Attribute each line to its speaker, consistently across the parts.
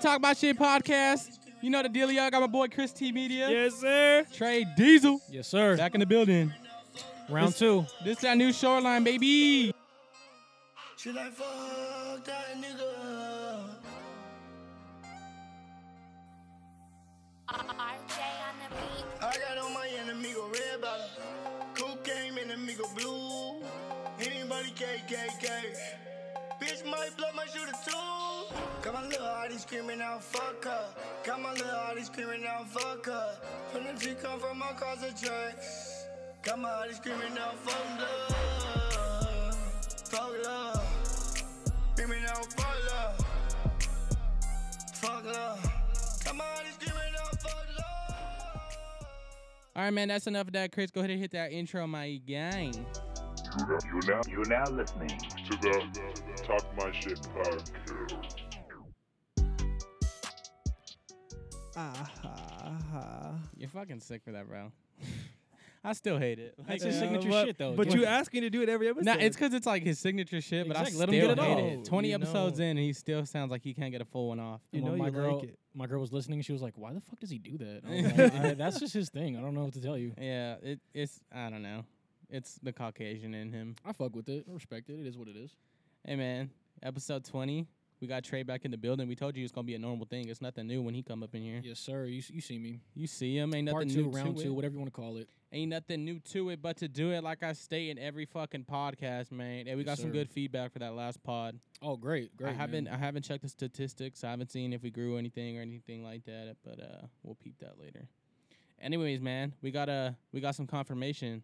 Speaker 1: Talk My Shit podcast. You know the deal, y'all. Got my boy Chris T Media,
Speaker 2: Yes, sir.
Speaker 1: Trey Diesel,
Speaker 2: Yes, sir.
Speaker 1: back in the building.
Speaker 2: Round two.
Speaker 1: This our new shoreline, baby.
Speaker 3: She like fuck that nigga.
Speaker 4: RJ on the beat.
Speaker 3: I got on my enemigo red bottle. Cool came in amigo blue. Anybody KKK. Bitch might blow my shooter too. Got my little hearty screaming out, fuck her. Got my little hearty screaming out, fuck her. From the G come from my cause of tracks. Got my hearty screaming out, fuck love. Fuck love. Screaming out, fuck love. Fuck love. Got my hearty screaming out, fuck love.
Speaker 1: All right, man, that's enough of that. Chris, go ahead and hit that intro, my gang.
Speaker 5: You now you now listening to the Talk My Shit podcast.
Speaker 1: You're fucking sick for that, bro. I still hate it. Like,
Speaker 2: That's his
Speaker 1: uh,
Speaker 2: signature
Speaker 1: what-
Speaker 2: shit, though.
Speaker 6: But you ask me to do it every episode.
Speaker 1: Nah, it's because it's like his signature shit, but
Speaker 2: Exactly,
Speaker 1: I
Speaker 2: let him
Speaker 1: still
Speaker 2: get it
Speaker 1: hate it.
Speaker 2: off,
Speaker 1: Twenty
Speaker 2: you
Speaker 1: episodes
Speaker 2: know.
Speaker 1: in, he still sounds like he can't get a full one off.
Speaker 6: you
Speaker 2: Well,
Speaker 6: know
Speaker 2: my
Speaker 6: you
Speaker 2: girl,
Speaker 6: like it.
Speaker 2: My girl was listening. She was like, "Why the fuck does he do that?" I was like, "I- that's just his thing. I don't know what to tell you.
Speaker 1: Yeah, it, it's I don't know. It's the Caucasian in him.
Speaker 2: I fuck with it. I respect it. It is what it is.
Speaker 1: Hey man, episode twenty. We got Trey back in the building. We told you it's gonna be a normal thing. It's nothing new when he come up in here.
Speaker 2: Yes, sir. You s- you see me.
Speaker 1: You see him, ain't nothing
Speaker 2: Part
Speaker 1: new
Speaker 2: two,
Speaker 1: to
Speaker 2: round
Speaker 1: it.
Speaker 2: two, whatever you want to call it.
Speaker 1: Ain't nothing new to it, but to do it like I state in every fucking podcast, man. And we
Speaker 2: Yes,
Speaker 1: got some
Speaker 2: sir.
Speaker 1: good feedback for that last pod.
Speaker 2: Oh, great, great.
Speaker 1: I haven't
Speaker 2: man.
Speaker 1: I haven't checked the statistics. I haven't seen if we grew anything or anything like that. But uh, we'll peep that later. Anyways, man, we got uh, we got some confirmation.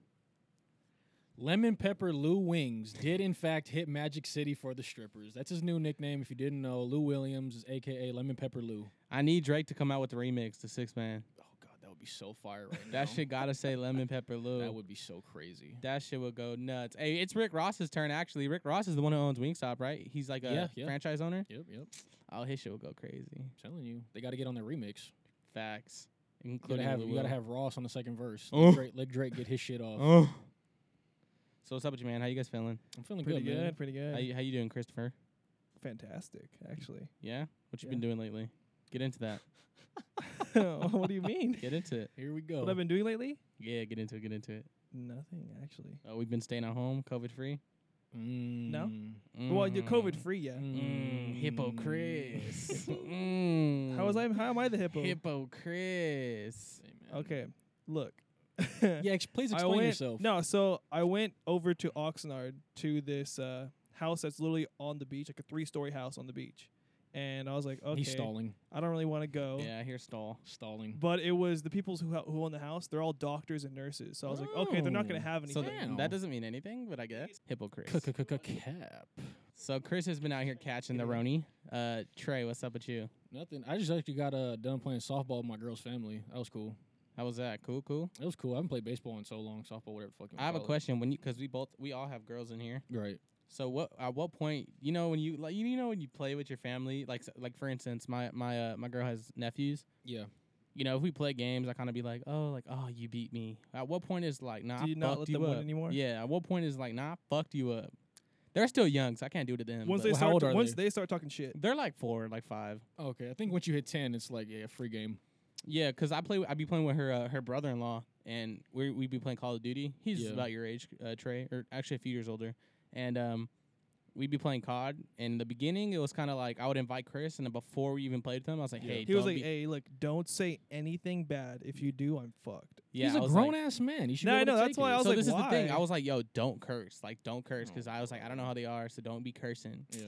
Speaker 2: Lemon Pepper Lou Wings did in fact hit Magic City for the strippers. That's his new nickname. If you didn't know, Lou Williams is AKA Lemon Pepper Lou.
Speaker 1: I need Drake to come out with the remix, the six man.
Speaker 2: Oh God, that would be so fire right now.
Speaker 1: That shit gotta say lemon pepper Lou.
Speaker 2: That would be so crazy.
Speaker 1: That shit would go nuts. Hey, it's Rick Ross's turn actually. Rick Ross is the one who owns Wingstop, right? He's like a
Speaker 2: Yeah, yeah.
Speaker 1: franchise owner.
Speaker 2: Yep, yep.
Speaker 1: Oh, his shit will go crazy.
Speaker 2: I'm telling you, they got to get on that remix.
Speaker 1: Facts.
Speaker 2: You gotta
Speaker 1: Including
Speaker 2: have,
Speaker 1: Lil
Speaker 2: you gotta
Speaker 1: Will.
Speaker 2: have Ross on the second verse.
Speaker 1: Oh.
Speaker 2: Let, Drake, let Drake get his shit off.
Speaker 1: Oh. So what's up with you, man? How you guys feeling?
Speaker 2: I'm feeling
Speaker 6: pretty
Speaker 2: good,
Speaker 6: good,
Speaker 2: man.
Speaker 6: pretty good.
Speaker 1: How you, how you doing, Christopher?
Speaker 6: Fantastic, actually.
Speaker 1: Yeah. What you
Speaker 6: Yeah.
Speaker 1: been doing lately? Get into that.
Speaker 6: what do you mean?
Speaker 1: Get into it.
Speaker 2: Here we go.
Speaker 6: What I've been doing lately?
Speaker 1: Yeah, get into it. Get into it.
Speaker 6: Nothing, actually.
Speaker 1: Oh, we've been staying at home, COVID free.
Speaker 2: No.
Speaker 6: Well, you're
Speaker 2: Mm-hmm.
Speaker 6: COVID free, yeah.
Speaker 1: Mm, Hippo Chris. mm.
Speaker 6: How was I? How am I the hippo?
Speaker 1: Hippo Chris.
Speaker 6: Okay, look.
Speaker 2: Yeah, ex- please
Speaker 6: I
Speaker 2: explain
Speaker 6: went,
Speaker 2: yourself.
Speaker 6: No, so I went over to Oxnard to this uh, house that's literally on the beach, like a three-story house on the beach, and I was like, okay,
Speaker 2: He's stalling.
Speaker 6: I don't really want to go.
Speaker 1: Yeah, I hear stall.
Speaker 2: Stalling.
Speaker 6: But it was the people who hel- who own the house. They're all doctors and nurses. So I was like, okay, they're not going
Speaker 2: Oh,
Speaker 6: to have
Speaker 1: So
Speaker 6: anything.
Speaker 1: th-
Speaker 2: Wow.
Speaker 1: that doesn't mean anything, but I guess Hippo Chris.
Speaker 2: Cap.
Speaker 1: So Chris has been out here catching the Roni. Uh, Trey, what's up with you?
Speaker 2: Nothing. I just actually got uh, done playing softball with my girl's family. That was cool.
Speaker 1: How was that? Cool, cool.
Speaker 2: It was cool. I haven't played baseball in so long. Softball, whatever. the Fucking.
Speaker 1: I have a question when you because we both we all have girls in here.
Speaker 2: Right.
Speaker 1: So what at what point you know when you like you, you know when you play with your family like s- like for instance my my uh, my girl has nephews.
Speaker 2: Yeah.
Speaker 1: You know if we play games I kind of be like oh like oh you beat me. At what point is like nah
Speaker 6: Do you
Speaker 1: I
Speaker 6: not
Speaker 1: fucked
Speaker 6: let
Speaker 1: you
Speaker 6: them win
Speaker 1: up
Speaker 6: anymore?
Speaker 1: Yeah. At what point is like nah I fucked you up? They're still young so I can't do it to them.
Speaker 6: once
Speaker 1: but-
Speaker 6: they
Speaker 2: Well, how
Speaker 6: start,
Speaker 2: old
Speaker 6: to-
Speaker 2: are
Speaker 6: once
Speaker 2: they?
Speaker 6: they start talking shit,
Speaker 1: they're like four like five.
Speaker 2: Okay. I think once you hit ten, it's like yeah, free game.
Speaker 1: Yeah, cause I play. I be playing with her uh, her brother in law, and we we be playing Call of Duty. He's
Speaker 2: Yeah.
Speaker 1: about your age, uh, Trey, or actually a few years older. And um, we'd be playing COD. And in the beginning, it was kind of like I would invite Chris, and then before we even played with him, I was like,
Speaker 2: Yeah.
Speaker 1: "Hey,
Speaker 6: he was
Speaker 1: don't
Speaker 6: like,
Speaker 2: eh,
Speaker 1: be-
Speaker 6: "Hey, look, don't say anything bad. If you do, I'm fucked."
Speaker 1: yeah,
Speaker 2: He's
Speaker 1: I
Speaker 2: a
Speaker 1: was like-
Speaker 2: grown ass man. He should.
Speaker 6: No,
Speaker 2: be
Speaker 6: I
Speaker 2: able to
Speaker 6: know,
Speaker 2: take
Speaker 6: that's why
Speaker 2: it.
Speaker 6: I was
Speaker 1: so
Speaker 6: like,
Speaker 1: this is the thing. I
Speaker 6: "Why?"
Speaker 1: was like, "Yo, don't curse. Like, don't curse,"
Speaker 2: Mm.
Speaker 1: because I was like, "I don't know how they are, so don't be cursing."
Speaker 2: Yeah.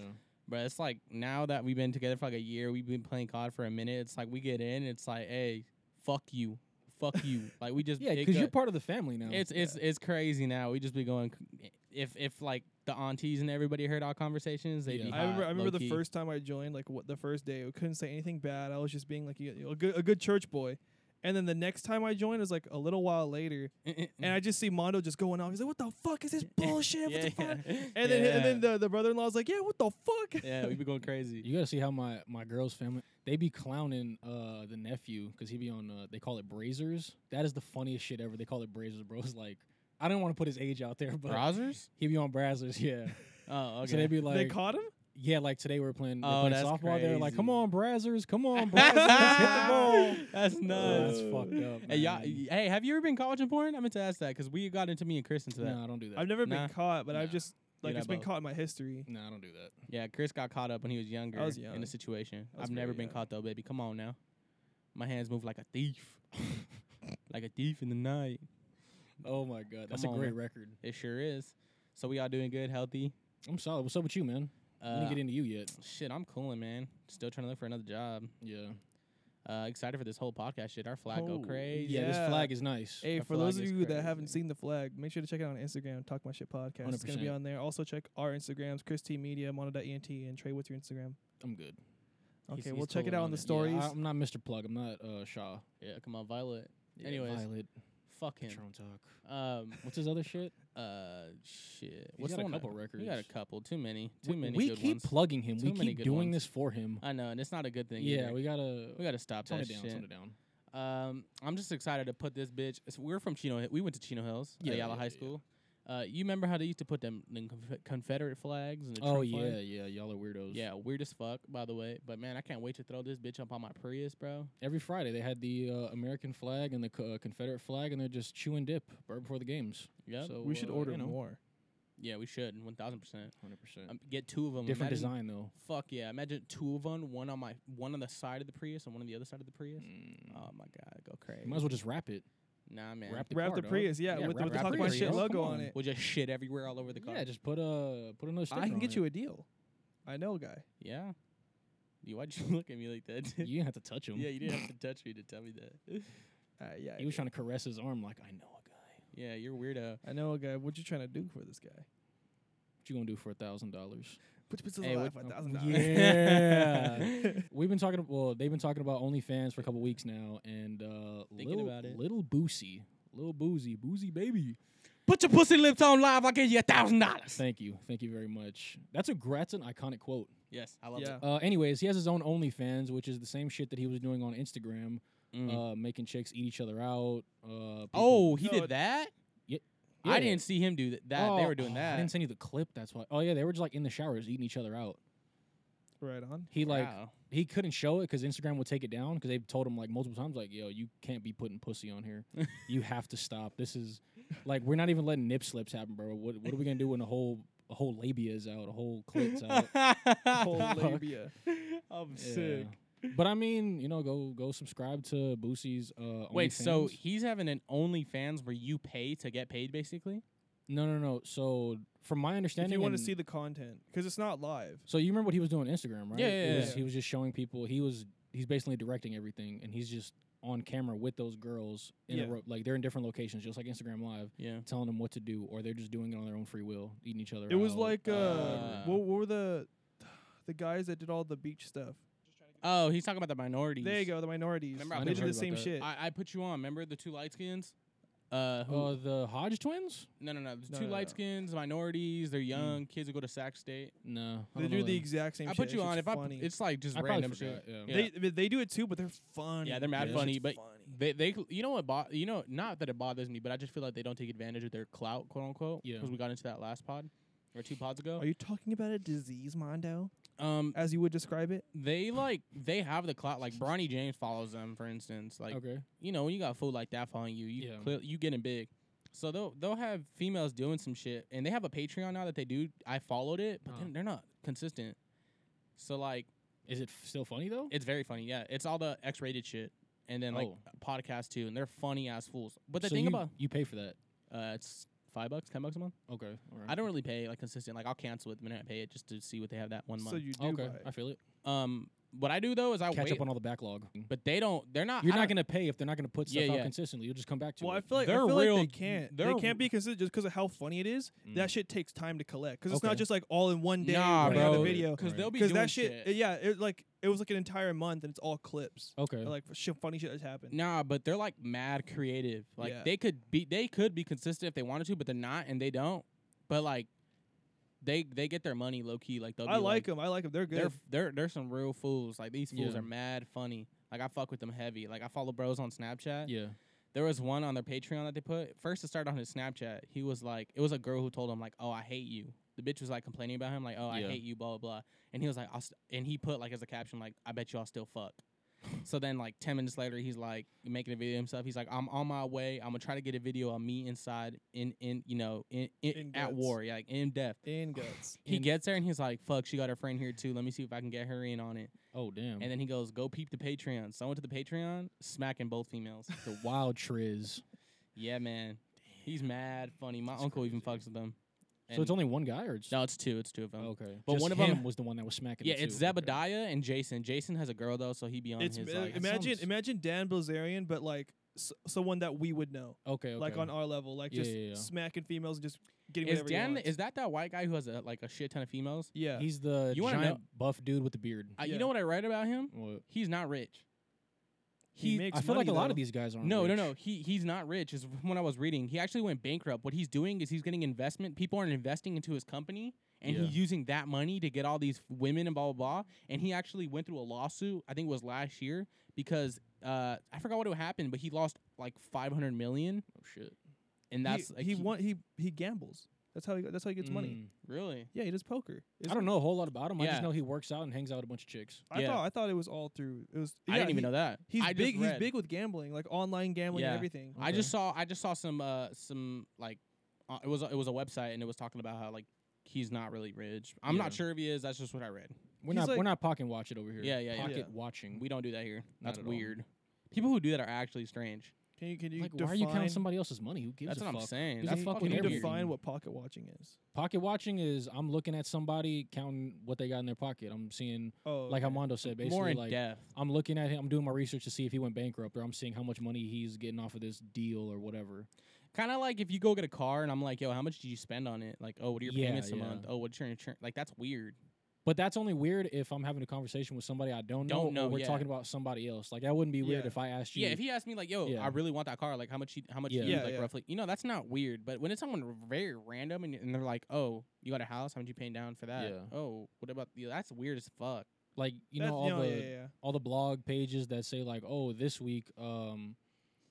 Speaker 1: But it's like now that we've been together for like a year, we've been playing COD for a minute. It's like we get in, it's like, "Hey, fuck you, fuck you." like we just
Speaker 2: Yeah,
Speaker 1: it
Speaker 2: because
Speaker 1: got-
Speaker 2: you're part of the family now.
Speaker 1: It's it's it's crazy now. We just be going. c- If if like the aunties and everybody heard our conversations, they'd be.
Speaker 2: Yeah.
Speaker 6: I remember,
Speaker 1: hot,
Speaker 6: I remember the
Speaker 1: low-key.
Speaker 6: first time I joined, like what the first day, I couldn't say anything bad. I was just being like you know, a good, a good church boy. And then the next time I joined is like a little while later, and
Speaker 1: Mm.
Speaker 6: I just see Mondo just going off. He's like, "What the fuck is this bullshit? What the fuck?"
Speaker 1: yeah, yeah.
Speaker 6: And then and then the, the brother in law's like, "Yeah, what the fuck?"
Speaker 1: yeah, we be going crazy.
Speaker 2: You gotta see how my my girl's family they be clowning uh the nephew because he be on uh they call it brazers. That is the funniest shit ever. They call it brazers, bro. It's like I didn't want to put his age out there, but
Speaker 1: Browsers?
Speaker 2: he be on brazers. Yeah.
Speaker 1: Oh, okay.
Speaker 2: So they be like,
Speaker 6: they caught him.
Speaker 2: Yeah, like today we were playing, we were
Speaker 1: Oh,
Speaker 2: playing
Speaker 1: that's
Speaker 2: softball. They were like,
Speaker 1: crazy.
Speaker 2: "Come on, Brazzers! Come on, Brazzers! hit the ball!"
Speaker 1: That's
Speaker 2: Oh,
Speaker 1: nuts.
Speaker 2: that's fucked up.
Speaker 1: Hey, y'all,
Speaker 2: man.
Speaker 1: hey, have you ever been college and porn? I meant to ask that because we got into me and Chris into that.
Speaker 2: no, I don't do that.
Speaker 6: I've never
Speaker 1: Nah.
Speaker 6: been caught, but I've
Speaker 2: Nah.
Speaker 6: just like
Speaker 1: You're
Speaker 6: it's
Speaker 1: not
Speaker 6: been
Speaker 1: both.
Speaker 6: caught in my history.
Speaker 2: no, Mm, I don't do that.
Speaker 1: Yeah, Chris got caught up when he was younger
Speaker 6: was
Speaker 1: in
Speaker 6: young.
Speaker 1: the situation.
Speaker 6: I was
Speaker 1: I've never been
Speaker 6: very young.
Speaker 1: caught though, baby. Come on now. My hands move like a thief. like a thief in the night.
Speaker 2: Oh my god, that's
Speaker 1: Come
Speaker 2: a
Speaker 1: on,
Speaker 2: great
Speaker 1: man.
Speaker 2: record.
Speaker 1: It sure is. So we all doing good, healthy.
Speaker 2: I'm solid. What's up with you, man? I
Speaker 1: Uh,
Speaker 2: didn't get into you yet.
Speaker 1: shit, I'm cooling, man. Still trying to look for another job.
Speaker 2: Yeah.
Speaker 1: Uh, excited for this whole podcast shit. Our flag go
Speaker 6: Oh,
Speaker 1: crazy.
Speaker 2: Yeah, this
Speaker 6: Yeah.
Speaker 2: flag is nice.
Speaker 6: Hey,
Speaker 1: That
Speaker 6: for those
Speaker 1: flag
Speaker 6: of
Speaker 1: is
Speaker 6: you that haven't
Speaker 1: crazy.
Speaker 6: seen the flag, make sure to check it out on Instagram. Talk my shit podcast. It's gonna be
Speaker 2: 100%.
Speaker 6: on there. Also check our Instagrams, Chris T Media, Mono.ent, and Trey. What's your Instagram?
Speaker 2: I'm good.
Speaker 6: Okay,
Speaker 1: He's-
Speaker 6: we'll
Speaker 1: he's
Speaker 6: check it
Speaker 1: cooling
Speaker 6: out
Speaker 1: on
Speaker 6: on the
Speaker 1: it. Yeah,
Speaker 6: stories.
Speaker 2: Yeah, I, am not Mr. Plug. I'm not uh, Shaw.
Speaker 1: Yeah, come on, Violet.
Speaker 2: Yeah,
Speaker 1: Anyways,
Speaker 2: Violet,
Speaker 1: Fuck him.
Speaker 2: Patron Talk.
Speaker 1: Um,
Speaker 2: What's his other shit?
Speaker 1: uh, shit.
Speaker 2: He's
Speaker 1: What's
Speaker 2: got
Speaker 1: the
Speaker 2: a
Speaker 1: one that-
Speaker 2: couple records.
Speaker 1: We got a couple. Too many. Too
Speaker 2: we,
Speaker 1: many.
Speaker 2: We
Speaker 1: good
Speaker 2: keep
Speaker 1: ones.
Speaker 2: plugging him.
Speaker 1: Too
Speaker 2: we
Speaker 1: many
Speaker 2: keep
Speaker 1: good
Speaker 2: doing
Speaker 1: ones.
Speaker 2: this for him.
Speaker 1: I know, and it's not a good thing.
Speaker 2: yeah,
Speaker 1: either.
Speaker 2: we gotta
Speaker 1: we got to stop
Speaker 2: tone
Speaker 1: that
Speaker 2: it down.
Speaker 1: shit.
Speaker 2: Tone it down.
Speaker 1: Um, I'm just excited to put this bitch. so we're from Chino. Hi- We went to Chino Hills,
Speaker 2: Yeah,
Speaker 1: Ayala
Speaker 2: yeah,
Speaker 1: High
Speaker 2: yeah.
Speaker 1: School. Uh, you remember how they used to put them, them conf- Confederate flags and the
Speaker 2: Oh
Speaker 1: Trump
Speaker 2: yeah,
Speaker 1: flag?
Speaker 2: yeah. Y'all are weirdos.
Speaker 1: yeah, weird as fuck, by the way. But man, I can't wait to throw this bitch up on my Prius, bro.
Speaker 2: Every Friday they had the uh, American flag and the co- uh, Confederate flag, and they're just chewing dip right before the games.
Speaker 1: Yeah,
Speaker 2: So
Speaker 6: we should
Speaker 2: uh,
Speaker 6: order
Speaker 2: you know,
Speaker 6: more.
Speaker 1: yeah, we should, one thousand percent. Um,
Speaker 2: 100%.
Speaker 1: Get two of them.
Speaker 2: Different design though.
Speaker 1: Fuck yeah! Imagine two of them, one on my, one on the side of the Prius and one on the other side of the Prius.
Speaker 2: Mm.
Speaker 1: Oh my god, go crazy!
Speaker 2: You might as well just wrap it.
Speaker 1: nah, man.
Speaker 2: Wrap the
Speaker 6: Wrap
Speaker 2: car,
Speaker 6: the
Speaker 2: dog.
Speaker 6: Prius, yeah,
Speaker 2: Yeah,
Speaker 6: with, the-
Speaker 2: wrap
Speaker 6: with
Speaker 2: the
Speaker 6: the Talk My
Speaker 1: Prius,
Speaker 6: Shit
Speaker 1: bro.
Speaker 6: logo
Speaker 2: Come
Speaker 6: on
Speaker 2: on.
Speaker 6: it.
Speaker 1: We'll just shit everywhere all over the car.
Speaker 2: Yeah, just put a put another sticker.
Speaker 6: I can
Speaker 2: on
Speaker 6: get
Speaker 2: it.
Speaker 6: you a deal. I know a guy.
Speaker 1: yeah. You- Why'd you look at me like that?
Speaker 2: You didn't have to touch him.
Speaker 1: Yeah, you didn't have to touch me to tell me that.
Speaker 6: Uh, yeah,
Speaker 2: He was trying to caress his arm like I know a guy.
Speaker 1: yeah, you're a weirdo.
Speaker 6: I know a guy. What you trying to do for this guy?
Speaker 2: What you gonna do for a thousand dollars?
Speaker 6: Put your pistols
Speaker 1: Hey,
Speaker 6: alive
Speaker 1: what-
Speaker 6: for a thousand dollars.
Speaker 2: Yeah. We've been talking. Well, they've been talking about OnlyFans for a couple weeks now, and uh,
Speaker 1: Thinking
Speaker 2: little,
Speaker 1: about it.
Speaker 2: little Boosie, little Boozy, Boozy baby.
Speaker 1: Put your pussy lips on live. I'll give you a thousand dollars.
Speaker 2: Thank you, thank you very much. That's a that's an iconic quote.
Speaker 1: Yes, I love
Speaker 6: Yeah.
Speaker 1: it.
Speaker 2: Uh, anyways, he has his own OnlyFans, which is the same shit that he was doing on Instagram,
Speaker 1: Mm.
Speaker 2: uh, making chicks eat each other out. Uh, people-
Speaker 1: oh, he
Speaker 6: No, it-
Speaker 1: did that.
Speaker 2: Ye-
Speaker 1: I
Speaker 2: yeah.
Speaker 1: didn't see him do that. that they
Speaker 2: Oh,
Speaker 1: were doing
Speaker 2: oh, I
Speaker 1: that.
Speaker 2: didn't send you the clip. That's why. Oh yeah, they were just like in the showers eating each other out.
Speaker 6: right on.
Speaker 2: He like
Speaker 1: Wow.
Speaker 2: he couldn't show it because Instagram would take it down because they've told him like multiple times like yo you can't be putting pussy on here you have to stop this is like we're not even letting nip slips happen bro what what are we gonna do when a whole a whole labia is out a whole clit's out
Speaker 6: Whole
Speaker 2: Fuck.
Speaker 6: labia.
Speaker 1: I'm
Speaker 2: Yeah.
Speaker 1: sick.
Speaker 2: but I mean you know go go subscribe to Boosie's uh
Speaker 1: Wait, so
Speaker 2: OnlyFans.
Speaker 1: he's having an OnlyFans where you pay to get paid, basically?
Speaker 2: no no no so from my
Speaker 6: If
Speaker 2: understanding
Speaker 6: you want to
Speaker 2: and-
Speaker 6: see the content, because it's not live.
Speaker 2: So you remember what he was doing on Instagram, right?
Speaker 1: Yeah,
Speaker 2: It
Speaker 1: yeah,
Speaker 2: was-
Speaker 6: yeah.
Speaker 2: He was just showing people. He was he's basically directing everything, and he's just on camera with those girls in a
Speaker 6: Yeah.
Speaker 2: ro- like they're in different locations, just like Instagram Live,
Speaker 1: Yeah.
Speaker 2: telling them what to do, or they're just doing it on their own free will, eating each other.
Speaker 6: It was
Speaker 2: out.
Speaker 6: like uh,
Speaker 1: Uh,
Speaker 6: what, what were the the guys that did all the beach stuff?
Speaker 1: Oh, he's talking about the minorities.
Speaker 6: There you go, the minorities.
Speaker 1: Remember I
Speaker 6: they
Speaker 1: was
Speaker 6: did the
Speaker 2: worried
Speaker 6: same
Speaker 2: about that.
Speaker 6: shit.
Speaker 1: I, I put you on. Remember the two light skins? Uh, who,
Speaker 2: uh, the Hodge twins.
Speaker 1: no, no, no. The
Speaker 6: Oh, no,
Speaker 1: two
Speaker 6: no,
Speaker 1: light
Speaker 6: no. Mm.
Speaker 1: skins, minorities. They're young kids who go to Sac State.
Speaker 2: No, I
Speaker 6: they
Speaker 2: don't
Speaker 6: do
Speaker 2: know
Speaker 6: the
Speaker 2: them.
Speaker 6: exact same.
Speaker 1: I
Speaker 6: shit.
Speaker 1: put you
Speaker 6: That
Speaker 1: on. If
Speaker 6: shit's
Speaker 1: I
Speaker 6: funny.
Speaker 1: it's like just
Speaker 2: I probably
Speaker 1: random shit.
Speaker 2: forgot, Yeah.
Speaker 1: Yeah.
Speaker 6: They but they do it too, but they're funny.
Speaker 1: Yeah, they're mad
Speaker 6: That
Speaker 1: funny,
Speaker 6: shit's
Speaker 1: but
Speaker 6: funny.
Speaker 1: They they you know what bo- you know not that it bothers me, but I just feel like they don't take advantage of their clout, quote unquote.
Speaker 2: Yeah.
Speaker 1: Because we got into that last pod or two pods ago.
Speaker 6: Are you talking about a disease, Mondo?
Speaker 1: Um,
Speaker 6: As you would describe it?
Speaker 1: they like they have the clout. Like Bronny James follows them, for instance. Like
Speaker 2: okay.
Speaker 1: you know, when you got food like that following you, you
Speaker 2: Yeah.
Speaker 1: clear, you getting big. So they'll they'll have females doing some shit, and they have a Patreon now that they do. I followed it, but
Speaker 2: Uh-huh.
Speaker 1: then they're not consistent. So like,
Speaker 2: Is it f- still funny though?
Speaker 1: it's very funny. Yeah, it's all the X-rated shit, and then like
Speaker 2: Oh.
Speaker 1: podcast too, and they're funny ass fools. But the
Speaker 2: so
Speaker 1: thing
Speaker 2: you,
Speaker 1: about
Speaker 2: you pay for that.
Speaker 1: uh, it's five bucks, ten bucks a month.
Speaker 2: Okay. All right.
Speaker 1: I don't really pay like consistent. Like I'll cancel it the minute I pay it just to see what they have that one month.
Speaker 6: So you do
Speaker 2: Okay,
Speaker 6: buy it.
Speaker 2: I feel it.
Speaker 1: um, what I do though is I
Speaker 2: Catch
Speaker 1: wait,
Speaker 2: up on all the backlog.
Speaker 1: but they don't. They're not.
Speaker 2: You're
Speaker 1: I
Speaker 2: not
Speaker 1: don't-
Speaker 2: gonna pay if they're not gonna put stuff
Speaker 1: Yeah,
Speaker 2: out
Speaker 1: yeah.
Speaker 2: consistently. You'll just come back to
Speaker 6: Well, I
Speaker 2: it.
Speaker 6: feel like, I
Speaker 1: They're
Speaker 6: feel like
Speaker 1: real-
Speaker 6: they can't. They
Speaker 1: they're-
Speaker 6: can't be consistent just because of how funny it is.
Speaker 2: Mm.
Speaker 6: That shit takes time to collect because it's
Speaker 2: Okay.
Speaker 6: not just like all in one day
Speaker 1: Nah,
Speaker 6: putting out a
Speaker 1: bro.
Speaker 6: video.
Speaker 1: Because
Speaker 2: Right.
Speaker 1: they'll be
Speaker 6: Because
Speaker 1: doing
Speaker 6: that shit, yeah, it like it was like an entire month and it's all clips,
Speaker 2: okay.
Speaker 6: like shit, funny shit that's happened.
Speaker 1: Nah, but they're like mad creative. Like
Speaker 6: Yeah.
Speaker 1: they could be they could be consistent if they wanted to, but they're not and they don't. But like they they get their money low key. Like they'll
Speaker 6: I
Speaker 1: be
Speaker 6: like them. I like them. They're good.
Speaker 1: They're they're they're some real fools. Like these fools
Speaker 2: Yeah.
Speaker 1: are mad funny. Like I fuck with them heavy. Like I follow bros on Snapchat.
Speaker 2: yeah.
Speaker 1: There was one on their Patreon that they put. First it started on his Snapchat. He was like it was a girl who told him like, "Oh, I hate you." the bitch was like complaining about him, like, "Oh, I
Speaker 2: Yeah.
Speaker 1: hate you," blah blah blah, and he was like, I'll st-, and he put like as a caption, like, "I bet you I'll still fuck." so then, like ten minutes later, he's like making a video himself. He's like, "I'm on my way. I'm gonna try to get a video of me inside in in you know in, in,
Speaker 6: In
Speaker 1: at
Speaker 6: guts.
Speaker 1: war, yeah, like in depth."
Speaker 6: In guts.
Speaker 1: He
Speaker 2: In-
Speaker 1: gets there and he's like, "Fuck, she got her friend here too. Let me see if I can get her in on it."
Speaker 2: Oh damn.
Speaker 1: And then he goes, "Go peep the Patreon." So I went to the Patreon, smacking both females.
Speaker 2: the wild triz.
Speaker 1: yeah, man, he's mad funny. My uncle even fucks with them.
Speaker 2: So it's only one guy, or it's
Speaker 1: no, it's two. It's two of them.
Speaker 2: okay.
Speaker 1: But
Speaker 2: Just
Speaker 1: one of
Speaker 2: him
Speaker 1: 'em-
Speaker 2: was the one that was smacking.
Speaker 1: Yeah,
Speaker 2: the
Speaker 1: it's
Speaker 2: two. Okay.
Speaker 1: Zebediah and Jason. Jason has a girl though, so he be on
Speaker 6: It's
Speaker 1: his
Speaker 6: uh,
Speaker 1: like.
Speaker 2: ima-
Speaker 6: imagine
Speaker 2: sounds-
Speaker 6: imagine Dan Bilzerian, but like s- someone that we would know,
Speaker 2: Okay, okay.
Speaker 6: like on our level, like
Speaker 2: Yeah,
Speaker 6: just
Speaker 2: yeah, yeah.
Speaker 6: smacking females and just getting
Speaker 1: is
Speaker 6: whatever he
Speaker 1: Dan
Speaker 6: wants.
Speaker 1: is that that white guy who has a, like a shit ton of females?
Speaker 6: yeah.
Speaker 2: He's the
Speaker 1: You wanna know-
Speaker 2: giant buff dude with the beard.
Speaker 1: I, You
Speaker 6: Yeah.
Speaker 1: know what I read about him?
Speaker 2: What?
Speaker 1: He's not rich.
Speaker 6: He
Speaker 1: He,
Speaker 6: makes
Speaker 2: I feel like
Speaker 6: money,
Speaker 2: a lot
Speaker 6: though.
Speaker 2: of these guys aren't.
Speaker 1: no
Speaker 2: rich.
Speaker 1: no no he he's not rich. Is when I was reading, he actually went bankrupt. What he's doing is he's getting investment. People are investing into his company, and
Speaker 2: Yeah.
Speaker 1: he's using that money to get all these women and blah blah blah. And he actually went through a lawsuit. I think it was last year because uh, I forgot what happened, but he lost like five hundred million,
Speaker 2: Oh, shit.
Speaker 1: and that's
Speaker 6: he
Speaker 1: like,
Speaker 6: he, want, he he gambles. That's how he that's how he gets money.
Speaker 2: Mm.
Speaker 1: really
Speaker 6: Yeah, he does poker. It's-
Speaker 2: I don't know a whole lot about him. I
Speaker 1: Yeah.
Speaker 2: just know he works out and hangs out with a bunch of chicks.
Speaker 6: I
Speaker 1: Yeah.
Speaker 6: thought I thought it was all through. It was.
Speaker 1: I
Speaker 6: yeah,
Speaker 1: didn't even
Speaker 6: he-
Speaker 1: know that.
Speaker 6: He's
Speaker 1: I just
Speaker 6: big. He's
Speaker 1: read.
Speaker 6: big with gambling, like online gambling
Speaker 1: Yeah.
Speaker 6: and everything.
Speaker 1: I
Speaker 2: Okay.
Speaker 1: just saw I just saw some uh some like uh, it was a- it was a website and it was talking about how like he's not really rich. I'm
Speaker 2: Yeah.
Speaker 1: not sure if he is. That's just what I read.
Speaker 6: He's
Speaker 2: We're not
Speaker 6: like-
Speaker 2: we're not pocket watching over here.
Speaker 1: Yeah, yeah, yeah.
Speaker 2: Pocket
Speaker 6: Yeah.
Speaker 2: watching.
Speaker 1: We don't do that here.
Speaker 2: Not
Speaker 1: That's
Speaker 2: at all.
Speaker 1: weird. People who do that are actually strange.
Speaker 6: Can you can you
Speaker 2: like,
Speaker 6: define,
Speaker 2: why are you counting somebody else's money? Who gives
Speaker 1: That's
Speaker 2: a
Speaker 1: what
Speaker 2: fuck?
Speaker 1: I'm saying.
Speaker 2: Who's
Speaker 1: That's
Speaker 2: the fuck
Speaker 1: fucking
Speaker 6: Can you
Speaker 2: with
Speaker 1: weird.
Speaker 2: everything?
Speaker 6: define what pocket watching is?
Speaker 2: Pocket watching is I'm looking at somebody counting what they got in their pocket. I'm seeing
Speaker 6: Oh,
Speaker 2: like
Speaker 6: okay.
Speaker 2: Armando said, basically
Speaker 1: More in
Speaker 2: like
Speaker 1: depth.
Speaker 2: I'm looking at him. I'm doing my research to see if he went bankrupt, or I'm seeing how much money he's getting off of this deal or whatever.
Speaker 1: Kind of like if you go get a car and I'm like, yo, how much did you spend on it? Like, oh, what are your
Speaker 2: Yeah,
Speaker 1: payments a
Speaker 2: yeah.
Speaker 1: month? Oh, what's your insurance? Like, that's weird.
Speaker 2: But that's only weird if I'm having a conversation with somebody I don't know.
Speaker 1: Don't know,
Speaker 2: or we're
Speaker 1: yeah.
Speaker 2: talking about somebody else. Like that wouldn't be weird
Speaker 6: Yeah.
Speaker 2: if I asked you.
Speaker 1: Yeah, if he asked me like, yo, I
Speaker 2: Yeah.
Speaker 1: really want that car. Like, how much? You, how much?
Speaker 2: Yeah.
Speaker 1: You,
Speaker 6: Yeah,
Speaker 1: like
Speaker 6: yeah.
Speaker 1: roughly. You know, that's not weird. But when it's someone r- very random and, and they're like, oh, you got a house? How much you paying down for that?
Speaker 2: Yeah.
Speaker 1: Oh, what about the? That's weird as fuck.
Speaker 2: like you
Speaker 6: That's-
Speaker 2: know all
Speaker 6: no,
Speaker 2: the
Speaker 6: yeah, yeah, yeah.
Speaker 2: all the blog pages that say like, oh, this week, um,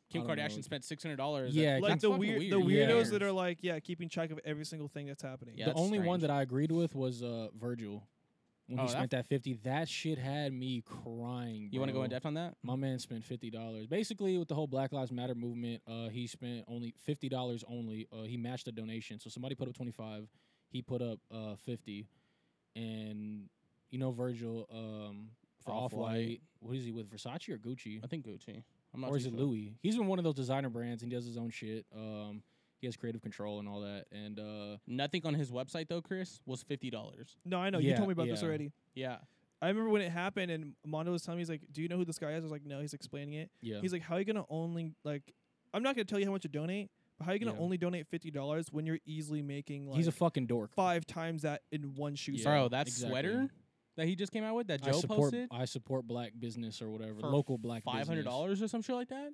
Speaker 1: Kim
Speaker 2: I don't know.
Speaker 1: Kardashian spent six hundred dollars.
Speaker 2: Yeah,
Speaker 6: like
Speaker 2: that's
Speaker 6: the weird, the
Speaker 2: Yeah.
Speaker 6: weirdos that are like yeah keeping track of every single thing that's happening.
Speaker 1: Yeah,
Speaker 2: the
Speaker 1: that's
Speaker 2: only one
Speaker 1: strange.
Speaker 2: that I agreed with was uh Virgil when
Speaker 1: Oh,
Speaker 2: he
Speaker 1: that-
Speaker 2: spent that fifty. That shit had me crying.
Speaker 1: You want to go
Speaker 2: bro.
Speaker 1: in depth on that?
Speaker 2: My man spent fifty dollars. Basically, with the whole Black Lives Matter movement, uh, he spent only fifty dollars only. Uh, he matched a donation, so somebody put up twenty five, he put up uh fifty, and you know Virgil um for Off
Speaker 1: Off-White.
Speaker 2: White, what is he with Versace or Gucci
Speaker 1: I think Gucci. I'm not
Speaker 2: or
Speaker 1: too
Speaker 2: is it
Speaker 1: sure.
Speaker 2: Louis? He's been one of those designer brands, and he does his own shit. Um, he has creative control and all that, and uh,
Speaker 1: Nothing on his website though, Chris, was fifty dollars.
Speaker 6: No, I know you
Speaker 2: Yeah,
Speaker 6: told me about this
Speaker 2: yeah.
Speaker 6: already.
Speaker 1: Yeah.
Speaker 6: I remember when it happened and Mondo was telling me he's like, "Do you know who this guy is?" I was like, "No." He's explaining it.
Speaker 2: yeah,
Speaker 6: He's like, "How are you gonna only like? I'm not gonna tell you how much to donate, but how are you gonna
Speaker 2: Yeah.
Speaker 6: only donate fifty dollars when you're easily making like
Speaker 2: he's a fucking dork.
Speaker 6: five times that in one shoe?"
Speaker 2: Yeah,
Speaker 6: size?
Speaker 1: Bro, that
Speaker 2: exactly.
Speaker 1: sweater that he just came out with that
Speaker 2: I
Speaker 1: Joe
Speaker 2: support
Speaker 1: posted
Speaker 2: I support black business or whatever
Speaker 1: for
Speaker 2: local black
Speaker 1: five hundred
Speaker 2: business.
Speaker 1: dollars or some shit like that.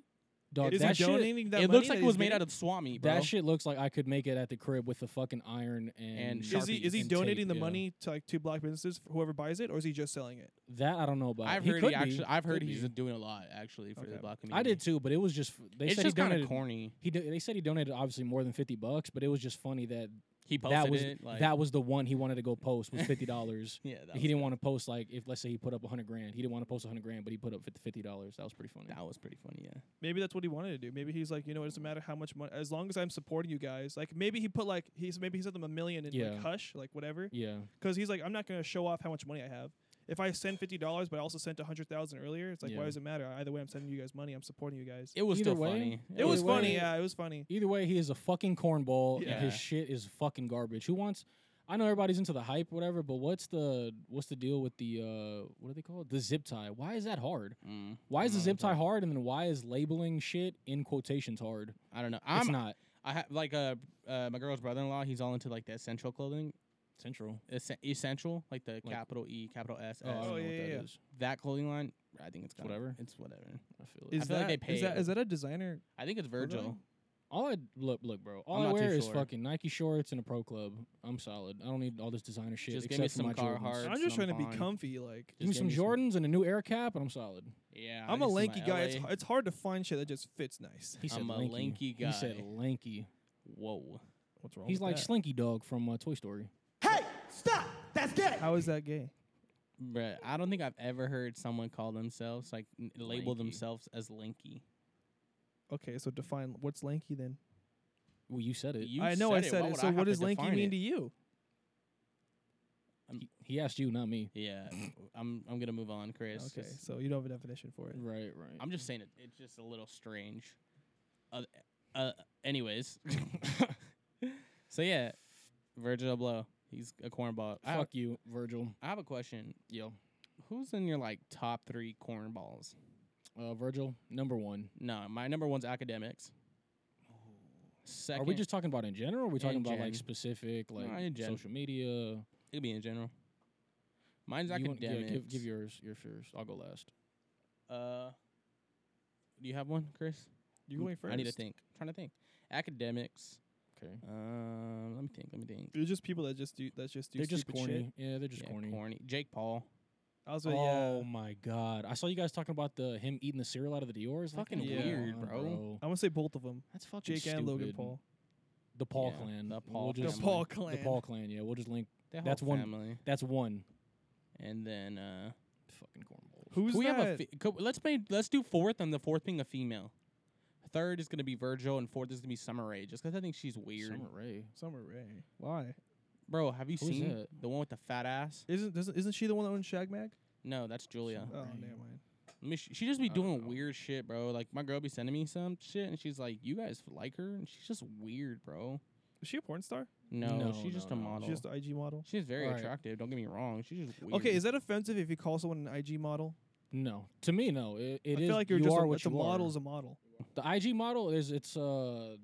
Speaker 2: Dog,
Speaker 6: Is
Speaker 2: that
Speaker 6: he
Speaker 2: shit,
Speaker 6: donating that?
Speaker 1: it
Speaker 6: money
Speaker 1: looks like it
Speaker 6: that he's
Speaker 1: was made
Speaker 6: getting?
Speaker 1: out of swap meet, bro.
Speaker 2: that shit looks like I could make it at the crib with the fucking iron and,
Speaker 1: And
Speaker 6: Is he is he
Speaker 2: and
Speaker 6: donating
Speaker 2: tape,
Speaker 6: the
Speaker 2: yeah.
Speaker 6: money to like two black businesses for whoever buys it, or is he just selling it?
Speaker 2: That I don't know about.
Speaker 1: I've
Speaker 2: he
Speaker 1: heard
Speaker 2: could
Speaker 1: he actually.
Speaker 2: Be.
Speaker 1: I've heard
Speaker 2: Could
Speaker 1: he's
Speaker 2: be.
Speaker 1: doing a lot actually for the
Speaker 6: Okay.
Speaker 1: black community.
Speaker 2: I did too, but it was just. f- They
Speaker 1: it's
Speaker 2: said
Speaker 1: just
Speaker 2: he
Speaker 1: kind of
Speaker 2: donated.
Speaker 1: corny.
Speaker 2: He do, they said he donated obviously more than fifty bucks, but it was just funny that
Speaker 1: He posted
Speaker 2: that was
Speaker 1: it. Like,
Speaker 2: that was the one he wanted to go post was fifty dollars.
Speaker 1: yeah, that
Speaker 2: he
Speaker 1: was,
Speaker 2: didn't want to post like if let's say he put up a hundred grand, he didn't want to post a hundred grand, but he put up fifty dollars. That was pretty funny.
Speaker 1: that was pretty funny. Yeah.
Speaker 6: Maybe that's what he wanted to do. Maybe he's like, you know, it doesn't matter how much money, as long as I'm supporting you guys. Like maybe he put like he's maybe he sent them a million in
Speaker 2: Yeah.
Speaker 6: like hush, like whatever,
Speaker 2: Yeah,
Speaker 6: because he's like, I'm not gonna show off how much money I have. If I send fifty dollars, but I also sent a hundred thousand earlier, it's like, why
Speaker 2: Yeah.
Speaker 6: does it matter? Either way, I'm sending you guys money. I'm supporting you guys.
Speaker 1: It was
Speaker 2: Either
Speaker 1: still
Speaker 2: way,
Speaker 1: funny.
Speaker 6: It was
Speaker 2: either
Speaker 6: funny.
Speaker 2: way-
Speaker 6: Yeah, it was funny.
Speaker 2: Either way, he is a fucking cornball, and his
Speaker 1: Yeah.
Speaker 2: shit is fucking garbage. Who wants? I know everybody's into the hype, whatever, but what's the what's the deal with the uh what are they called? The zip tie. Why is that hard?
Speaker 1: Mm,
Speaker 2: Why
Speaker 1: I
Speaker 2: is the
Speaker 1: don't
Speaker 2: zip
Speaker 1: know.
Speaker 2: tie hard? And then why is labeling shit in quotations hard?
Speaker 1: I don't know.
Speaker 2: it's
Speaker 1: I'm.
Speaker 2: not
Speaker 1: I have like uh, uh my girl's brother-in-law. He's all into like the essential clothing,
Speaker 2: central.
Speaker 1: es- essential like the capital E, capital S.
Speaker 2: Oh, I
Speaker 1: S.
Speaker 2: don't
Speaker 6: Oh,
Speaker 2: know
Speaker 6: yeah,
Speaker 2: what that is.
Speaker 6: yeah, yeah.
Speaker 1: that clothing line. I think it's
Speaker 2: It's
Speaker 1: kinda-
Speaker 2: whatever.
Speaker 1: It's whatever.
Speaker 2: I feel it.
Speaker 6: Is
Speaker 1: feel
Speaker 6: that,
Speaker 1: like they pay
Speaker 6: is that
Speaker 1: it.
Speaker 6: is that a designer?
Speaker 1: I think it's
Speaker 6: clothing
Speaker 1: Virgil.
Speaker 6: line?
Speaker 2: All I look, look, bro. All
Speaker 1: I'm
Speaker 2: I
Speaker 1: not too
Speaker 2: wear is
Speaker 1: sure.
Speaker 2: fucking Nike shorts and a Pro Club. I'm solid. I don't need all this designer shit.
Speaker 1: Just give
Speaker 2: except
Speaker 1: me
Speaker 2: for
Speaker 1: some
Speaker 2: my Jordans.
Speaker 1: Carhartts.
Speaker 6: I'm just
Speaker 1: I'm
Speaker 6: trying to be
Speaker 1: fine.
Speaker 6: comfy. Like
Speaker 2: Give me
Speaker 1: Just
Speaker 2: some
Speaker 1: give me
Speaker 2: Jordans and a new air cap, and I'm solid.
Speaker 1: Yeah. I
Speaker 6: I'm a
Speaker 1: just-
Speaker 6: lanky
Speaker 1: my
Speaker 6: guy. It's,
Speaker 1: LA.
Speaker 6: it's hard to find shit that just fits nice.
Speaker 2: He said
Speaker 1: I'm a
Speaker 2: lanky.
Speaker 1: lanky
Speaker 2: He said
Speaker 1: guy.
Speaker 2: lanky.
Speaker 1: Whoa.
Speaker 6: What's wrong?
Speaker 2: He's
Speaker 6: with
Speaker 2: like
Speaker 6: that?
Speaker 2: Slinky Dog from uh, Toy Story.
Speaker 3: Stop! That's gay!
Speaker 6: How is that gay?
Speaker 1: Bruh, I don't think I've ever heard someone call themselves like n- label
Speaker 2: Lanky.
Speaker 1: themselves as lanky.
Speaker 6: Okay, so define what's lanky then.
Speaker 2: Well, you said it.
Speaker 1: You
Speaker 6: I know I
Speaker 1: why
Speaker 6: said it.
Speaker 1: would
Speaker 6: So
Speaker 1: have
Speaker 6: what
Speaker 1: to
Speaker 6: does lanky
Speaker 1: define
Speaker 6: mean
Speaker 1: it?
Speaker 6: to you?
Speaker 2: He- he asked you, not me.
Speaker 1: Yeah, I'm I'm gonna move on, Chris.
Speaker 6: Okay,
Speaker 1: 'cause
Speaker 6: so you don't have a definition for it.
Speaker 2: Right, right.
Speaker 1: I'm just saying it, it's just a little strange. Uh, uh anyways, so yeah, Virgil Blow, he's a cornball. I have,
Speaker 2: Fuck you, Virgil.
Speaker 1: I have a question.
Speaker 2: Yo,
Speaker 1: Who's in your like top three cornballs?
Speaker 2: uh, Virgil, number one.
Speaker 1: No, my number one's academics. Second,
Speaker 2: Are we just talking about in general? Or are we talking
Speaker 1: In
Speaker 2: about
Speaker 1: gen.
Speaker 2: like specific, like
Speaker 1: in gen.
Speaker 2: social media?
Speaker 1: it'll be in general. Mine's
Speaker 2: You want- yeah,
Speaker 1: academics.
Speaker 2: give, give yours, your first. I'll go last.
Speaker 1: Uh, do you have one, Chris?
Speaker 6: You going first?
Speaker 1: I need to think. I'm trying to think. Academics.
Speaker 2: Okay.
Speaker 1: Um, let me think. Let me think.
Speaker 6: There's just people that just do that just do
Speaker 2: They're just
Speaker 6: stupid
Speaker 2: corny.
Speaker 6: shit.
Speaker 2: Yeah, they're just
Speaker 1: Yeah,
Speaker 2: corny.
Speaker 1: Jake Paul.
Speaker 6: I was like,
Speaker 2: Oh
Speaker 6: yeah.
Speaker 2: my god! I saw you guys talking about the him eating the cereal out of the Dior's. Like,
Speaker 1: Fucking
Speaker 2: come
Speaker 1: weird,
Speaker 2: on,
Speaker 1: bro.
Speaker 6: I want to say both of them,
Speaker 2: That's fucking
Speaker 6: Jake and Logan
Speaker 2: stupid.
Speaker 6: Paul.
Speaker 2: The Paul
Speaker 1: Yeah,
Speaker 2: clan.
Speaker 1: the
Speaker 2: We'll
Speaker 1: Paul
Speaker 2: just-
Speaker 6: The Paul
Speaker 2: The
Speaker 6: clan.
Speaker 2: Paul clan. Yeah, we'll just link.
Speaker 1: Their
Speaker 2: That's
Speaker 1: whole
Speaker 2: one-
Speaker 1: family.
Speaker 2: That's one.
Speaker 1: And then uh,
Speaker 2: Fucking cornballs.
Speaker 6: Who's
Speaker 1: could we
Speaker 6: that?
Speaker 1: have a fe- could, let's make let's do fourth, and the fourth being a female. Third is gonna be Virgil, and fourth is gonna be Summer Rae, just 'cause I think she's weird.
Speaker 2: Summer Rae.
Speaker 6: Summer Rae. Why?
Speaker 1: Bro, have you
Speaker 2: Who's
Speaker 1: seen
Speaker 2: that?
Speaker 1: the one with the fat ass?
Speaker 6: Isn't doesn't, isn't she the one that owns Shag Mag?
Speaker 1: No, that's Julia.
Speaker 6: Oh,
Speaker 2: Rae.
Speaker 6: never mind.
Speaker 1: I mean, she, she just be
Speaker 2: I don't
Speaker 1: doing
Speaker 2: know.
Speaker 1: weird shit, bro. Like my girl be sending me some shit, and she's like, "You guys like her?" And she's just weird, bro.
Speaker 6: Is she a porn star?
Speaker 1: No,
Speaker 2: No,
Speaker 1: she's just
Speaker 2: no,
Speaker 1: a
Speaker 2: no. She's
Speaker 1: model.
Speaker 6: She's just an IG model.
Speaker 1: She's very
Speaker 2: Right.
Speaker 1: attractive. Don't get me wrong. She's just weird.
Speaker 6: Okay, is that offensive if you call someone an IG model?
Speaker 2: No, to me, no. It, it
Speaker 6: I
Speaker 2: is-
Speaker 6: feel like you're
Speaker 2: you
Speaker 6: just
Speaker 2: are
Speaker 6: a,
Speaker 2: what
Speaker 6: the
Speaker 2: you are.
Speaker 6: model's a model.
Speaker 2: The IG model is it's uh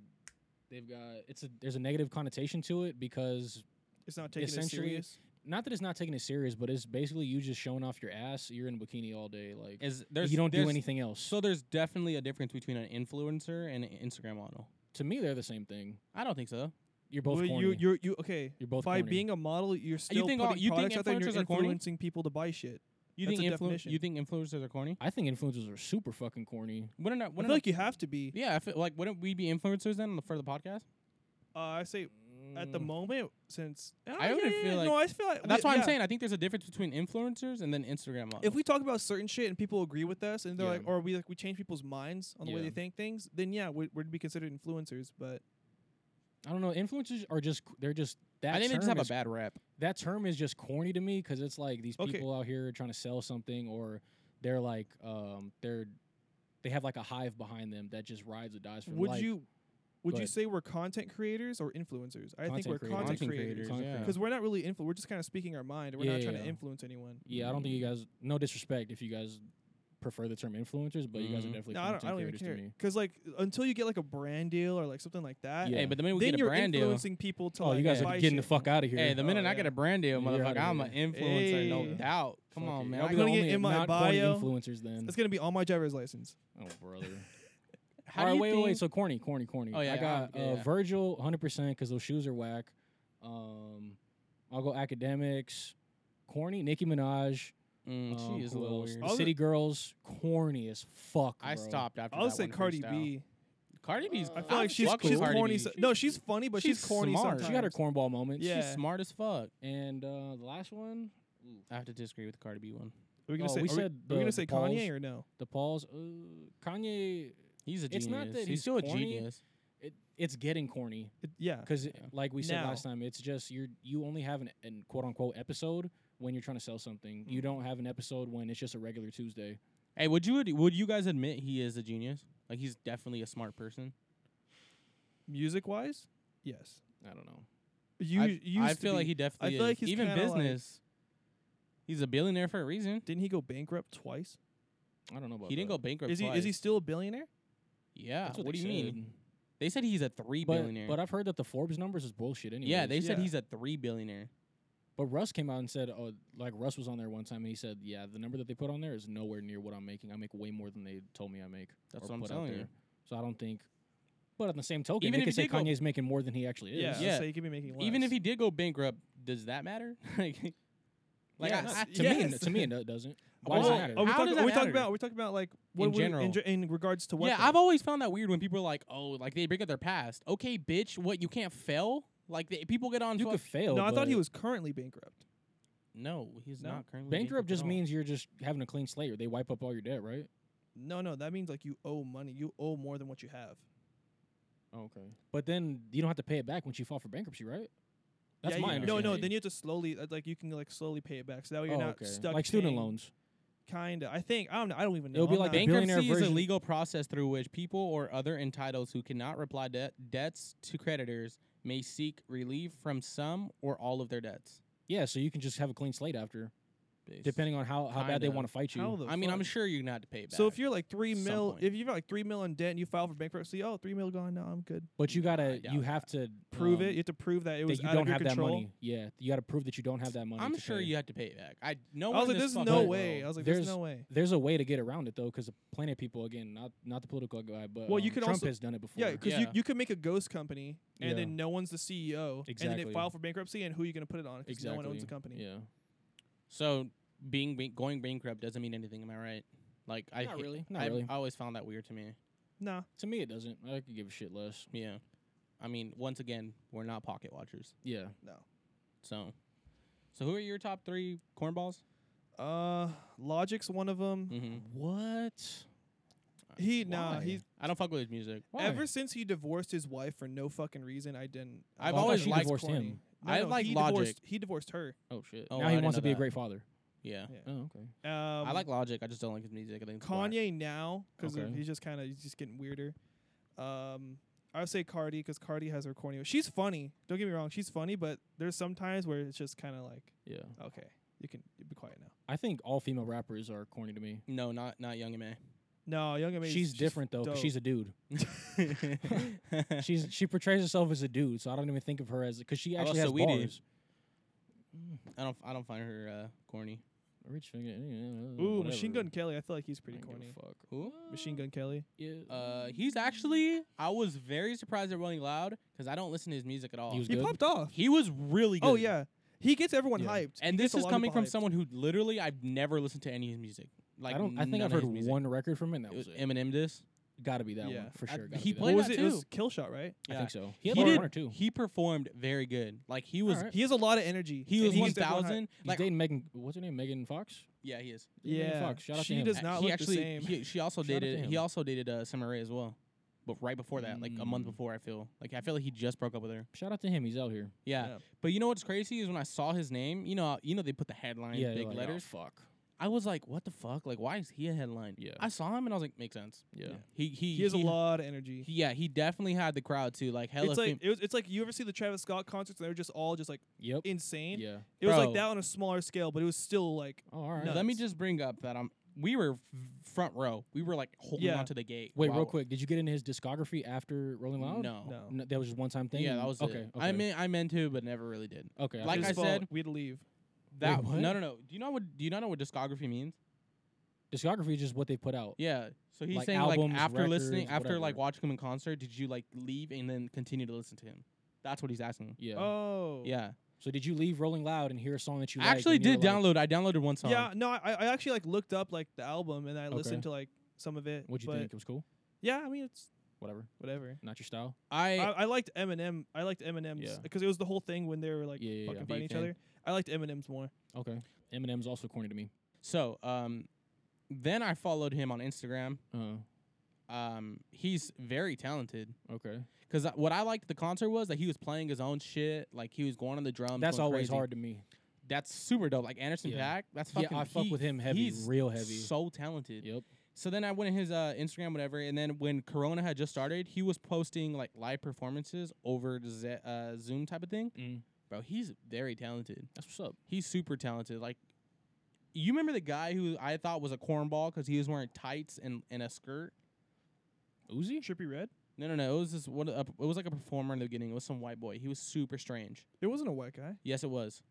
Speaker 2: they've got it's a there's a negative connotation to it because
Speaker 6: It's not taking it
Speaker 2: Essentially,
Speaker 6: serious.
Speaker 2: not that it's not taking it serious, but it's basically you just showing off your ass. You're in a bikini all day, like
Speaker 1: is there's
Speaker 2: you don't do
Speaker 1: there's-
Speaker 2: anything else.
Speaker 1: So there's definitely a difference between an influencer and an Instagram model.
Speaker 2: to me, they're the same thing.
Speaker 1: I don't think so.
Speaker 2: You're both
Speaker 6: Well,
Speaker 2: corny.
Speaker 6: you you you okay?
Speaker 2: You're both
Speaker 6: By
Speaker 2: corny.
Speaker 6: being a model, you're still
Speaker 1: think all-
Speaker 6: putting
Speaker 1: you think
Speaker 6: products out there and you're
Speaker 1: influencers are corny?
Speaker 6: influencing people to buy shit.
Speaker 1: You
Speaker 6: That's
Speaker 1: think
Speaker 6: a
Speaker 1: influ-
Speaker 6: definition.
Speaker 1: you think influencers are corny?
Speaker 2: I think influencers are super fucking corny.
Speaker 1: Wouldn't I,
Speaker 6: I
Speaker 1: wouldn't
Speaker 6: feel
Speaker 1: I-
Speaker 6: like you have to be.
Speaker 1: yeah, I feel like wouldn't we be influencers then on the- for the podcast?
Speaker 6: Uh, I say at the
Speaker 2: Mm,
Speaker 6: moment since
Speaker 1: I
Speaker 6: Ah,
Speaker 1: wouldn't
Speaker 6: yeah,
Speaker 1: feel
Speaker 6: yeah,
Speaker 1: like-
Speaker 6: no, I feel like
Speaker 1: That's why I'm
Speaker 6: yeah.
Speaker 1: saying I think there's a difference between influencers and then Instagram models.
Speaker 6: If we talk about certain shit and people agree with us, and they're
Speaker 2: Yeah.
Speaker 6: like, or we like we change people's minds on the way
Speaker 2: Yeah.
Speaker 6: they think things, then yeah, we, we'd be considered influencers. But
Speaker 2: I don't know. Influencers are just they're just that.
Speaker 1: I think they just
Speaker 2: term
Speaker 1: have a
Speaker 2: is-
Speaker 1: bad rap.
Speaker 2: that term is just corny to me because it's like these
Speaker 6: Okay.
Speaker 2: people out here trying to sell something or they're like um they're they have like a hive behind them that just rides or dies for them.
Speaker 6: would
Speaker 2: Like,
Speaker 6: you would
Speaker 2: go
Speaker 6: you
Speaker 2: ahead.
Speaker 6: say we're content creators or influencers? I think
Speaker 2: Content
Speaker 6: we're
Speaker 2: creators.
Speaker 6: content
Speaker 1: Content
Speaker 6: creators
Speaker 1: creators,
Speaker 2: Content
Speaker 1: yeah.
Speaker 6: because we're not really influ. We're just kind of speaking our mind. We're not
Speaker 2: Yeah,
Speaker 6: trying
Speaker 2: yeah.
Speaker 6: to influence anyone.
Speaker 2: yeah i don't think you guys no disrespect if you guys prefer the term influencers but you guys are
Speaker 1: Mhm.
Speaker 2: definitely
Speaker 6: No, I don't, I
Speaker 2: content
Speaker 6: don't even
Speaker 2: creators
Speaker 6: care.
Speaker 2: to me
Speaker 6: Because like until you get like a brand deal or like something like that,
Speaker 2: Yeah.
Speaker 1: Hey, but the minute we
Speaker 6: then
Speaker 1: get a
Speaker 6: you're
Speaker 1: brand deal,
Speaker 6: influencing people to
Speaker 2: oh
Speaker 6: like
Speaker 2: you guys are
Speaker 6: buy
Speaker 2: getting the
Speaker 6: shit.
Speaker 2: fuck out of here
Speaker 1: hey, the minute
Speaker 6: Oh,
Speaker 1: I get
Speaker 6: yeah.
Speaker 1: a brand deal,
Speaker 2: You're
Speaker 1: motherfucker,
Speaker 2: outta
Speaker 1: I'm
Speaker 2: here.
Speaker 1: an influencer, no
Speaker 6: Hey.
Speaker 1: doubt. Come
Speaker 2: Fuck
Speaker 1: on,
Speaker 2: it.
Speaker 1: man.
Speaker 2: Y'all
Speaker 1: I
Speaker 2: be
Speaker 1: can
Speaker 2: the
Speaker 6: gonna get
Speaker 2: only
Speaker 6: in my
Speaker 2: not corny
Speaker 6: bio.
Speaker 2: influencers then
Speaker 6: It's gonna be on my driver's license.
Speaker 2: oh brother
Speaker 1: How
Speaker 2: All
Speaker 1: do
Speaker 2: right,
Speaker 1: you
Speaker 2: wait, wait,
Speaker 1: think-
Speaker 2: wait. So corny, corny, corny.
Speaker 1: Oh, yeah,
Speaker 2: I
Speaker 1: yeah,
Speaker 2: got
Speaker 1: yeah,
Speaker 2: uh,
Speaker 1: yeah.
Speaker 2: Virgil 100% because those shoes are whack. Um, I'll go academics. Corny, Nicki Minaj.
Speaker 1: Mm,
Speaker 2: um,
Speaker 1: she is a
Speaker 2: who
Speaker 1: little
Speaker 2: else?
Speaker 1: weird.
Speaker 2: The City Girls, corny as fuck.
Speaker 1: I
Speaker 2: bro.
Speaker 1: stopped after.
Speaker 6: I would
Speaker 1: that
Speaker 6: say
Speaker 1: one
Speaker 6: Cardi
Speaker 1: freestyle.
Speaker 6: B.
Speaker 1: Cardi B's.
Speaker 6: I feel like she's
Speaker 1: fuck with
Speaker 6: she's
Speaker 1: Cardi
Speaker 6: corny.
Speaker 1: B.
Speaker 6: so- no, she's funny, but she's,
Speaker 1: she's
Speaker 6: corny
Speaker 1: smart.
Speaker 6: sometimes.
Speaker 2: She got her cornball moments.
Speaker 6: Yeah.
Speaker 1: She's smart as fuck.
Speaker 2: And uh, the last one,
Speaker 1: I have to disagree with the Cardi B one.
Speaker 6: Are we gonna
Speaker 2: Oh,
Speaker 6: say?
Speaker 2: we
Speaker 6: are
Speaker 1: uh,
Speaker 2: said
Speaker 6: we, are we
Speaker 2: the-
Speaker 6: gonna say
Speaker 2: the balls.
Speaker 6: Kanye or no?
Speaker 2: the Pauls. Uh, Kanye,
Speaker 1: He's a genius.
Speaker 2: It's not that
Speaker 1: he's,
Speaker 2: he's
Speaker 1: still a
Speaker 2: corny.
Speaker 1: genius.
Speaker 2: it, it's getting corny.
Speaker 6: It, yeah.
Speaker 2: Because like we said
Speaker 6: Now-
Speaker 2: last time, it's just you're you only have an, an quote unquote episode when you're trying to sell
Speaker 1: Mm.
Speaker 2: something. You don't have an episode when it's just a regular Tuesday.
Speaker 1: Hey, would you ad- would you guys admit he is a genius? Like he's definitely a smart person.
Speaker 6: Music wise, yes.
Speaker 2: I don't know.
Speaker 6: You
Speaker 1: I,
Speaker 6: used
Speaker 1: I
Speaker 6: to
Speaker 1: feel
Speaker 6: be.
Speaker 1: like he definitely
Speaker 6: feel
Speaker 1: is.
Speaker 6: like he's
Speaker 1: even
Speaker 6: kinda like-
Speaker 1: business. he's a billionaire for a reason.
Speaker 6: didn't he go bankrupt twice.
Speaker 2: I don't know about.
Speaker 1: He didn't
Speaker 2: that.
Speaker 1: go bankrupt.
Speaker 6: Is he is he
Speaker 1: twice.
Speaker 6: still a billionaire?
Speaker 1: yeah.
Speaker 2: That's
Speaker 1: what
Speaker 2: they
Speaker 1: do you mean?
Speaker 2: said.
Speaker 1: They said he's a three billionaire.
Speaker 2: But but I've heard that the Forbes numbers is bullshit. Anyway.
Speaker 1: yeah, they said
Speaker 6: Yeah.
Speaker 1: he's a three billionaire.
Speaker 2: But Russ came out and said, oh, like Russ was on there one time and he said, yeah, the number that they put on there is nowhere near what I'm making. I make way more than they told me I make.
Speaker 1: That's
Speaker 2: or
Speaker 1: what I'm
Speaker 2: put out
Speaker 1: telling
Speaker 2: there."
Speaker 1: you.
Speaker 2: So I don't think. But on the same token,
Speaker 1: Even
Speaker 2: they
Speaker 1: if
Speaker 2: could
Speaker 1: you
Speaker 2: say
Speaker 1: did go-
Speaker 2: Kanye's making more than he actually is.
Speaker 6: Yeah.
Speaker 1: Yeah.
Speaker 6: So he could be making less.
Speaker 1: Even if he did go bankrupt, does that matter? like, like
Speaker 2: Yeah,
Speaker 1: I-
Speaker 2: no,
Speaker 1: I-
Speaker 2: to me,
Speaker 6: yes.
Speaker 2: it- to me, it do- doesn't. Why
Speaker 6: Well,
Speaker 2: does it
Speaker 1: Well,
Speaker 2: matter?
Speaker 6: Are we,
Speaker 1: How
Speaker 6: talking,
Speaker 1: does
Speaker 6: are we
Speaker 1: that
Speaker 6: talking
Speaker 1: matter?
Speaker 6: about? Are we talking about like
Speaker 1: In
Speaker 6: what we-
Speaker 1: general.
Speaker 6: in, ge- in regards to what?
Speaker 1: yeah,
Speaker 6: though?
Speaker 1: I've always found that weird when people are like, "Oh, like they bring up their past." Okay, bitch, what you can't fail? Like the, people get on.
Speaker 2: You
Speaker 1: fuck-
Speaker 2: could fail.
Speaker 6: No, I thought he
Speaker 2: but
Speaker 6: was currently bankrupt.
Speaker 1: no, he's
Speaker 6: No.
Speaker 1: not currently
Speaker 2: bankrupt.
Speaker 1: at
Speaker 2: Just
Speaker 1: all.
Speaker 2: means you're just having a clean slate. Or they wipe up all your debt, right?
Speaker 6: No, no, that means like you owe money. You owe more than what you have.
Speaker 1: Oh,
Speaker 2: okay. But then you don't have to pay it back once you file for bankruptcy, right? That's
Speaker 6: Yeah,
Speaker 2: my
Speaker 6: you-
Speaker 2: understanding.
Speaker 6: No, no, then you have to slowly uh, like you can like slowly pay it back. So that way you're
Speaker 2: Oh,
Speaker 6: not
Speaker 2: okay.
Speaker 6: stuck
Speaker 2: like student
Speaker 6: paying-
Speaker 2: loans.
Speaker 6: Kinda. I think I don't know. I don't even know.
Speaker 2: It'll be
Speaker 6: I'm
Speaker 2: like
Speaker 6: not-
Speaker 2: the billionaire
Speaker 1: Bankruptcy is a
Speaker 2: version-
Speaker 1: legal process through which people or other entitles who cannot reply debt debts to creditors may seek relief from some or all of their debts.
Speaker 2: Yeah, so you can just have a clean slate after, depending on how, how bad they
Speaker 1: Kinda.
Speaker 2: want to fight you.
Speaker 6: How the
Speaker 1: I mean, I'm
Speaker 6: fuck?
Speaker 1: sure you're not to pay it back.
Speaker 6: So if you're like three
Speaker 1: some
Speaker 6: mil,
Speaker 1: point.
Speaker 6: if you've got like three mil in debt and you file for bankruptcy, oh, three mil gone. No, I'm good.
Speaker 2: but you gotta,
Speaker 1: doubt
Speaker 2: you have to
Speaker 6: Prove it.
Speaker 2: um,
Speaker 6: You have to prove that it was
Speaker 2: that you
Speaker 6: out of
Speaker 2: don't
Speaker 6: your
Speaker 2: have
Speaker 6: control.
Speaker 2: that money. Yeah, you got to prove that you don't have that money.
Speaker 1: I'm
Speaker 2: to
Speaker 1: sure
Speaker 2: pay.
Speaker 1: you have to pay it back. I no
Speaker 6: I
Speaker 1: one in
Speaker 6: was like,
Speaker 1: this
Speaker 6: there's
Speaker 1: fucking
Speaker 6: no
Speaker 1: world-
Speaker 6: way. I was like, there's,
Speaker 2: There's-
Speaker 6: no way.
Speaker 2: There's a way to get around it though, because plenty of people, again, not not the political guy, but
Speaker 6: Well, you
Speaker 2: um,
Speaker 6: can
Speaker 2: Trump
Speaker 6: also-
Speaker 2: has done it before.
Speaker 6: Yeah, because you,
Speaker 1: Yeah.
Speaker 6: you could make a ghost company and
Speaker 2: Yeah.
Speaker 6: then no one's the CEO, and then
Speaker 2: Exactly.
Speaker 6: they file for bankruptcy, and who are you gonna put it on? Because no one owns the company.
Speaker 2: Yeah,
Speaker 1: So being ban- going bankrupt doesn't mean anything. Am I right? Like I
Speaker 2: Not
Speaker 1: hate-
Speaker 2: really, not
Speaker 1: I've-
Speaker 2: really.
Speaker 1: I always found that weird to me.
Speaker 6: Nah,
Speaker 2: to me it doesn't. I could give a shit less.
Speaker 1: Yeah. I mean, once again, we're not pocket watchers.
Speaker 2: Yeah,
Speaker 1: So, so who are your top three cornballs?
Speaker 6: no. Uh, Logic's one of them.
Speaker 1: Mm-hmm.
Speaker 2: what?
Speaker 6: He nah.
Speaker 2: Mm, Why?
Speaker 6: He's
Speaker 1: I don't fuck with his music.
Speaker 2: Why?
Speaker 6: ever since he divorced his wife for no fucking reason. I didn't.
Speaker 1: I've
Speaker 2: Oh, I thought
Speaker 1: always
Speaker 2: she
Speaker 1: liked
Speaker 2: divorced
Speaker 6: corny.
Speaker 2: him.
Speaker 6: No,
Speaker 1: I
Speaker 6: no,
Speaker 1: like
Speaker 6: he
Speaker 1: Logic.
Speaker 6: Divorced, he divorced her.
Speaker 2: Oh shit!
Speaker 1: Oh,
Speaker 2: now
Speaker 1: I
Speaker 2: he
Speaker 1: didn't
Speaker 2: wants
Speaker 1: know
Speaker 2: to be
Speaker 1: that.
Speaker 2: a great father.
Speaker 1: Yeah.
Speaker 6: Yeah.
Speaker 2: Oh okay.
Speaker 6: Um,
Speaker 1: I like Logic. I just don't like his music. I think it's whack.
Speaker 6: Kanye now because
Speaker 2: Okay.
Speaker 6: he's just kind of he's just getting weirder. Um, I would say Cardi because Cardi has her corny. She's funny. Don't get me wrong, she's funny, but there's some times where it's just kind of like,
Speaker 2: Yeah,
Speaker 6: okay, you can you be quiet now.
Speaker 2: I think all female rappers are corny to me.
Speaker 1: No, not not Young and May.
Speaker 6: No, Young and May.
Speaker 2: she's, different though, 'cause
Speaker 6: dope.
Speaker 2: she's a dude. She's she portrays herself as a dude, so I don't even think of her as because she
Speaker 1: How about
Speaker 2: actually has
Speaker 1: Saweetie?
Speaker 2: bars.
Speaker 1: I don't I don't find her uh, corny.
Speaker 2: Rich finger.
Speaker 6: Ooh, Machine Gun Kelly. I feel like he's pretty corny.
Speaker 2: Fuck.
Speaker 1: Who?
Speaker 6: Machine Gun Kelly.
Speaker 2: Yeah.
Speaker 1: Uh, he's actually. I was very surprised at Rolling Loud because I don't listen to his music at all.
Speaker 2: He was
Speaker 6: He
Speaker 2: good?
Speaker 6: popped off.
Speaker 1: He was really good.
Speaker 6: Oh yeah, he gets everyone
Speaker 2: Yeah.
Speaker 6: hyped.
Speaker 1: And
Speaker 6: He
Speaker 1: this
Speaker 6: gets a
Speaker 1: is
Speaker 6: lot of
Speaker 1: coming
Speaker 6: people
Speaker 1: from
Speaker 6: hyped.
Speaker 1: someone who literally I've never listened to any of his music. Like
Speaker 2: I don't. I think
Speaker 1: none
Speaker 2: I've
Speaker 1: of
Speaker 2: heard
Speaker 1: his music.
Speaker 2: one record from him. That
Speaker 1: It
Speaker 2: was
Speaker 1: was
Speaker 2: it.
Speaker 1: Eminem this.
Speaker 2: Gotta be that
Speaker 6: Yeah.
Speaker 2: one for
Speaker 1: I-
Speaker 2: sure. gotta
Speaker 1: he
Speaker 2: be that
Speaker 1: played
Speaker 6: What
Speaker 2: one.
Speaker 6: was
Speaker 1: that
Speaker 6: it? It was
Speaker 1: too.
Speaker 6: Kill Shot, right?
Speaker 2: I
Speaker 1: Yeah.
Speaker 2: think so. He had
Speaker 1: he
Speaker 2: like
Speaker 1: did.
Speaker 2: one or two.
Speaker 1: He performed very good. Like he was.
Speaker 2: Alright.
Speaker 6: He has a lot of energy.
Speaker 1: He was
Speaker 6: and
Speaker 1: one
Speaker 6: gets everyone hyped.
Speaker 1: thousand.
Speaker 2: He's
Speaker 1: Like
Speaker 2: dating Megan. What's her name? Megan Fox.
Speaker 1: yeah, he is.
Speaker 2: Megan
Speaker 6: Yeah,
Speaker 2: Fox, shout out to
Speaker 6: she
Speaker 2: him.
Speaker 6: does
Speaker 1: Uh,
Speaker 6: not
Speaker 1: he
Speaker 6: look
Speaker 1: actually.
Speaker 6: the same.
Speaker 1: He, she also
Speaker 2: Shout out to
Speaker 1: dated. He
Speaker 2: him.
Speaker 1: also dated uh, Summer Rae as well, but right before that, like a month
Speaker 2: Mm.
Speaker 1: before, I feel like I feel like he just broke up with her.
Speaker 2: Shout out to him. He's out here.
Speaker 1: Yeah.
Speaker 6: Yeah.
Speaker 1: But you know what's crazy is when I saw his name, you know, you know they put the headline
Speaker 2: yeah.
Speaker 1: big
Speaker 2: like, oh,
Speaker 1: letters.
Speaker 2: fuck.
Speaker 1: I was like, what the fuck? Like, why is he a headline?
Speaker 2: Yeah.
Speaker 1: I saw him and I was like, makes sense.
Speaker 2: Yeah.
Speaker 1: He he
Speaker 6: he has a
Speaker 1: he-
Speaker 6: lot of energy.
Speaker 1: he- yeah, he definitely had the crowd too. Like hella
Speaker 6: it's like
Speaker 1: fem-
Speaker 6: it was, it's like you ever see the Travis Scott concerts and they were just all just like
Speaker 2: Yep.
Speaker 6: insane.
Speaker 2: Yeah.
Speaker 6: It was
Speaker 1: Bro.
Speaker 6: like that on a smaller scale, but it was still like
Speaker 2: Oh, all right.
Speaker 6: No.
Speaker 1: Let me
Speaker 6: nuts.
Speaker 1: just bring up that I'm we were f- front row. We were like holding
Speaker 6: Yeah.
Speaker 1: onto the gate.
Speaker 2: Wait,
Speaker 1: while-
Speaker 2: real quick. Did you get into his discography after Rolling Loud?
Speaker 1: No.
Speaker 6: no.
Speaker 2: Oh, No, that was just one time thing.
Speaker 1: Yeah,
Speaker 2: and-
Speaker 1: that was
Speaker 2: okay.
Speaker 1: It.
Speaker 2: okay.
Speaker 1: I mean I meant to, but never really did.
Speaker 2: okay.
Speaker 1: like
Speaker 6: His
Speaker 1: I
Speaker 2: I,
Speaker 1: said-
Speaker 6: fault. we had to leave.
Speaker 1: That
Speaker 2: what?
Speaker 1: no no no. Do you know what do you not know what discography means?
Speaker 2: discography is just what they put out.
Speaker 1: Yeah. So he's
Speaker 2: Like
Speaker 1: saying
Speaker 2: albums,
Speaker 1: like after listening
Speaker 2: records,
Speaker 1: after like
Speaker 2: whatever.
Speaker 1: watching him in concert, did you like leave and then continue to listen to him? That's what he's asking.
Speaker 2: Yeah.
Speaker 6: Oh.
Speaker 1: Yeah. I
Speaker 2: So did you leave Rolling Loud and hear a song that you liked
Speaker 1: actually
Speaker 2: and you
Speaker 1: did
Speaker 2: were like,
Speaker 1: download. I downloaded one song.
Speaker 6: Yeah, no, I, I actually like looked up like the album and I listened
Speaker 2: Okay.
Speaker 6: to like some of it.
Speaker 2: What'd you
Speaker 6: but-
Speaker 2: think? It was cool.
Speaker 6: Yeah, I mean it's
Speaker 2: Whatever.
Speaker 6: whatever.
Speaker 2: Not your style.
Speaker 1: I,
Speaker 6: I, I liked Eminem. I liked Eminem's
Speaker 2: Yeah.
Speaker 6: because it was the whole thing when they were like
Speaker 2: Yeah, yeah, yeah.
Speaker 6: fucking fighting each
Speaker 1: Beefing.
Speaker 6: other. I liked Eminem's more.
Speaker 2: Okay. Eminem's also corny to me.
Speaker 1: so um, then I followed him on Instagram.
Speaker 2: Uh.
Speaker 1: Um, he's very talented.
Speaker 2: Okay.
Speaker 1: Cause I- what I liked at the concert was that he was playing his own shit. Like he was going on the drums.
Speaker 2: That's
Speaker 1: going
Speaker 2: always
Speaker 1: crazy.
Speaker 2: hard to me.
Speaker 1: That's super dope. Like Anderson
Speaker 2: Yeah.
Speaker 1: Paak. That's
Speaker 2: Yeah,
Speaker 1: fucking.
Speaker 2: I fuck
Speaker 1: he-
Speaker 2: with him heavy,
Speaker 1: he's
Speaker 2: real heavy.
Speaker 1: So talented.
Speaker 2: Yep.
Speaker 1: So then I went in his uh, Instagram, whatever, and then when Corona had just started, he was posting like live performances over Z- uh, Zoom type of thing.
Speaker 2: Mm.
Speaker 1: Bro, he's very talented.
Speaker 2: That's what's up.
Speaker 1: He's super talented. Like, you remember the guy who I thought was a cornball because he was wearing tights and, and a skirt?
Speaker 2: Uzi?
Speaker 6: Trippy Red.
Speaker 1: No, no, no. It was this one. Uh, it was like a performer in the beginning. It was some white boy. He was super strange.
Speaker 6: It wasn't a white guy.
Speaker 1: Yes, it was.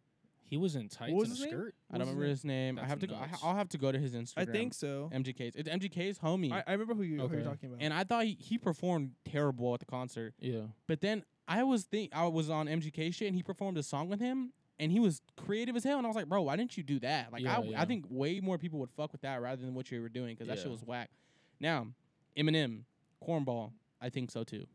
Speaker 2: He was in tights
Speaker 6: was
Speaker 2: and a
Speaker 6: his name?
Speaker 2: skirt.
Speaker 1: I don't
Speaker 6: What's his
Speaker 1: remember
Speaker 6: name?
Speaker 1: his name. I
Speaker 2: That's
Speaker 1: have to. Go, I,
Speaker 2: nuts.
Speaker 1: I'll have to go to his Instagram.
Speaker 6: I think so.
Speaker 1: MGK's. It's MGK's homie.
Speaker 6: I, I remember who, you, who
Speaker 2: Okay.
Speaker 6: you're talking about.
Speaker 1: and I thought he, he performed terrible at the concert.
Speaker 2: Yeah.
Speaker 1: But then I was think I was on MGK shit and he performed a song with him and he was creative as hell and I was like, bro, why didn't you do that? Like I
Speaker 2: Yeah,
Speaker 1: I
Speaker 2: yeah.
Speaker 1: think way more people would fuck with that rather than what you were doing because that shit
Speaker 2: Yeah.
Speaker 1: was whack. Now Eminem, cornball, I think so too.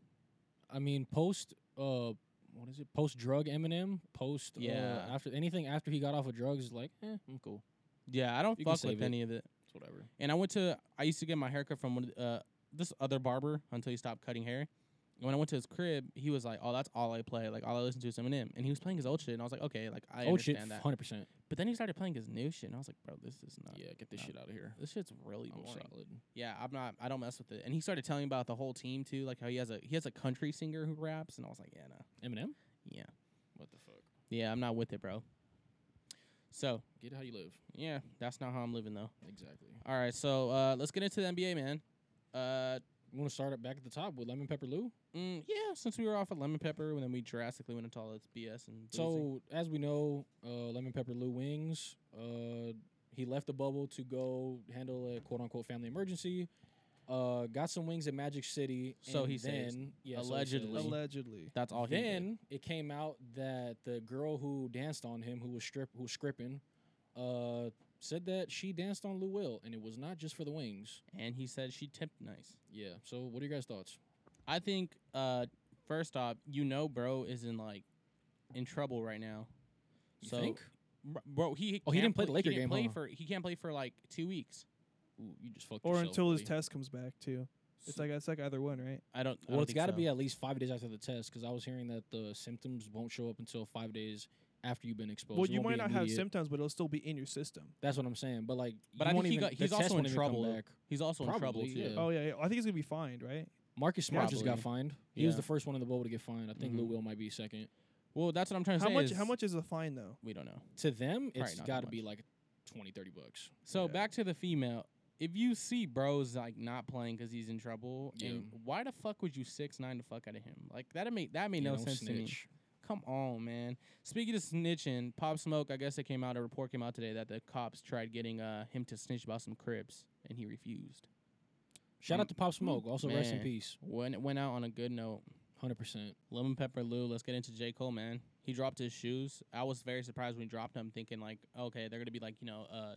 Speaker 2: I mean, post uh what is it? Post drug Eminem. Post uh,
Speaker 1: Yeah.
Speaker 2: after anything after he got off of drugs is like, eh, I'm cool.
Speaker 1: Yeah, I don't
Speaker 2: You can
Speaker 1: fuck with
Speaker 2: save it.
Speaker 1: any of it.
Speaker 2: It's whatever.
Speaker 1: And I went to I used to get my haircut from one of the, uh, this other barber until he stopped cutting hair. And when I went to his crib, he was like, "Oh, that's all I play. Like all I listen to is Eminem." And he was playing his old shit, and I was like, "Okay, like I
Speaker 2: oh shit,
Speaker 1: understand that."
Speaker 2: hundred percent.
Speaker 1: But then he started playing his new shit, and I was like, "Bro, this is not.
Speaker 2: Yeah, get this
Speaker 1: not-
Speaker 2: shit out of here.
Speaker 1: This shit's really
Speaker 2: I'm
Speaker 1: boring."
Speaker 2: solid.
Speaker 1: Yeah, I'm not. I don't mess with it. And he started telling me about the whole team too, like how he has a he has a country singer who raps, and I was like, "Yeah, no,
Speaker 2: Eminem.
Speaker 1: yeah,
Speaker 2: What the fuck?
Speaker 1: yeah, I'm not with it, bro." So
Speaker 2: Get how you live.
Speaker 1: yeah, that's not how I'm living though.
Speaker 2: Exactly.
Speaker 1: All right, so uh, let's get into the NBA, man. Uh,
Speaker 2: You want to start up back at the top with lemon pepper Lou?
Speaker 1: Mm, yeah, since we were off of Lemon Pepper, and then we drastically went into all this BS and boozy.
Speaker 2: So as we know, uh, lemon pepper Lou wings. Uh, he left the bubble to go handle a quote unquote family emergency. Uh, got some wings at Magic City.
Speaker 1: So
Speaker 2: and
Speaker 1: he says.
Speaker 2: then, yeah, so he
Speaker 1: Allegedly.
Speaker 2: says.
Speaker 6: Allegedly.
Speaker 1: that's all. he did.
Speaker 2: then it came out that the girl who danced on him, who was strip, who was scripping, uh, said that she danced on Lou Will, and it was not just for the wings.
Speaker 1: and he said she tipped nice.
Speaker 2: Yeah. So what are your guys' thoughts?
Speaker 1: I think uh, first off, you know, bro is in like in trouble right now.
Speaker 2: You
Speaker 1: so,
Speaker 2: think?
Speaker 1: br- bro, he
Speaker 2: Oh, he
Speaker 1: can't
Speaker 2: didn't play the Laker
Speaker 1: he didn't
Speaker 2: game,
Speaker 1: play
Speaker 2: huh?
Speaker 1: for he can't play for like two weeks.
Speaker 2: Ooh, you just fucked
Speaker 6: Or
Speaker 2: yourself,
Speaker 6: until his
Speaker 2: buddy.
Speaker 6: test comes back too. It's
Speaker 1: So-
Speaker 6: like it's like either one, right?
Speaker 1: I don't.
Speaker 2: Well, it's got to
Speaker 1: to
Speaker 2: be at least five days after the test because I was hearing that the symptoms won't show up until five days after you've been exposed.
Speaker 6: well,
Speaker 2: It
Speaker 6: you might
Speaker 2: won't be
Speaker 6: not have
Speaker 2: immediate.
Speaker 6: symptoms, but it'll still be in your system.
Speaker 2: That's what I'm saying. But like,
Speaker 1: But
Speaker 2: you
Speaker 1: I
Speaker 2: won't
Speaker 1: think he
Speaker 2: even-
Speaker 1: got.
Speaker 2: the
Speaker 1: He's
Speaker 2: test
Speaker 1: also in
Speaker 2: won't even come
Speaker 1: trouble.
Speaker 2: back.
Speaker 1: He's also in trouble
Speaker 2: Probably,
Speaker 1: too.
Speaker 2: yeah.
Speaker 6: Oh yeah, yeah. I think he's gonna be fined, right?
Speaker 2: Marcus Smart just
Speaker 1: Probably.
Speaker 2: got fined. He was
Speaker 1: Yeah.
Speaker 2: the first one in the bubble to get fined. I think
Speaker 1: Mhm.
Speaker 2: Lou Will might be second.
Speaker 1: Well, that's what I'm trying to
Speaker 6: How
Speaker 1: say.
Speaker 6: much?
Speaker 1: is
Speaker 6: How much is the fine though?
Speaker 1: We don't know.
Speaker 2: To them,
Speaker 1: Probably
Speaker 2: it's
Speaker 1: not that
Speaker 2: got to be
Speaker 1: much.
Speaker 2: like 20, 30 bucks.
Speaker 1: So
Speaker 6: Yeah.
Speaker 1: back to the female. If you see bros like not playing because he's in trouble,
Speaker 2: Yeah.
Speaker 1: and why the fuck would you six nine the fuck out of him? Like that made that made
Speaker 2: You
Speaker 1: no
Speaker 2: don't
Speaker 1: sense to me.
Speaker 2: snitch.
Speaker 1: Come on, man. Speaking of snitching, Pop Smoke, I guess it came out a report came out today that the cops tried getting uh, him to snitch about some cribs, and he refused.
Speaker 2: Shout
Speaker 1: Um,
Speaker 2: out to Pop Smoke. Also, rest in
Speaker 1: man.
Speaker 2: peace.
Speaker 1: When it went out on a good note,
Speaker 2: Hundred percent.
Speaker 1: Lemon Pepper Lou. Let's get into J Cole, man. He dropped his shoes. I was very surprised when he dropped them, thinking like, okay, they're gonna be like, you know, uh,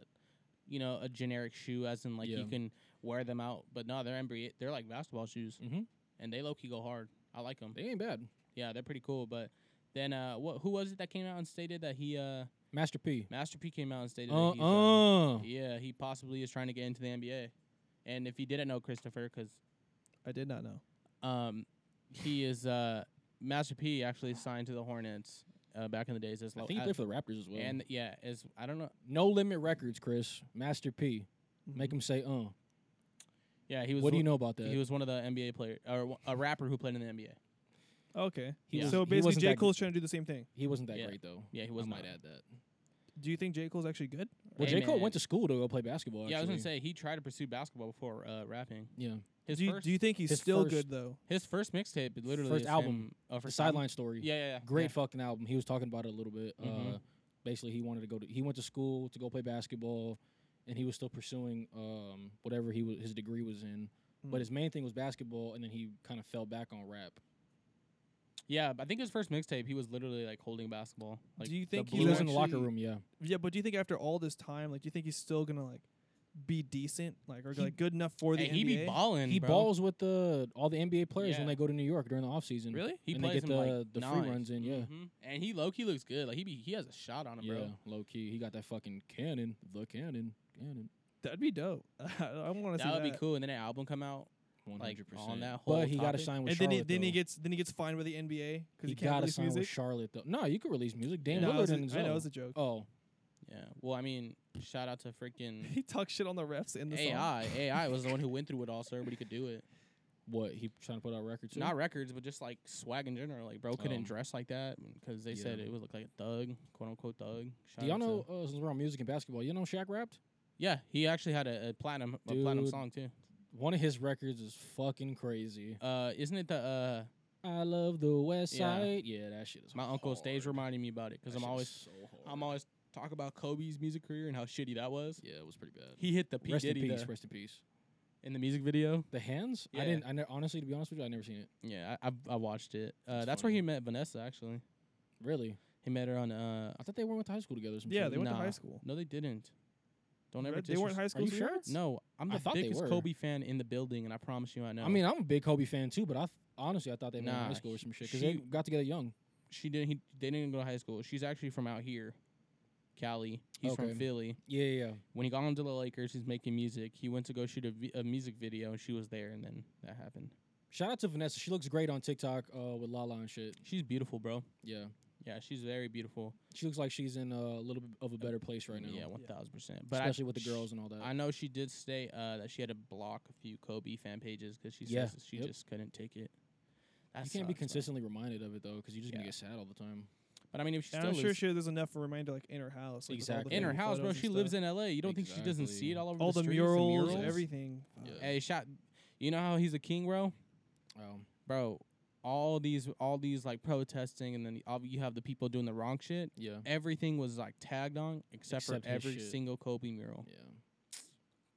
Speaker 1: you know, a generic shoe, as in like
Speaker 2: Yeah.
Speaker 1: you can wear them out. But no, they're NBA. They're like basketball shoes,
Speaker 2: Mhm.
Speaker 1: and they low key go hard. I like them.
Speaker 2: They ain't bad.
Speaker 1: Yeah, they're pretty cool. But then, uh, what? Who was it that came out and stated that he, uh,
Speaker 2: Master P.
Speaker 1: Master P came out and stated
Speaker 2: Uh
Speaker 1: that he's, uh,
Speaker 2: uh.
Speaker 1: yeah, he possibly is trying to get into the NBA. And if you didn't know, Christopher, because
Speaker 6: I did not know.
Speaker 1: um, he is uh, Master P actually signed to the Hornets uh, back in the days as
Speaker 2: I
Speaker 1: lo-
Speaker 2: think he
Speaker 1: as-
Speaker 2: played for the Raptors as well.
Speaker 1: uh, and yeah, as I don't know,
Speaker 2: No Limit Records, Chris. Master P. Make
Speaker 1: Mm-hmm.
Speaker 2: him say uh.
Speaker 1: yeah, he was.
Speaker 2: What do you
Speaker 1: one-
Speaker 2: know about that?
Speaker 1: He was one of the NBA player or wa- a rapper who played in the NBA.
Speaker 6: Okay.
Speaker 2: He
Speaker 1: Yeah. was-
Speaker 6: So
Speaker 2: he
Speaker 6: basically,
Speaker 2: wasn't
Speaker 6: J
Speaker 2: that
Speaker 6: Cole's trying to do the same thing.
Speaker 2: He wasn't that
Speaker 1: Yeah.
Speaker 2: great though.
Speaker 1: Yeah, he was
Speaker 2: I might
Speaker 1: not.
Speaker 2: add that.
Speaker 6: Do you think J Cole's actually good?
Speaker 2: Well,
Speaker 1: Hey,
Speaker 2: J Cole
Speaker 1: man.
Speaker 2: went to school to go play basketball.
Speaker 1: Yeah, I was gonna
Speaker 2: actually.
Speaker 1: say he tried to pursue basketball before uh, rapping.
Speaker 2: Yeah,
Speaker 1: His
Speaker 6: do you,
Speaker 1: first,
Speaker 6: do you think he's
Speaker 2: his
Speaker 6: still
Speaker 2: first-
Speaker 6: good though?
Speaker 1: his first mixtape, literally
Speaker 2: First
Speaker 1: is
Speaker 2: album,
Speaker 1: him- oh,
Speaker 2: the
Speaker 1: first album?
Speaker 2: sideline story.
Speaker 1: Yeah, yeah, yeah.
Speaker 2: great
Speaker 1: yeah.
Speaker 2: fucking album. He was talking about it a little bit.
Speaker 1: Mhm.
Speaker 2: Uh, basically, he wanted to go to. He went to school to go play basketball, and he was still pursuing um, whatever he was, his degree was in. But
Speaker 6: Mm.
Speaker 2: his main thing was basketball, and then he kind of fell back on rap.
Speaker 1: Yeah, but I think his first mixtape, he was literally like holding a basketball. Like,
Speaker 6: do you think
Speaker 2: He
Speaker 1: Blue
Speaker 6: he's
Speaker 2: was in the locker
Speaker 6: actually-
Speaker 2: room. Yeah,
Speaker 6: Yeah, but do you think after all this time, like, do you think he's still gonna like be decent, like, or like good enough for the
Speaker 1: hey,
Speaker 6: NBA?
Speaker 1: he be balling.
Speaker 2: he
Speaker 1: bro.
Speaker 2: balls with the all the NBA players
Speaker 1: Yeah.
Speaker 2: when they go to New York during the offseason.
Speaker 1: Really? He
Speaker 2: and
Speaker 1: plays
Speaker 2: they get the
Speaker 1: him like
Speaker 2: the
Speaker 1: nice.
Speaker 2: free runs in. Yeah,
Speaker 1: Mhm. And he low key looks good. Like he be, he has a shot on him,
Speaker 2: yeah,
Speaker 1: bro.
Speaker 2: low key. He got that fucking cannon, the cannon, cannon.
Speaker 6: That'd be dope. I want to see
Speaker 1: That
Speaker 6: that.
Speaker 1: would be cool. And then that album come out.
Speaker 2: One
Speaker 1: like,
Speaker 2: hundred
Speaker 1: on
Speaker 2: percent.
Speaker 1: that whole
Speaker 2: But he got to
Speaker 1: topic.
Speaker 2: sign with
Speaker 6: And then he,
Speaker 2: Charlotte.
Speaker 6: then he
Speaker 2: though.
Speaker 6: gets then he gets fined with the NBA because he,
Speaker 2: he
Speaker 6: can't
Speaker 2: got to
Speaker 6: release
Speaker 2: sign
Speaker 6: music.
Speaker 2: with Charlotte though. No, you could release music. Dan
Speaker 6: no, I
Speaker 2: Lillard
Speaker 6: was-
Speaker 2: and his
Speaker 6: I know
Speaker 2: own.
Speaker 6: it's a joke.
Speaker 2: Oh,
Speaker 1: Yeah. Well, I mean, shout out to freaking
Speaker 6: He talks shit on the refs in the
Speaker 2: ah.
Speaker 6: song.
Speaker 1: AI. AI was the one who went through it all, so everybody could do it.
Speaker 2: what he trying to put out records?
Speaker 1: Not records, but just like swag in general. Like, bro couldn't
Speaker 2: Oh.
Speaker 1: dress like that because they
Speaker 2: Yeah.
Speaker 1: said it would look like a thug, quote unquote thug. Shout
Speaker 2: Do y'all
Speaker 1: out to-
Speaker 2: know uh, since we're on music and basketball? You know Shaq rapped.
Speaker 1: yeah, he actually had a, a platinum a platinum
Speaker 2: Dude.
Speaker 1: song too.
Speaker 2: One of his records is fucking crazy.
Speaker 1: Uh, isn't it the uh,
Speaker 2: I love the West
Speaker 1: Yeah.
Speaker 2: Side. Yeah, that shit is.
Speaker 1: my uncle stays
Speaker 2: hard.
Speaker 1: reminding me about it because
Speaker 2: That
Speaker 1: I'm
Speaker 2: shit is
Speaker 1: always
Speaker 2: so
Speaker 1: I'm
Speaker 2: hard.
Speaker 1: always talk about Kobe's music career and how shitty that was.
Speaker 2: Yeah, it was pretty bad.
Speaker 1: He hit the P
Speaker 2: rest in
Speaker 1: Diddy
Speaker 2: peace.
Speaker 1: the-
Speaker 2: Rest in peace.
Speaker 1: in the music video.
Speaker 2: The hands.
Speaker 1: Yeah.
Speaker 2: I didn't. I ne- honestly, to be honest with you, I never seen it.
Speaker 1: Yeah, I I, I watched it. Uh, that's,
Speaker 2: That's
Speaker 1: where
Speaker 2: funny.
Speaker 1: he met Vanessa. Actually,
Speaker 2: Really.
Speaker 1: he met her on. Uh,
Speaker 2: I thought they went to high school together. or some
Speaker 6: Yeah,
Speaker 2: shit.
Speaker 6: they went to
Speaker 1: Nah.
Speaker 6: high school.
Speaker 1: no, they didn't. Don't ever.
Speaker 6: Right? They weren't
Speaker 1: disres-
Speaker 6: high
Speaker 2: Are
Speaker 6: school
Speaker 2: you sure?
Speaker 6: sweethearts?
Speaker 1: No, I'm
Speaker 2: I
Speaker 1: the
Speaker 2: thought they
Speaker 1: biggest
Speaker 2: were.
Speaker 1: Kobe fan in the building, and I promise you, I know.
Speaker 2: I mean, I'm a big Kobe fan too, but I th- honestly I thought they met in
Speaker 1: Nah,
Speaker 2: high school or some shit because
Speaker 1: she-
Speaker 2: they got together young.
Speaker 1: she didn't. He, they didn't go to high school. She's actually from out here, Cali. He's
Speaker 2: Okay.
Speaker 1: from Philly.
Speaker 2: Yeah, yeah.
Speaker 1: When he got onto the Lakers, he's making music. He went to go shoot a, vi- a music video, and she was there, and then that happened.
Speaker 2: Shout out to Vanessa. She looks great on TikTok uh, with Lala and shit.
Speaker 1: She's beautiful, bro.
Speaker 2: Yeah,
Speaker 1: Yeah, she's very beautiful.
Speaker 2: she looks like she's in uh, a little bit of a better place right now.
Speaker 1: Yeah, one thousand percent. But I-
Speaker 2: especially with the
Speaker 1: sh-
Speaker 2: girls and all that.
Speaker 1: I know she did say uh, that she had to block a few Kobe fan pages because she
Speaker 2: Yeah,
Speaker 1: says that she
Speaker 2: yep.
Speaker 1: just couldn't take it. That
Speaker 2: you can't be
Speaker 1: sucks, man.
Speaker 2: consistently reminded of it though, because you're just gonna
Speaker 1: Yeah.
Speaker 2: get sad all the time.
Speaker 1: But I mean, if she
Speaker 6: And
Speaker 1: still
Speaker 6: I'm sure
Speaker 1: lives
Speaker 6: she, there's enough for a reminder like in her house. Like, with all the
Speaker 2: Exactly.
Speaker 1: in her
Speaker 6: family
Speaker 1: house, bro,
Speaker 6: photos and
Speaker 1: she lives
Speaker 6: stuff.
Speaker 1: in L.A. You don't think she doesn't see it
Speaker 2: Exactly.
Speaker 1: all over
Speaker 6: all
Speaker 1: the,
Speaker 6: the,
Speaker 1: streets,
Speaker 6: murals,
Speaker 1: murals?
Speaker 6: everything.
Speaker 2: Yeah.
Speaker 1: Hey, shot. You know how he's a king, bro.
Speaker 2: Um,
Speaker 1: Bro, all these, all these like protesting, and then all, you have the people doing the wrong shit.
Speaker 2: yeah,
Speaker 1: Everything was like tagged on except,
Speaker 2: Except
Speaker 1: for
Speaker 2: his
Speaker 1: every
Speaker 2: shit.
Speaker 1: single Kobe mural.
Speaker 2: yeah.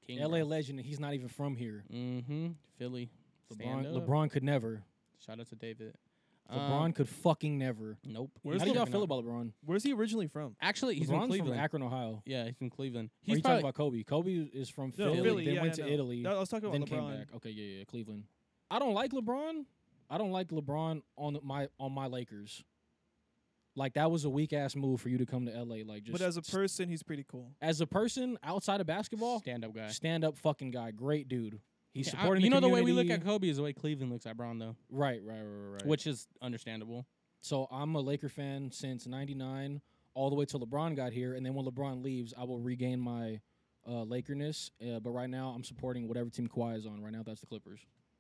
Speaker 1: King,
Speaker 2: L.A. legend. and He's not even from here.
Speaker 1: Mm-hmm. Philly. Stand
Speaker 2: LeBron,
Speaker 1: up.
Speaker 2: LeBron could never.
Speaker 1: Shout out to David.
Speaker 2: LeBron
Speaker 1: Um,
Speaker 2: could fucking never.
Speaker 1: Nope.
Speaker 6: Where's
Speaker 2: How do y'all
Speaker 1: Definitely
Speaker 2: feel
Speaker 1: not.
Speaker 2: about LeBron?
Speaker 6: Where's he originally from?
Speaker 1: Actually, he's
Speaker 2: LeBron's
Speaker 1: from Cleveland.
Speaker 2: from Akron, Ohio.
Speaker 1: yeah, he's from Cleveland.
Speaker 2: He's
Speaker 1: He's
Speaker 2: you talking
Speaker 1: probably.
Speaker 2: about Kobe? Kobe is from
Speaker 6: No,
Speaker 2: Philly,
Speaker 6: Philly,
Speaker 2: then
Speaker 6: yeah,
Speaker 2: went
Speaker 6: yeah,
Speaker 2: to
Speaker 6: no.
Speaker 2: Italy,
Speaker 6: No, I was talking
Speaker 2: then
Speaker 6: about
Speaker 2: came
Speaker 6: LeBron.
Speaker 2: back. Okay, yeah, yeah, Cleveland. I don't like LeBron. I don't like LeBron on the, my on my Lakers. Like that was a weak ass move for you to come to LA. Like just
Speaker 6: But as a
Speaker 2: s-
Speaker 6: person, he's pretty cool.
Speaker 2: as a person outside of basketball,
Speaker 1: stand up guy.
Speaker 2: stand up fucking guy, great dude. He's
Speaker 1: Yeah, I-
Speaker 2: supporting.
Speaker 1: you
Speaker 2: the
Speaker 1: know the way we look at
Speaker 2: community.
Speaker 1: Kobe is the way Cleveland looks at Braun, though,
Speaker 2: right, right, right, right. right.
Speaker 1: which is understandable.
Speaker 2: so I'm a Laker fan since '99 all the way till LeBron got here, and then when LeBron leaves, I will regain my uh, Lakerness. Uh, but right now, I'm supporting whatever team Kawhi is on. Right now, that's the Clippers.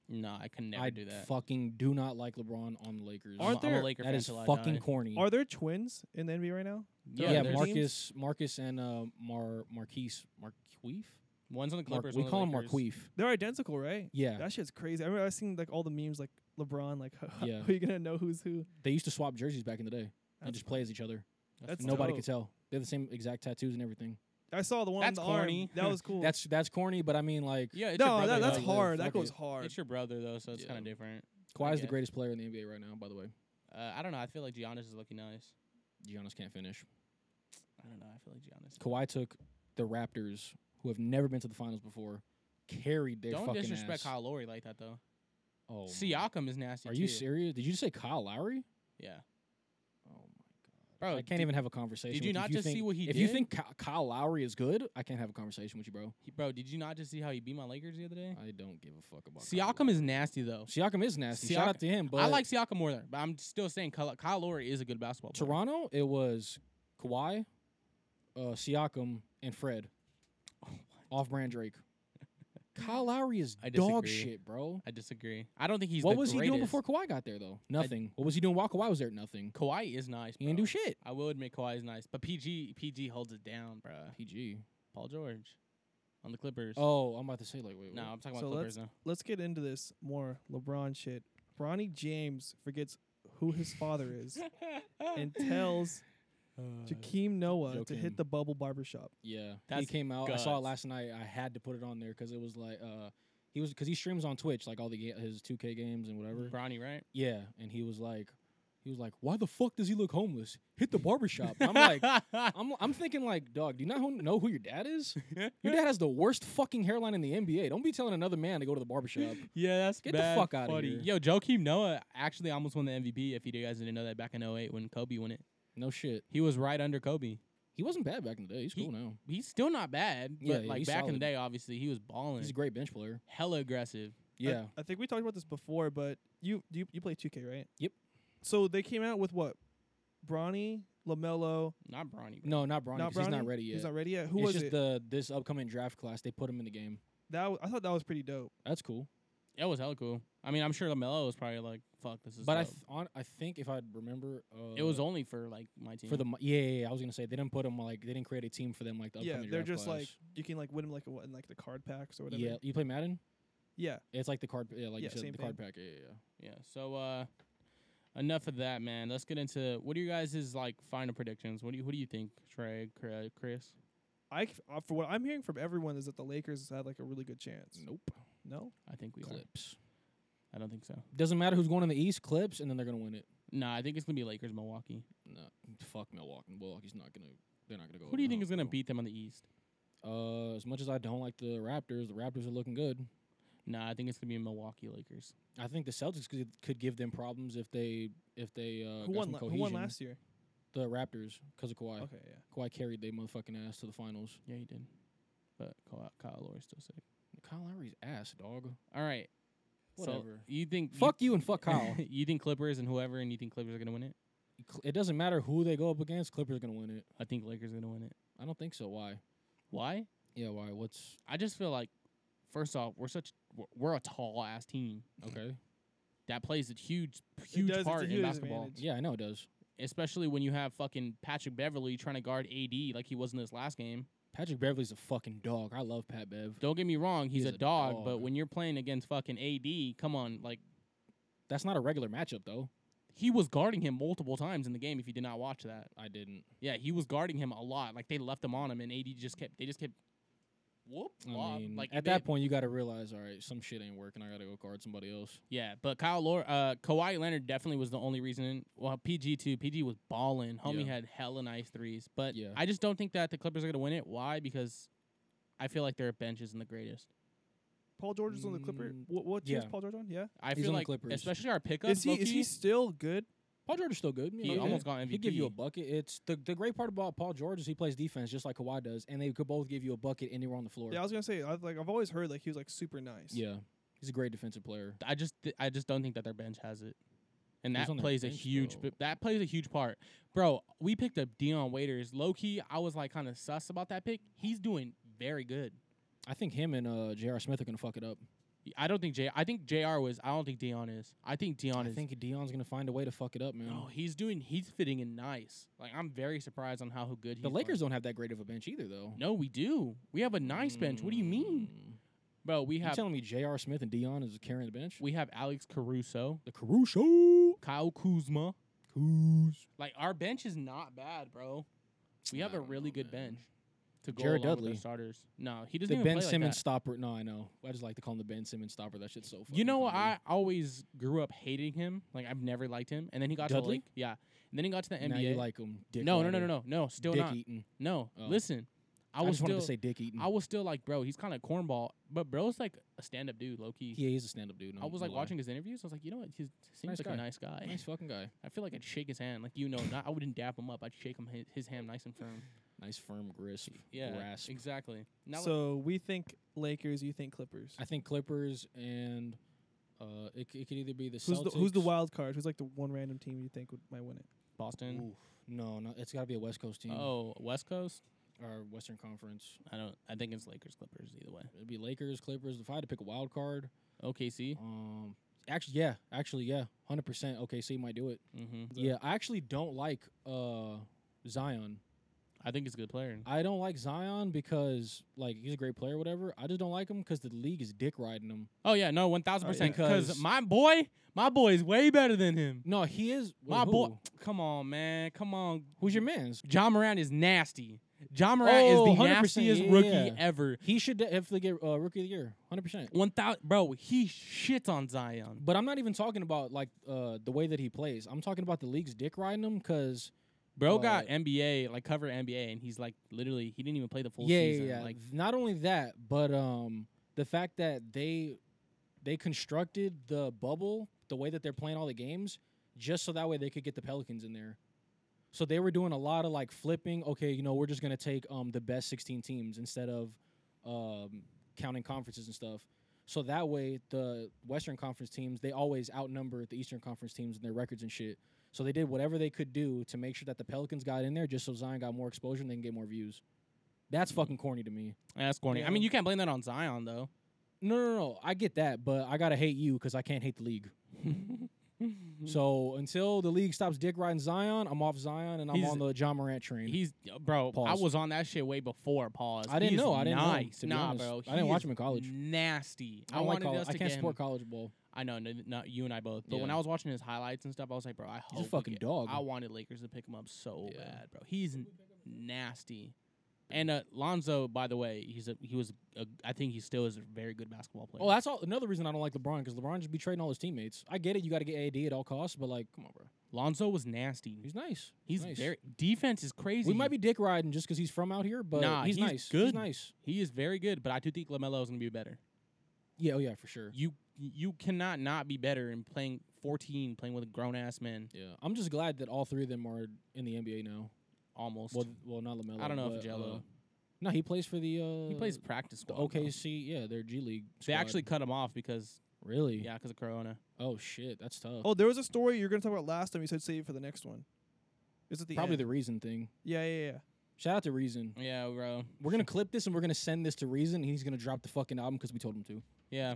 Speaker 1: Nah, I can never
Speaker 2: I
Speaker 1: do that.
Speaker 2: fucking do not like LeBron on the Lakers.
Speaker 1: I'm, a-
Speaker 6: Aren't
Speaker 1: I'm
Speaker 6: there-
Speaker 1: a Laker
Speaker 2: that
Speaker 1: fan
Speaker 2: is
Speaker 1: till
Speaker 2: fucking
Speaker 1: I die.
Speaker 2: corny.
Speaker 6: Are there twins in the NBA right now?
Speaker 2: yeah,
Speaker 1: there's
Speaker 2: Marcus,
Speaker 1: teams-
Speaker 2: Marcus, and uh, Mar Marquise, Marquise.
Speaker 1: One's on the
Speaker 2: Mar-
Speaker 1: Clippers.
Speaker 2: we
Speaker 1: one
Speaker 2: call
Speaker 1: on
Speaker 2: him
Speaker 1: the Lakers.
Speaker 2: Marquise.
Speaker 6: They're identical, right?
Speaker 2: Yeah,
Speaker 6: That shit's crazy. I remember I seen like all the memes like LeBron, like
Speaker 2: Yeah.
Speaker 6: how are you gonna know who's who?
Speaker 2: they used to swap jerseys back in the day and
Speaker 6: That's-
Speaker 2: just play as each other.
Speaker 6: That's
Speaker 2: Nobody
Speaker 6: dope.
Speaker 2: could tell. They have the same exact tattoos and everything.
Speaker 6: I saw the one
Speaker 1: That's
Speaker 6: on the
Speaker 1: corny.
Speaker 6: arm. That was cool.
Speaker 2: That's that's corny, but I mean like
Speaker 1: Yeah, it's your
Speaker 6: no,
Speaker 1: brother,
Speaker 6: that, that's
Speaker 1: though.
Speaker 2: like,
Speaker 6: hard.
Speaker 2: fuck
Speaker 6: That goes
Speaker 2: it.
Speaker 6: hard.
Speaker 1: It's your brother though, so it's
Speaker 2: Yeah.
Speaker 1: kind of different.
Speaker 2: Kawhi
Speaker 1: get
Speaker 2: is the
Speaker 1: it.
Speaker 2: greatest player in the NBA right now. By the way,
Speaker 1: Uh, I don't know. I feel like Giannis is looking nice.
Speaker 2: Giannis can't finish.
Speaker 1: I don't know. I feel like Giannis.
Speaker 2: Kawhi took the Raptors, who have never been to the finals before, carried their
Speaker 1: Don't
Speaker 2: fucking
Speaker 1: disrespect
Speaker 2: ass.
Speaker 1: Kyle Lowry like that though.
Speaker 2: Oh, my-
Speaker 1: Siakam is nasty.
Speaker 2: are you
Speaker 1: too.
Speaker 2: serious? Did you just say Kyle Lowry?
Speaker 1: Yeah,
Speaker 2: Oh my
Speaker 1: bro.
Speaker 2: I can't
Speaker 1: did-
Speaker 2: even have a conversation.
Speaker 1: did you
Speaker 2: with
Speaker 1: not
Speaker 2: if
Speaker 1: just see
Speaker 2: think-
Speaker 1: what he
Speaker 2: If you
Speaker 1: did?
Speaker 2: think Ky- Kyle Lowry is good, I can't have a conversation with you, bro.
Speaker 1: he- bro. Did you not just see how he beat my Lakers the other day?
Speaker 2: I don't give a fuck about Kyle
Speaker 1: Eh. Siakam is nasty though.
Speaker 2: Lowry. Siakam is nasty. Shout out
Speaker 1: Siakam-
Speaker 2: to him, but
Speaker 1: I like Siakam more than, but I'm still saying Kyle, Kyle Lowry is a good basketball player.
Speaker 2: Toronto. It was Kawhi, uh, Siakam, and Fred. Off-brand Drake. Kyle Lowry is
Speaker 1: Oh I
Speaker 2: dog
Speaker 1: disagree.
Speaker 2: shit, bro.
Speaker 1: I disagree. I don't think he's.
Speaker 2: what
Speaker 1: the
Speaker 2: was he doing
Speaker 1: greatest.
Speaker 2: before Kawhi got there though? Nothing. what was he doing while Kawhi was there? Nothing.
Speaker 1: Kawhi is nice.
Speaker 2: He didn't
Speaker 1: bro.
Speaker 2: do shit.
Speaker 1: I will admit Kawhi is nice, but PG PG holds it down, bro.
Speaker 2: PG.
Speaker 1: Paul George on the Clippers.
Speaker 2: Oh, I'm about to say like wait. wait.
Speaker 1: no, I'm talking about
Speaker 6: So
Speaker 1: Clippers now.
Speaker 6: Let's get into this more LeBron shit. Bronny James forgets who his father is and tells
Speaker 2: Uh,
Speaker 6: Jakeem Noah to
Speaker 2: Joakim.
Speaker 6: hit the bubble barbershop.
Speaker 2: Yeah, he
Speaker 1: That's
Speaker 2: came out. I saw it
Speaker 1: guts.
Speaker 2: last night. I had to put it on there because it was like uh, he was because he streams on Twitch like all the ga- his 2K games and whatever.
Speaker 1: Bronny, right?
Speaker 2: Yeah, and he was like, he was like, why the fuck does he look homeless? Hit the barbershop. I'm like, I'm I'm thinking like, dog, do you not who- know who your dad is? Your dad has the worst fucking hairline in the NBA. Don't be telling another man to go to the barbershop.
Speaker 1: yeah, that's
Speaker 2: Get the
Speaker 1: bad
Speaker 2: fuck outta
Speaker 1: funny.
Speaker 2: here.
Speaker 1: Yo, Joakim Noah actually almost won the MVP. If you guys didn't know that, back in 08 when Kobe won it,
Speaker 2: No shit.
Speaker 1: he was right under Kobe.
Speaker 2: He wasn't bad back in the day. He's
Speaker 1: He-
Speaker 2: cool now.
Speaker 1: He's still not bad, but
Speaker 2: Yeah, yeah,
Speaker 1: like
Speaker 2: he's
Speaker 1: back in the day,
Speaker 2: solid.
Speaker 1: obviously he was balling,
Speaker 2: He's a great bench player.
Speaker 6: Uh,
Speaker 1: hella aggressive.
Speaker 6: I-
Speaker 2: Yeah.
Speaker 6: I, think we talked about this before, but you you you play 2K, right?
Speaker 2: Yep.
Speaker 6: So they came out with what? Bronny, Lamelo.
Speaker 1: Not Bronny. bro.
Speaker 2: No, not Bronny.
Speaker 6: not
Speaker 2: 'cause He's not
Speaker 6: Bronny?
Speaker 2: ready yet.
Speaker 6: He's not ready yet. Who
Speaker 2: it's
Speaker 6: was
Speaker 2: just
Speaker 6: it?
Speaker 2: the this upcoming draft class. They put him in the game.
Speaker 6: that w- I thought that was pretty dope.
Speaker 2: That's cool.
Speaker 1: that was hella cool. I mean, I'm sure Lamelo was probably like, "Fuck, this is."
Speaker 2: But I,
Speaker 1: dope.
Speaker 2: th- on, I think if I remember, uh,
Speaker 1: it was only for like my team.
Speaker 2: for the mo- yeah, yeah, yeah. I was gonna say they didn't put them like they didn't create a team for them like the
Speaker 6: yeah,
Speaker 2: upcoming
Speaker 6: they're
Speaker 2: draft
Speaker 6: just
Speaker 2: class.
Speaker 6: like you can like win them like a, what, in like the card packs or whatever.
Speaker 2: yeah. You play Madden?
Speaker 6: Yeah.
Speaker 2: It's like the card, yeah, like
Speaker 6: Yeah,
Speaker 2: you said,
Speaker 6: same
Speaker 2: the card pack. Yeah, yeah,
Speaker 1: Yeah. So uh enough of that, man. Let's get into what are you guys' like final predictions? What do you what do you think, Trey, Cra- Chris?
Speaker 6: I c- uh, for what I'm hearing from everyone is that the Lakers had like a really good chance.
Speaker 2: yeah. Nope.
Speaker 6: No,
Speaker 1: I think we are.
Speaker 2: Clips.
Speaker 1: I don't think so.
Speaker 2: Doesn't matter who's going in the East. Clips, and then they're gonna win it.
Speaker 1: Nah, I think it's gonna be Lakers Milwaukee.
Speaker 2: No, fuck Milwaukee. Milwaukee's not gonna. They're not gonna go.
Speaker 1: Who do you
Speaker 2: over
Speaker 1: think
Speaker 2: the
Speaker 1: is gonna
Speaker 2: hump,
Speaker 1: beat them on the East?
Speaker 2: bro. Uh, as much as I don't like the Raptors, the Raptors are looking good.
Speaker 1: Nah, I think it's gonna be Milwaukee Lakers.
Speaker 2: I think the Celtics could, could give them problems if they if they uh,
Speaker 6: who
Speaker 2: got
Speaker 6: won?
Speaker 2: some
Speaker 6: la-
Speaker 2: cohesion.
Speaker 6: who won last year?
Speaker 2: The Raptors because of Kawhi.
Speaker 6: Okay, yeah.
Speaker 2: Kawhi carried their motherfucking ass to the finals.
Speaker 1: Yeah, he did. But Kyle, Kyle Lowry's still sick.
Speaker 2: Kyle Lowry's ass, dog.
Speaker 1: All right. so
Speaker 2: Whatever.
Speaker 1: you think you-
Speaker 2: fuck you and fuck Kyle.
Speaker 1: you think Clippers and whoever, and you think Clippers are gonna win it?
Speaker 2: Cl- it doesn't matter who they go up against. Clippers gonna win it.
Speaker 1: I think Lakers are gonna win it.
Speaker 2: I don't think so. Why?
Speaker 1: Why?
Speaker 2: Yeah, why? What's
Speaker 1: I just feel like, first off, we're such we're- we're a tall ass team
Speaker 2: okay?
Speaker 1: that plays a huge huge
Speaker 6: does, it's a
Speaker 1: part in
Speaker 6: huge
Speaker 1: basketball,
Speaker 6: advantage.
Speaker 2: Yeah, I know it does.
Speaker 1: especially when you have fucking Patrick Beverly trying to guard AD like he was in this last game.
Speaker 2: Patrick Beverly's a fucking dog. I love Pat Bev.
Speaker 1: Don't get me wrong, he's,
Speaker 2: He's
Speaker 1: a,
Speaker 2: a
Speaker 1: dog, but
Speaker 2: dog.
Speaker 1: when you're playing against fucking AD, come on, like
Speaker 2: That's not a regular matchup though.
Speaker 1: he was guarding him multiple times in the game. If you did not watch that,
Speaker 2: I didn't.
Speaker 1: yeah, he was guarding him a lot. Like they left him on him, and AD just kept they just kept whoop
Speaker 2: I
Speaker 1: lob,
Speaker 2: mean,
Speaker 1: like
Speaker 2: at
Speaker 1: they-
Speaker 2: that point, you got to realize, all right, some shit ain't working. I got to go guard somebody else.
Speaker 1: Yeah, but Kyle Lor uh, Kawhi Leonard definitely was the only reason. Well, PG too. PG was balling. Homie
Speaker 2: Yeah.
Speaker 1: had hella nice threes, but
Speaker 2: Yeah.
Speaker 1: I just don't think that the Clippers are gonna win it. Why? Because I feel like their bench isn't the greatest.
Speaker 6: Paul George is on the Clipper.
Speaker 2: Mm,
Speaker 6: What, what team is
Speaker 2: yeah.
Speaker 6: Paul George on? Yeah.
Speaker 1: I
Speaker 2: He's
Speaker 1: feel
Speaker 2: on the
Speaker 1: like,
Speaker 2: Clippers.
Speaker 1: especially our pickups.
Speaker 6: Is he is
Speaker 1: low-key,
Speaker 6: he still good?
Speaker 2: Paul George is still good.
Speaker 1: He almost got
Speaker 2: He give you a
Speaker 1: MVP.
Speaker 2: bucket. It's the, the great part about Paul George is he plays defense just like Kawhi does, and they could both give you a bucket anywhere on the floor.
Speaker 6: Yeah, I was gonna say I've, like I've always heard like he was like super nice.
Speaker 2: Yeah. he's a great defensive player.
Speaker 1: I just th- I just don't think that their bench has it, and
Speaker 2: He's
Speaker 1: that
Speaker 2: on their
Speaker 1: plays a
Speaker 2: bench,
Speaker 1: huge
Speaker 2: though.
Speaker 1: bi- that plays a huge part, bro. We picked up Dion Waiters. Low key, I was like kind of sus about that pick. He's doing very good.
Speaker 2: I think him and uh, J.R. Smith are gonna fuck it up.
Speaker 1: I don't think J. I think Jr. was. I don't think Dion is. I think Dion
Speaker 2: I
Speaker 1: is. Oh,
Speaker 2: think Dion's gonna find a way to fuck it up, man.
Speaker 1: No, he's doing. He's fitting in nice. Like I'm very surprised on how good he's
Speaker 2: the Lakers
Speaker 1: Playing.
Speaker 2: don't have that great of a bench either, though. Mm.
Speaker 1: No, we do. We have a nice bench. What do you mean, bro? We
Speaker 2: You
Speaker 1: have
Speaker 2: telling me J.R. Smith and Dion is carrying the bench?
Speaker 1: we have Alex Caruso,
Speaker 2: the Caruso.
Speaker 1: Kyle Kuzma.
Speaker 2: Who's
Speaker 1: Like our bench is not bad, bro. We have
Speaker 2: I
Speaker 1: a
Speaker 2: don't
Speaker 1: really
Speaker 2: know,
Speaker 1: good
Speaker 2: man.
Speaker 1: bench to go
Speaker 2: Jared
Speaker 1: along with
Speaker 2: Dudley.
Speaker 1: our starters. No, he doesn't
Speaker 2: the
Speaker 1: even
Speaker 2: Ben
Speaker 1: play like
Speaker 2: Simmons
Speaker 1: that.
Speaker 2: stopper? No, I know. I just like to call him the Ben Simmons stopper. That shit's so funny.
Speaker 1: You know, I always grew up hating him. Like I've never liked him. And then he got to the
Speaker 2: Dudley?
Speaker 1: league. Yeah. And then he got to the NBA.
Speaker 2: now you like him. Dick
Speaker 1: no, no, no, no,
Speaker 2: Ryder,
Speaker 1: no, no. Still
Speaker 2: Dick
Speaker 1: not.
Speaker 2: Eaton.
Speaker 1: No,
Speaker 2: Oh.
Speaker 1: listen. I
Speaker 2: I,
Speaker 1: was
Speaker 2: just
Speaker 1: still
Speaker 2: wanted to say Dick Eaton.
Speaker 1: I was still like, bro, he's kind of cornball, but bro's like a stand-up dude, low key.
Speaker 2: yeah, he's a stand-up dude. no-
Speaker 1: I was
Speaker 2: no
Speaker 1: like
Speaker 2: lie.
Speaker 1: watching his interviews. I was like, you know what? He seems
Speaker 2: Nice
Speaker 1: like
Speaker 2: guy.
Speaker 1: a nice guy.
Speaker 2: Nice fucking guy.
Speaker 1: I feel like I'd shake his hand, like you know, not I wouldn't dap him up. I'd shake him his, his hand nice and firm.
Speaker 2: Nice firm grasp.
Speaker 1: Yeah,
Speaker 2: Grasp.
Speaker 1: exactly. Now, so
Speaker 6: So we think Lakers. You think Clippers.
Speaker 2: I think Clippers and uh, it, c- it could either be the
Speaker 6: Who's
Speaker 2: Celtics.
Speaker 6: the, who's the wild card? Who's like the one random team you think would, might win it?
Speaker 1: Boston.
Speaker 2: Oof. No, no, it's got to be a West Coast team
Speaker 1: Oh, West Coast.
Speaker 2: or Western Conference.
Speaker 1: I don't. I think it's Lakers, Clippers. Either way.
Speaker 2: It'd be Lakers, Clippers. If I had to pick a wild card,
Speaker 1: OKC.
Speaker 2: um, actually, yeah, actually, yeah, hundred percent. OKC might do it.
Speaker 1: Mm-hmm.
Speaker 2: Yeah, I actually don't like uh, Zion.
Speaker 1: I think he's a good player.
Speaker 2: I don't like Zion because like he's a great player, or whatever. I just don't like him because the league is dick riding him.
Speaker 1: Oh yeah, no, one thousand percent. Because
Speaker 2: Because-
Speaker 1: my boy, my boy is way better than him.
Speaker 2: No, he is
Speaker 1: My
Speaker 2: who?
Speaker 1: boy, come on, man, come on.
Speaker 2: Who's your man's?
Speaker 1: John Moran is nasty. John Moran
Speaker 2: Oh,
Speaker 1: is the
Speaker 2: 100%,
Speaker 1: nastiest
Speaker 2: yeah,
Speaker 1: rookie
Speaker 2: yeah.
Speaker 1: ever.
Speaker 2: He should definitely get uh, rookie of the year, hundred percent.
Speaker 1: One thousand, bro. He shits on Zion.
Speaker 2: But I'm not even talking about like uh, the way that he plays. I'm talking about the league's dick riding him because
Speaker 1: Bro
Speaker 2: Uh,
Speaker 1: got NBA like cover NBA, and he's like literally he didn't even play the full
Speaker 2: yeah,
Speaker 1: season.
Speaker 2: yeah, yeah.
Speaker 1: Like
Speaker 2: not only that, but um, the fact that they they constructed the bubble the way that they're playing all the games just so that way they could get the Pelicans in there. So they were doing a lot of like flipping. Okay, you know we're just gonna take um the best 16 teams instead of um counting conferences and stuff. So that way the Western Conference teams they always outnumber the Eastern Conference teams in their records and shit. So they did whatever they could do to make sure that the Pelicans got in there just so Zion got more exposure and they can get more views. That's fucking corny to me.
Speaker 1: that's corny. I
Speaker 6: Yeah.
Speaker 1: mean, you can't blame that on Zion though.
Speaker 2: No, no, no. I get that, but I gotta hate you because I can't hate the league. so until the league stops dick riding Zion, I'm off Zion and I'm
Speaker 1: He's-
Speaker 2: on the John Morant train.
Speaker 1: He's uh, bro.
Speaker 2: Pause.
Speaker 1: I was on that shit way before. Pause.
Speaker 2: I didn't
Speaker 1: He's
Speaker 2: know. I didn't know,
Speaker 1: nice.
Speaker 2: to be
Speaker 1: nah,
Speaker 2: honest.
Speaker 1: bro.
Speaker 2: I didn't
Speaker 1: he
Speaker 2: watch
Speaker 1: is
Speaker 2: him in college.
Speaker 1: Nasty.
Speaker 2: I don't like
Speaker 1: wanted
Speaker 2: college.
Speaker 1: us
Speaker 2: I
Speaker 1: to
Speaker 2: can't
Speaker 1: get
Speaker 2: support
Speaker 1: him.
Speaker 2: college ball.
Speaker 1: I know, n- not you and I both. But when
Speaker 2: Yeah.
Speaker 1: I was watching his highlights and stuff, I was like, bro, I hope
Speaker 2: He's
Speaker 1: we
Speaker 2: a fucking
Speaker 1: get-
Speaker 2: dog.
Speaker 1: Oh, I wanted Lakers to pick him up so
Speaker 2: Yeah.
Speaker 1: bad, bro. He's n- nasty. And uh, Lonzo, by the way, he's a he was a, I think he still is a very good basketball player.
Speaker 2: oh, that's all. Another reason I don't like LeBron because LeBron just be trading all his teammates. I get it. You got to get AD at all costs, but like, come on, bro.
Speaker 1: Lonzo was nasty.
Speaker 2: He's nice.
Speaker 1: He's
Speaker 2: nice.
Speaker 1: very defense is crazy.
Speaker 2: We might be dick riding just because he's from out here, but
Speaker 1: Nah,
Speaker 2: he's,
Speaker 1: he's
Speaker 2: nice.
Speaker 1: good.
Speaker 2: He's nice.
Speaker 1: He is very good, but I do think Lamelo is going to be better.
Speaker 2: Yeah, oh yeah, for sure.
Speaker 1: You you cannot not be better in playing 14, playing with grown ass men.
Speaker 2: Yeah, I'm just glad that all three of them are in the NBA now.
Speaker 1: Almost.
Speaker 2: Well, well, not Lamelo.
Speaker 1: I don't know if
Speaker 2: but,
Speaker 1: Jello.
Speaker 2: uh, no, he plays for the. Uh,
Speaker 1: he plays practice
Speaker 2: the
Speaker 1: squad. though.
Speaker 2: OKC. Yeah, their G League.
Speaker 1: They
Speaker 2: squad.
Speaker 1: actually cut him off because
Speaker 2: really.
Speaker 1: yeah, because of Corona.
Speaker 2: Oh shit, that's tough.
Speaker 6: Oh, there was a story you're gonna talk about last time. You said save it for the next one. Is it the
Speaker 2: Probably
Speaker 6: end?
Speaker 2: the reason thing.
Speaker 6: yeah yeah yeah.
Speaker 2: Shout out to Reason.
Speaker 1: Yeah, bro.
Speaker 2: We're gonna clip this and we're gonna send this to Reason, and he's gonna drop the fucking album because we told him to.
Speaker 1: Yeah.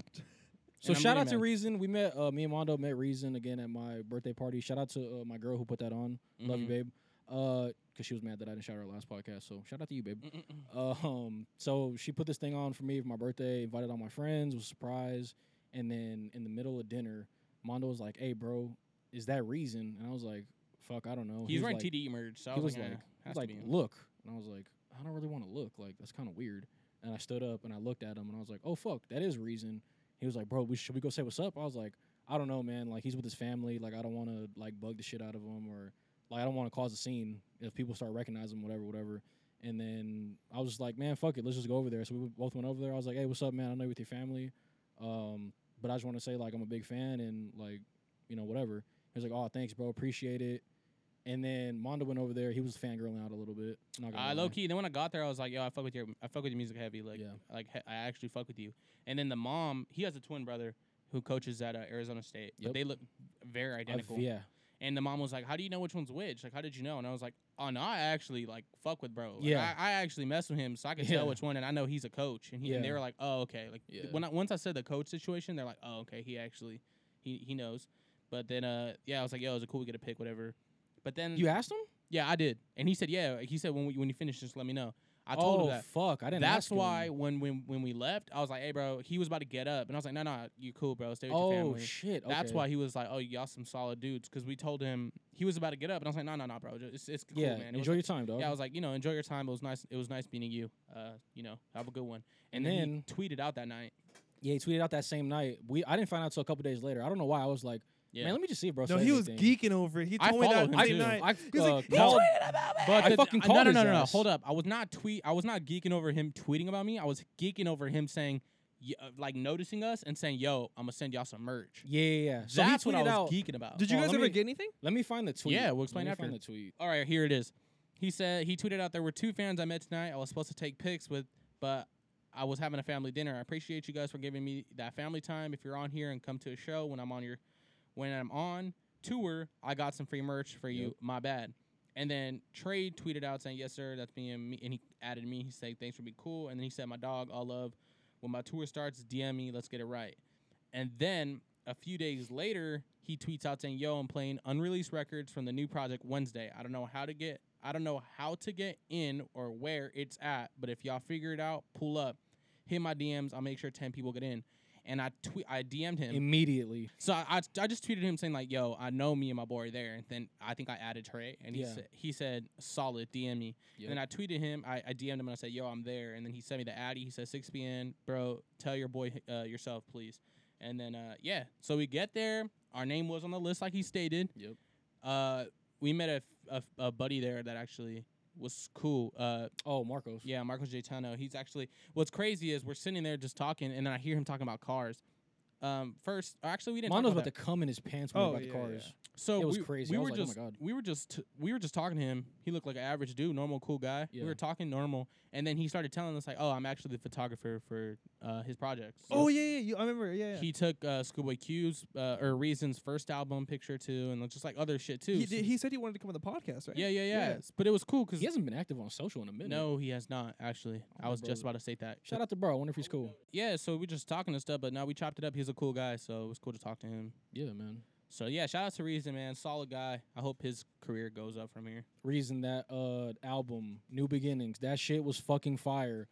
Speaker 2: So
Speaker 1: And I'm
Speaker 2: shout
Speaker 1: really
Speaker 2: out to
Speaker 1: mad.
Speaker 2: Reason. We met uh, me and Mondo met Reason again at my birthday party. Shout out to uh, my girl who put that on. Love you,
Speaker 1: Mhm.
Speaker 2: babe. Because she was mad that I didn't shout her out last podcast. So shout out to you, babe.
Speaker 1: Mm-mm-mm.
Speaker 2: Um, so she put this thing on for me for my birthday, invited all my friends, was a surprise. And then in the middle of dinner, Mondo was like, Hey bro, is that reason? And I was like, Fuck, I don't know. He
Speaker 1: He's
Speaker 2: was
Speaker 1: wearing
Speaker 2: like,
Speaker 1: TDE merge. So I
Speaker 2: he
Speaker 1: was,
Speaker 2: was
Speaker 1: like,
Speaker 2: like-
Speaker 1: eh,
Speaker 2: he
Speaker 1: has
Speaker 2: was
Speaker 1: to
Speaker 2: like,
Speaker 1: be him.
Speaker 2: look. And I was like, I don't really want to look. Like, that's kind of weird. And I stood up and I looked at him and I was like, oh, fuck, that is reason. He was like, bro, we, should we go say what's up? I was like, I don't know, man. Like, he's with his family. Like, I don't want to, like, bug the shit out of him or, like, I don't want to cause a scene if people start recognizing him, whatever, whatever. And then I was just like, man, fuck it. Let's just go over there. So we both went over there. I was like, hey, what's up, man? I know you're with your family. Um, but I just want to say, like, I'm a big fan and, like, you know, whatever. He was like, oh, thanks, bro. Appreciate it. And then Mondo went over there. He was fangirling out a little bit. Not gonna
Speaker 1: Uh,
Speaker 2: lie.
Speaker 1: low key. Then when I got there, I was like, "Yo, I fuck with your, I fuck with your music heavy. Like,
Speaker 2: Yeah.
Speaker 1: like he- I actually fuck with you." And then the mom, he has a twin brother who coaches at uh, Arizona State,
Speaker 2: Yep.
Speaker 1: but they look very
Speaker 2: I've-
Speaker 1: identical. Mm-hmm.
Speaker 2: yeah.
Speaker 1: And the mom was like, "How do you know which one's which? Like, how did you know?" And I was like, "Oh no, I actually like fuck with bro. Like,
Speaker 2: Yeah.
Speaker 1: I, I actually mess with him, so I can
Speaker 2: Yeah.
Speaker 1: tell which one. And I know he's a coach. And, he, and they
Speaker 2: Yeah.
Speaker 1: were like, "Oh okay. Like
Speaker 2: Yeah.
Speaker 1: when I, once I said the coach situation, they're like, "Oh okay, he actually, he he knows." But then uh yeah, I was like, "Yo, is it cool we get a pick, whatever." But then
Speaker 2: You asked him?
Speaker 1: yeah, I did. And he said, yeah. He said, when we, when you finish, just let me know. I told
Speaker 2: oh,
Speaker 1: him that.
Speaker 2: fuck. I didn't
Speaker 1: That's
Speaker 2: ask him.
Speaker 1: why when, when when we left, I was like, hey, bro, he was about to get up. And I was like, no, no, you cool, bro. Stay with
Speaker 2: Oh,
Speaker 1: your family.
Speaker 2: shit.
Speaker 1: That's
Speaker 2: okay.
Speaker 1: why he was like, oh, y'all some solid dudes. Because we told him he was about to get up. And I was like, no, no, no, bro. Just, it's, it's cool,
Speaker 2: yeah,
Speaker 1: man. It was-
Speaker 2: enjoy your time, dog.
Speaker 1: yeah, I was like, you know, enjoy your time. It was nice. It was nice meeting you. Uh, you know, have a good one. And,
Speaker 2: And
Speaker 1: then, he tweeted out that night.
Speaker 2: yeah, he tweeted out that same night. We I didn't find out until a couple days later. I don't know why. I was like,
Speaker 1: Yeah.
Speaker 2: man, let me just see if bro
Speaker 6: No,
Speaker 2: says
Speaker 6: he was
Speaker 2: anything.
Speaker 6: geeking over it. He
Speaker 1: I
Speaker 6: told me that
Speaker 1: followed him,
Speaker 6: same
Speaker 1: too.
Speaker 6: night.
Speaker 2: I,
Speaker 6: He's
Speaker 2: uh,
Speaker 6: like, he
Speaker 2: called-
Speaker 6: tweeted about me.
Speaker 1: But
Speaker 2: I
Speaker 1: the-
Speaker 2: fucking
Speaker 1: uh,
Speaker 2: called
Speaker 1: No,
Speaker 2: his
Speaker 1: no, no, no, no.
Speaker 2: ass.
Speaker 1: Hold up. I was not tweet. I was not geeking over him tweeting about me. I was geeking over him saying, y- uh, like noticing us and saying, "Yo, I'm gonna send y'all some merch."
Speaker 2: Yeah, yeah, yeah. So
Speaker 1: That's
Speaker 2: he tweeted
Speaker 1: what I was
Speaker 2: out.
Speaker 1: geeking about.
Speaker 6: Did you
Speaker 2: Oh,
Speaker 6: guys
Speaker 2: let
Speaker 6: ever
Speaker 2: me-
Speaker 6: get anything?
Speaker 2: Let me find the tweet.
Speaker 1: Yeah, we'll explain
Speaker 2: let
Speaker 1: after.
Speaker 2: me Find the tweet.
Speaker 1: All right, here it is. He said he tweeted out there were two fans I met tonight. I was supposed to take pics with, but I was having a family dinner. I appreciate you guys for giving me that family time. If you're on here and come to a show when I'm on your, when I'm on tour, I got some free merch for you.
Speaker 2: Yep.
Speaker 1: My bad. And then Trey tweeted out saying, "Yes, sir, that's me." And, me, and he added me. He said, "Thanks for being cool." And then he said, "My dog, all love. When my tour starts, DM me. Let's get it right." And then a few days later, he tweets out saying, "Yo, I'm playing unreleased records from the new project Wednesday. I don't know how to get, I don't know how to get in or where it's at, but if y'all figure it out, pull up, hit my DMs. I'll make sure ten people get in." And I tweet, I DM'd him.
Speaker 2: Immediately.
Speaker 1: So I, I, I just tweeted him saying like, "Yo, I know me and my boy are there." And then I think I added Trey, and he
Speaker 2: Yeah.
Speaker 1: said he said solid DM me. And then I tweeted him, I, I DM'd him, and I said, "Yo, I'm there." And then he sent me the addy. He said, "6 p.m. Bro, tell your boy uh, yourself, please." And then uh, yeah, so we get there. Our name was on the list, like he stated.
Speaker 2: Yep.
Speaker 1: Uh, we met a f- a, a buddy there that actually was cool. Uh,
Speaker 2: Oh, Marcos.
Speaker 1: yeah, Marcos Gaetano. He's actually what's crazy is we're sitting there just talking, and then I hear him talking about cars. Um, first, or actually, we didn't.
Speaker 2: Mondo's
Speaker 1: talk
Speaker 2: about
Speaker 1: about that.
Speaker 2: to come in his pants when
Speaker 6: Oh,
Speaker 2: oh, about
Speaker 6: yeah,
Speaker 2: the cars.
Speaker 1: So
Speaker 2: It was
Speaker 1: we,
Speaker 2: crazy.
Speaker 1: We
Speaker 2: I was
Speaker 1: were
Speaker 2: like, oh my
Speaker 1: just
Speaker 2: God.
Speaker 1: we were just we were just talking to him. He looked like an average dude, normal, cool guy. We
Speaker 2: Yeah.
Speaker 1: were talking normal, and then he started telling us like, "Oh, I'm actually the photographer for uh, his projects." So
Speaker 6: Oh yeah, yeah. You, I remember. Yeah, yeah.
Speaker 1: He took uh, Schoolboy Q's uh, or Reason's first album picture too, and just like other shit too.
Speaker 6: He,
Speaker 1: So-
Speaker 6: did, he said he wanted to come on the podcast, right?
Speaker 1: yeah, yeah, yeah,
Speaker 6: Yeah.
Speaker 1: But it was cool because
Speaker 2: He hasn't been active on social in a minute.
Speaker 1: no, he has not actually. I
Speaker 2: my
Speaker 1: was just
Speaker 2: brother.
Speaker 1: about to say that.
Speaker 2: Shout out to bro. I wonder if he's cool.
Speaker 1: Yeah, so we just talking and stuff, but now we chopped it up. He's a cool guy, so it was cool to talk to him.
Speaker 2: Yeah, man.
Speaker 1: So yeah, shout out to Reason, man, solid guy. I hope his career goes up from here.
Speaker 2: reason that uh album New Beginnings that shit was fucking fire.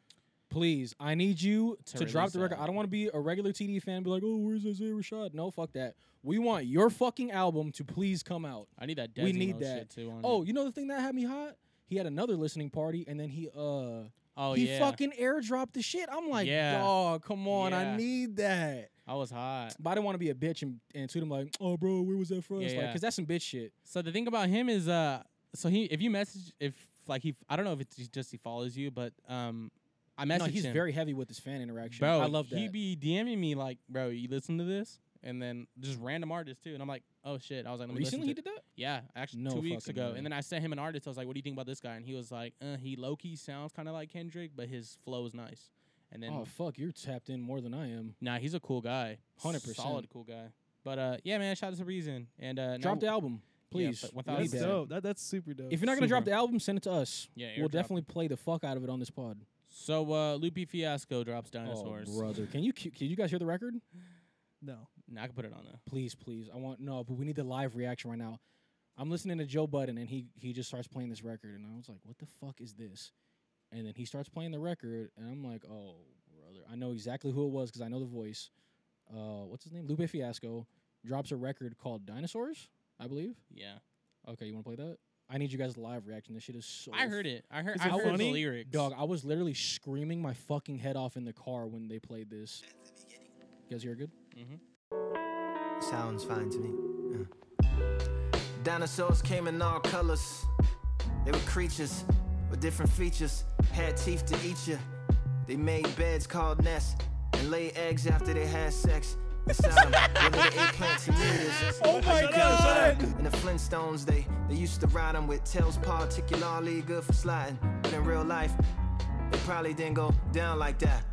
Speaker 2: Please, I need you
Speaker 1: To
Speaker 2: to, drop
Speaker 1: release
Speaker 2: the
Speaker 1: that
Speaker 2: record. I don't want to be a regular TD fan, and be like, oh, where's Isaiah Rashad? No, fuck that. We want your fucking album to please come out.
Speaker 1: I need that.
Speaker 2: We
Speaker 1: Desi
Speaker 2: need
Speaker 1: Mo
Speaker 2: that.
Speaker 1: Shit too on it.
Speaker 2: Oh, you know the thing that had me hot? He had another listening party, and then he uh
Speaker 1: oh
Speaker 2: he
Speaker 1: yeah.
Speaker 2: fucking airdropped the shit. I'm like,
Speaker 1: Yeah.
Speaker 2: dog, come on,
Speaker 1: Yeah.
Speaker 2: I need that.
Speaker 1: I was hot.
Speaker 2: But I didn't want to be a bitch and, and tweet him like, oh, bro, where was that from?
Speaker 1: Yeah,
Speaker 2: It's like,
Speaker 1: yeah.
Speaker 2: cause that's some bitch shit.
Speaker 1: So the thing about him is, uh, so he if you message if like he I don't know if it's just he follows you, but um, I messaged
Speaker 2: no, he's
Speaker 1: him.
Speaker 2: very heavy with his fan interaction.
Speaker 1: bro,
Speaker 2: I love that.
Speaker 1: He be DMing me like, bro, you listen to this, and then just random artists too, and I'm like, oh shit. I was like, let me listen
Speaker 2: Recently,
Speaker 1: to
Speaker 2: he did that.
Speaker 1: Yeah, actually,
Speaker 2: No
Speaker 1: two weeks
Speaker 2: fucking
Speaker 1: ago.
Speaker 2: way.
Speaker 1: And then I sent him an artist. I was like, "What do you think about this guy?" And he was like, uh, "He low key sounds kind of like Kendrick, but his flow is nice." And then,
Speaker 2: oh fuck, you're tapped in more than I am.
Speaker 1: nah, he's a cool guy,
Speaker 2: 100%.
Speaker 1: solid cool guy. But uh, yeah, man, shout out to Reason and uh, now-
Speaker 2: Drop the album, please.
Speaker 1: but
Speaker 2: We
Speaker 1: without
Speaker 2: need
Speaker 6: That's
Speaker 1: Yeah.
Speaker 2: that.
Speaker 6: dope. That, that's super dope.
Speaker 2: If you're not gonna drop
Speaker 1: Super.
Speaker 2: the album, send it to us.
Speaker 1: Yeah,
Speaker 2: we'll
Speaker 1: airdrop.
Speaker 2: definitely play the fuck out of it on this pod.
Speaker 1: So uh, Loopy Fiasco drops dinosaurs.
Speaker 2: Oh, brother, can you can you guys hear the record?
Speaker 6: no.
Speaker 1: Nah, I can put it on there.
Speaker 2: Please, please. I want no, but we need the live reaction right now. I'm listening to Joe Budden and he he just starts playing this record and I was like, "What the fuck is this?" And then he starts playing the record and I'm like, "Oh, brother. I know exactly who it was cuz I know the voice. Uh, what's his name? Lupe Fiasco drops a record called Dinosaurs, I believe.
Speaker 1: Yeah,
Speaker 2: Okay, you want to play that? I need you guys live reaction. This shit is so
Speaker 1: I heard it. I heard.
Speaker 6: Is
Speaker 1: I
Speaker 6: it
Speaker 1: heard the
Speaker 6: funny?
Speaker 1: lyrics.
Speaker 2: Dog, I was literally screaming my fucking head off in the car when they played this. You guys hear it good?
Speaker 4: Sounds fine to me. Uh. Dinosaurs came in all colors. They were creatures with different features, had teeth to eat you. They made beds called nests and laid eggs after they had sex. Asylum, whether they ate plants and leaders. Oh my god! In the Flintstones, they, they used to ride them with tails particularly good for sliding. But in real life, they probably didn't go down like that.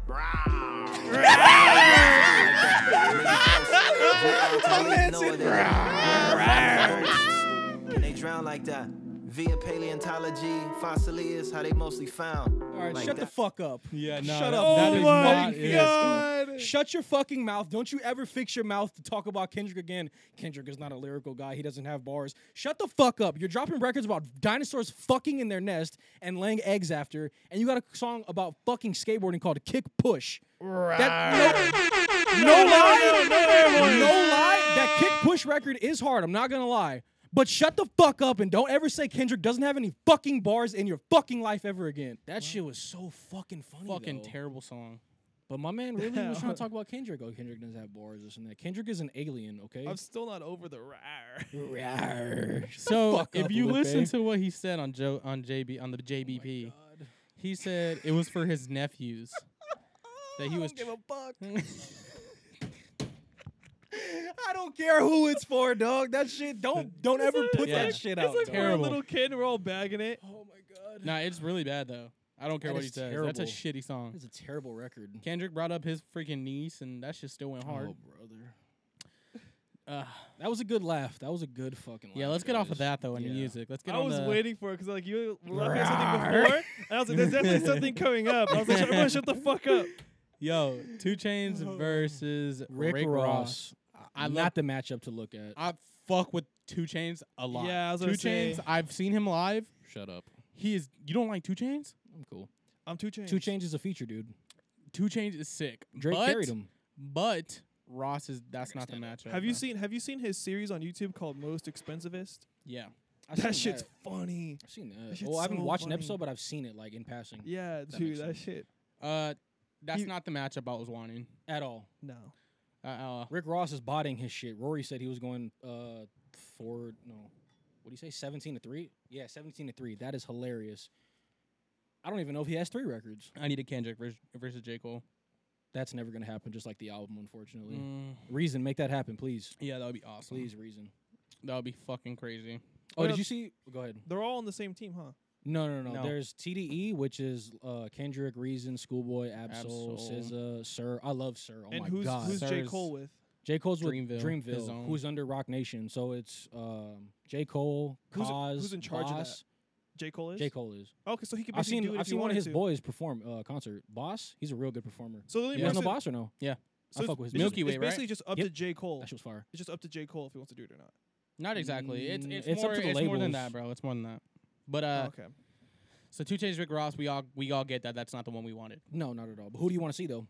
Speaker 4: And they drown like that. Via paleontology, fossilias, how they mostly found.
Speaker 2: All right,
Speaker 4: like
Speaker 2: shut the
Speaker 4: that.
Speaker 2: fuck up.
Speaker 1: Yeah, no.
Speaker 2: Shut
Speaker 1: that-
Speaker 2: up.
Speaker 1: that
Speaker 6: oh
Speaker 1: is
Speaker 6: my
Speaker 1: not it.
Speaker 6: god.
Speaker 2: Shut your fucking mouth. Don't you ever fix your mouth to talk about Kendrick again. Kendrick is not a lyrical guy. He doesn't have bars. Shut the fuck up. You're dropping records about dinosaurs fucking in their nest and laying eggs after, and you got a song about fucking skateboarding called Kick Push. That, no, no lie. No lie. That Kick Push record is hard. I'm not going to lie. But shut the fuck up and don't ever say Kendrick doesn't have any fucking bars in your fucking life ever again. That shit was so fucking funny.
Speaker 1: Fucking
Speaker 2: though.
Speaker 1: terrible song.
Speaker 2: But my man really was trying to talk about Kendrick. Oh, Kendrick doesn't have bars, this and that. Kendrick is an alien, okay?
Speaker 6: I'm still not over the rar.
Speaker 1: So
Speaker 2: fuck
Speaker 1: if
Speaker 2: up,
Speaker 1: you
Speaker 2: Lupe. Oh
Speaker 1: listen to what he said on Joe on JB on the JBP, he said it was for his nephews that he was. tr-
Speaker 2: I don't care who it's for, dog. That shit don't don't ever put
Speaker 1: Yeah.
Speaker 2: that shit
Speaker 6: It's
Speaker 2: out.
Speaker 6: like
Speaker 2: dog.
Speaker 6: we're a
Speaker 1: Terrible.
Speaker 6: little kid. We're all bagging it.
Speaker 2: oh my god.
Speaker 1: nah, it's really bad though. I don't care
Speaker 2: That
Speaker 1: what he
Speaker 2: is
Speaker 1: says. That's a
Speaker 2: terrible.
Speaker 1: shitty song.
Speaker 2: That's a terrible record.
Speaker 1: Kendrick brought up his freaking niece, and that shit still went hard.
Speaker 2: Oh, brother.
Speaker 1: Ugh.
Speaker 2: That was a good laugh. That was a good fucking laugh.
Speaker 1: yeah, let's get off of
Speaker 2: guys.
Speaker 1: that though in
Speaker 2: Yeah.
Speaker 1: music. Let's get.
Speaker 6: I
Speaker 1: on
Speaker 6: was
Speaker 1: the-
Speaker 6: waiting for it because like you were looking at something before, and I was like, "There's definitely something coming up." I was like, "Everyone, shut the fuck up."
Speaker 1: Yo, Two Chains versus
Speaker 2: Rick, Ross.
Speaker 1: I
Speaker 2: I
Speaker 1: love-
Speaker 2: not the matchup to look at.
Speaker 1: I fuck with Two Chains a lot.
Speaker 6: Yeah, I was gonna
Speaker 1: Two Chains.
Speaker 6: say.
Speaker 1: I've seen him live.
Speaker 2: Shut up.
Speaker 1: He is. You don't like Two Chains?
Speaker 2: I'm cool.
Speaker 6: I'm two chains.
Speaker 2: Two Chains is a feature, dude.
Speaker 1: Two Chains is sick.
Speaker 2: Drake
Speaker 1: but-
Speaker 2: carried him.
Speaker 1: But Ross is that's not the matchup.
Speaker 6: Have you
Speaker 1: bro.
Speaker 6: seen Have you seen his series on YouTube called Most Expensivest?
Speaker 1: Yeah.
Speaker 2: I seen
Speaker 6: That shit's funny.
Speaker 2: I've seen that.
Speaker 6: That shit's
Speaker 2: well, I haven't
Speaker 6: so
Speaker 2: watched an
Speaker 6: funny.
Speaker 2: episode, but I've seen it like in passing
Speaker 6: Yeah,
Speaker 2: That
Speaker 6: dude,
Speaker 2: makes
Speaker 6: that
Speaker 2: sense.
Speaker 6: shit.
Speaker 1: Uh, that's
Speaker 6: You-
Speaker 1: not the matchup I was wanting.
Speaker 2: at all.
Speaker 6: No,
Speaker 1: Uh, uh
Speaker 2: Rick Ross is botting his shit. Rory said he was going uh four no. What do you say? Seventeen to three? Yeah, seventeen to three. That is hilarious. I don't even know if he has three records.
Speaker 1: I need a Kendrick versus, versus J Cole.
Speaker 2: That's never gonna happen, just like the album, unfortunately.
Speaker 6: Mm.
Speaker 2: Reason, make that happen, please.
Speaker 1: Mm, Yeah, that would be awesome.
Speaker 2: Please, Reason.
Speaker 1: That would be fucking crazy.
Speaker 2: Oh,
Speaker 6: What
Speaker 2: did
Speaker 6: else-
Speaker 2: you see go ahead.
Speaker 6: they're all on the same team, huh?
Speaker 2: No, no, no,
Speaker 1: No.
Speaker 2: no. There's TDE, which is uh Kendrick, Reason, Schoolboy, Absol,
Speaker 1: Absol.
Speaker 2: SZA, Sir. I love Sir. Oh
Speaker 6: and
Speaker 2: my
Speaker 6: who's
Speaker 2: god.
Speaker 6: who's J
Speaker 1: Sirs.
Speaker 6: Cole with?
Speaker 2: J. Cole's
Speaker 1: Dreamville,
Speaker 2: with
Speaker 1: his own.
Speaker 2: Dreamville, who's under Rock Nation. So it's um, J. Cole,
Speaker 6: Who's-
Speaker 2: Cause,
Speaker 6: who's in charge of that?
Speaker 2: Boss.
Speaker 6: J Cole is.
Speaker 2: J. Cole is.
Speaker 6: Okay, so he could.
Speaker 2: I've
Speaker 6: basically do
Speaker 2: seen
Speaker 6: it
Speaker 2: I've
Speaker 6: if he
Speaker 2: seen one
Speaker 6: wanted
Speaker 2: of his
Speaker 6: to.
Speaker 2: boys perform uh, concert. Boss, he's a real good performer.
Speaker 6: So the only
Speaker 2: You guys know
Speaker 6: person-
Speaker 2: Boss or no?
Speaker 1: Yeah.
Speaker 2: I
Speaker 6: so
Speaker 2: fuck with his
Speaker 6: it's-
Speaker 1: Milky
Speaker 6: it's
Speaker 1: Way, right?
Speaker 6: basically just up to
Speaker 2: Yep.
Speaker 6: J Cole.
Speaker 2: That shit was fire.
Speaker 6: It's just up to J Cole if he wants to do it or not.
Speaker 1: Not exactly. It's
Speaker 2: Mm,
Speaker 1: it's,
Speaker 2: it's up
Speaker 1: more
Speaker 2: to the
Speaker 1: it's more than
Speaker 2: labels.
Speaker 1: that, bro. It's more than that. But uh,
Speaker 6: okay.
Speaker 1: so Two Chains, Rick Ross. We all we all get that. That's not the one we wanted.
Speaker 2: No, not at all. But who do you want to see though?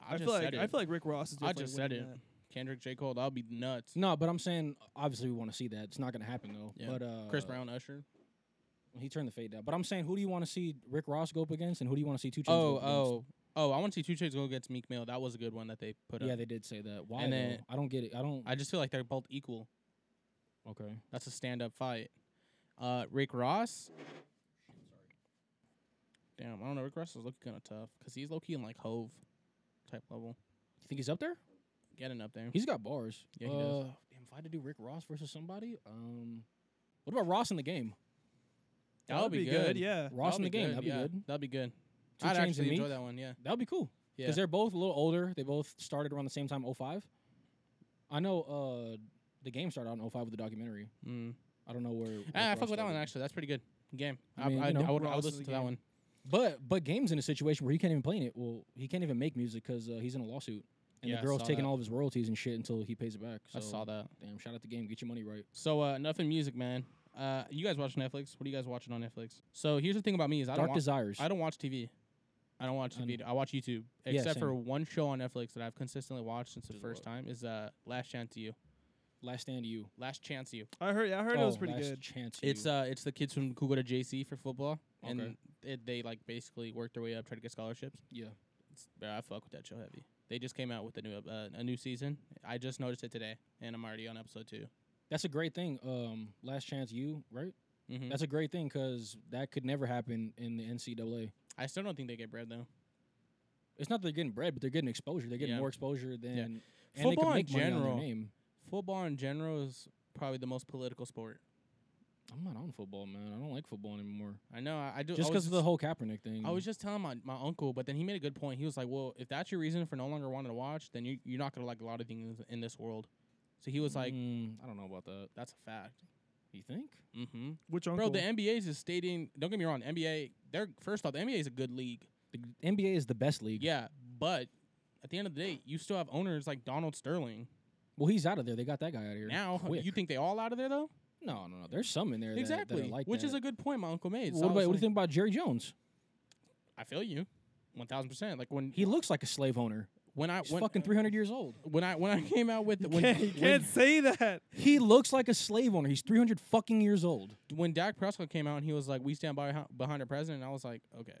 Speaker 1: I,
Speaker 6: I,
Speaker 1: just
Speaker 6: feel like
Speaker 1: said it.
Speaker 6: I feel like Rick Ross is.
Speaker 1: I
Speaker 6: definitely
Speaker 1: just said
Speaker 6: winning
Speaker 1: it.
Speaker 6: that.
Speaker 1: Kendrick, J Cole. That would be nuts.
Speaker 2: No, but I'm saying obviously we want to see that. It's not gonna happen though.
Speaker 1: Yeah.
Speaker 2: But uh,
Speaker 1: Chris Brown, Usher.
Speaker 2: he turned the fade down. But I'm saying who do you want to see Rick Ross go up against, and who do you want to see Two Chainz? go
Speaker 1: Oh
Speaker 2: up against?
Speaker 1: oh oh! I want to see Two Chains go against Meek Mill. That was a good one that they put
Speaker 2: yeah,
Speaker 1: up.
Speaker 2: they did say that. Why?
Speaker 1: And
Speaker 2: though?
Speaker 1: then-
Speaker 2: I don't get it. I don't.
Speaker 1: I just feel like they're both equal.
Speaker 2: okay.
Speaker 1: That's a stand up fight. Uh, Rick Ross. Damn, I don't know. Rick Russell's looking kind of tough because he's low key in like Hove type level,
Speaker 2: You think he's up there?
Speaker 1: getting up there.
Speaker 2: He's got bars.
Speaker 1: Mm-hmm. Yeah, he does.
Speaker 2: Uh, damn, if I had to do Rick Ross versus somebody, um, what about Ross in the game?
Speaker 1: that would be good.
Speaker 6: Yeah.
Speaker 2: Ross in the
Speaker 1: That'd be
Speaker 2: game. That'd be
Speaker 1: yeah.
Speaker 2: good.
Speaker 1: That'd be good.
Speaker 2: Two
Speaker 1: I'd
Speaker 2: Chainz and
Speaker 1: actually enjoy
Speaker 2: Meek?
Speaker 1: that one. Yeah.
Speaker 2: That would be cool.
Speaker 1: Yeah.
Speaker 2: Because they're both a little older. They both started around the same time, 05. I know uh, the game started out in 05 with the documentary.
Speaker 1: Mm.
Speaker 2: I don't know where. Rick
Speaker 1: Ah, I
Speaker 2: Ross
Speaker 1: fuck with that one
Speaker 2: started.
Speaker 1: actually. That's pretty good game.
Speaker 2: I
Speaker 1: I,
Speaker 2: mean,
Speaker 1: I,
Speaker 2: you know,
Speaker 1: I would, I
Speaker 6: Ross
Speaker 1: would
Speaker 6: is
Speaker 1: listen
Speaker 6: a
Speaker 1: to that
Speaker 6: game.
Speaker 1: one.
Speaker 2: But but game's in a situation where he can't even play it. Well, he can't even make music because uh, he's in a lawsuit, and
Speaker 1: Yeah,
Speaker 2: the
Speaker 1: I
Speaker 2: girl's
Speaker 1: saw
Speaker 2: taking
Speaker 1: that.
Speaker 2: all of his royalties and shit until he pays it back. So,
Speaker 1: I saw that.
Speaker 2: Damn! Shout out the game. Get your money right.
Speaker 1: So uh, enough in music, man. Uh, you guys watch Netflix? What are you guys watching on Netflix? So here's the thing about me is I
Speaker 2: Dark
Speaker 1: don't watch,
Speaker 2: Desires.
Speaker 1: I don't watch TV. I don't watch
Speaker 2: I
Speaker 1: TV. I watch YouTube,
Speaker 2: Yeah,
Speaker 1: except for
Speaker 2: same.
Speaker 1: one show on Netflix that I've consistently watched since the
Speaker 2: Just
Speaker 1: first
Speaker 2: what?
Speaker 1: time is uh, Last Chance You.
Speaker 2: Last stand to you.
Speaker 1: Last Chance You.
Speaker 6: I heard. I heard it was
Speaker 2: Oh,
Speaker 6: pretty
Speaker 2: last
Speaker 6: good.
Speaker 2: Chance. to
Speaker 1: It's
Speaker 2: you.
Speaker 1: uh, it's the kids from who go to JC for football,
Speaker 2: Okay.
Speaker 1: and it, they like basically work their way up, try to get scholarships.
Speaker 2: yeah.
Speaker 1: It's, bro, I fuck with that show heavy. They just came out with a new ep- uh, a new season. I just noticed it today, and I'm already on episode 2
Speaker 2: That's a great thing. Um, last chance you right.
Speaker 1: Mm-hmm.
Speaker 2: That's a great thing because that could never happen in the NCAA.
Speaker 1: I still don't think they get bread though.
Speaker 2: It's not that they're getting bread, but they're getting exposure. They're getting
Speaker 1: Yeah.
Speaker 2: more exposure than and they
Speaker 1: Football
Speaker 2: can
Speaker 1: in
Speaker 2: make money on
Speaker 1: general.
Speaker 2: their name.
Speaker 1: Football in general is probably the most political sport.
Speaker 2: I'm not on football, man. I don't like football anymore.
Speaker 1: I know. I, I do.
Speaker 2: Just
Speaker 1: I
Speaker 2: because
Speaker 1: was
Speaker 2: of the whole Kaepernick thing.
Speaker 1: I was just telling my, my uncle, but then he made a good point. He was like, "Well, if that's your reason for no longer wanting to watch, then you you're not gonna like a lot of things in this world." So he was like,
Speaker 2: Mm, I don't know about that.
Speaker 1: "That's a fact."
Speaker 2: You think?
Speaker 1: hmm
Speaker 6: Which uncle?
Speaker 1: Bro, the NBA's is stating. Don't get me wrong. NBA. They're first off, the NBA is a good league.
Speaker 2: The g- NBA is the best league.
Speaker 1: Yeah, but at the end of the day, you still have owners like Donald Sterling.
Speaker 2: Well, he's out of there. They got that guy out of here.
Speaker 1: Now
Speaker 2: Quick.
Speaker 1: you think they all out of there though?
Speaker 2: no, no, no. There's some in there. that-
Speaker 1: exactly.
Speaker 2: That, are like
Speaker 1: Which
Speaker 2: is
Speaker 1: is a good point my uncle made. So
Speaker 2: What,
Speaker 1: I was
Speaker 2: about, what do you
Speaker 1: like,
Speaker 2: think about Jerry Jones?
Speaker 1: I feel you, one thousand percent. Like when
Speaker 2: He looks like a slave owner.
Speaker 1: when I
Speaker 2: He's
Speaker 1: when,
Speaker 2: fucking 300 years old.
Speaker 1: when I when I came out with when
Speaker 6: Can't- you can't say that.
Speaker 2: He looks like a slave owner. He's 300 fucking years old.
Speaker 1: when Dak Prescott came out and he was like, "We stand by behind the president," I was like, "Okay,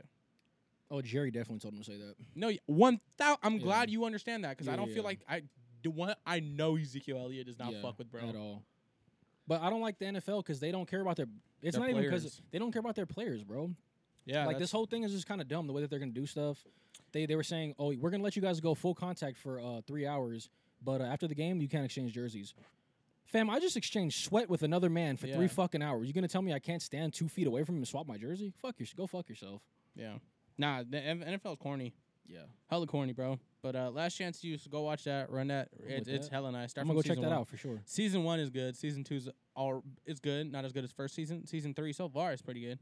Speaker 2: Oh, Jerry definitely told him to say that.
Speaker 1: no, y- one thousand. I'm
Speaker 2: Yeah.
Speaker 1: glad you understand that because
Speaker 2: Yeah,
Speaker 1: I don't
Speaker 2: yeah.
Speaker 1: feel like I the one I know Ezekiel Elliott does not
Speaker 2: Yeah,
Speaker 1: fuck with bro.
Speaker 2: at all. But I don't like the NFL because they don't care about their. It's
Speaker 1: Their
Speaker 2: not even because
Speaker 1: players.
Speaker 2: they don't care about their players, bro.
Speaker 1: Yeah,
Speaker 2: like this whole thing is just kind of dumb the way that they're gonna do stuff. They they were saying, oh, we're gonna let you guys go full contact for uh, three hours, but uh, after the game you can't exchange jerseys. Fam, I just exchanged sweat with another man for three
Speaker 1: Yeah.
Speaker 2: fucking hours. You gonna tell me I can't stand two feet away from him and swap my jersey? Fuck your, go fuck yourself.
Speaker 1: yeah. Nah, the NFL's corny.
Speaker 2: Yeah,
Speaker 1: Hella corny, bro. But uh, last chance to use go watch that, run that. It's,
Speaker 2: with
Speaker 1: it's
Speaker 2: that.
Speaker 1: hella nice. Start
Speaker 2: I'm gonna go
Speaker 1: from
Speaker 2: check
Speaker 1: season
Speaker 2: that
Speaker 1: one.
Speaker 2: out for sure.
Speaker 1: Season one is good. Season two's all it's good, not as good as first season. Season three so far is pretty good.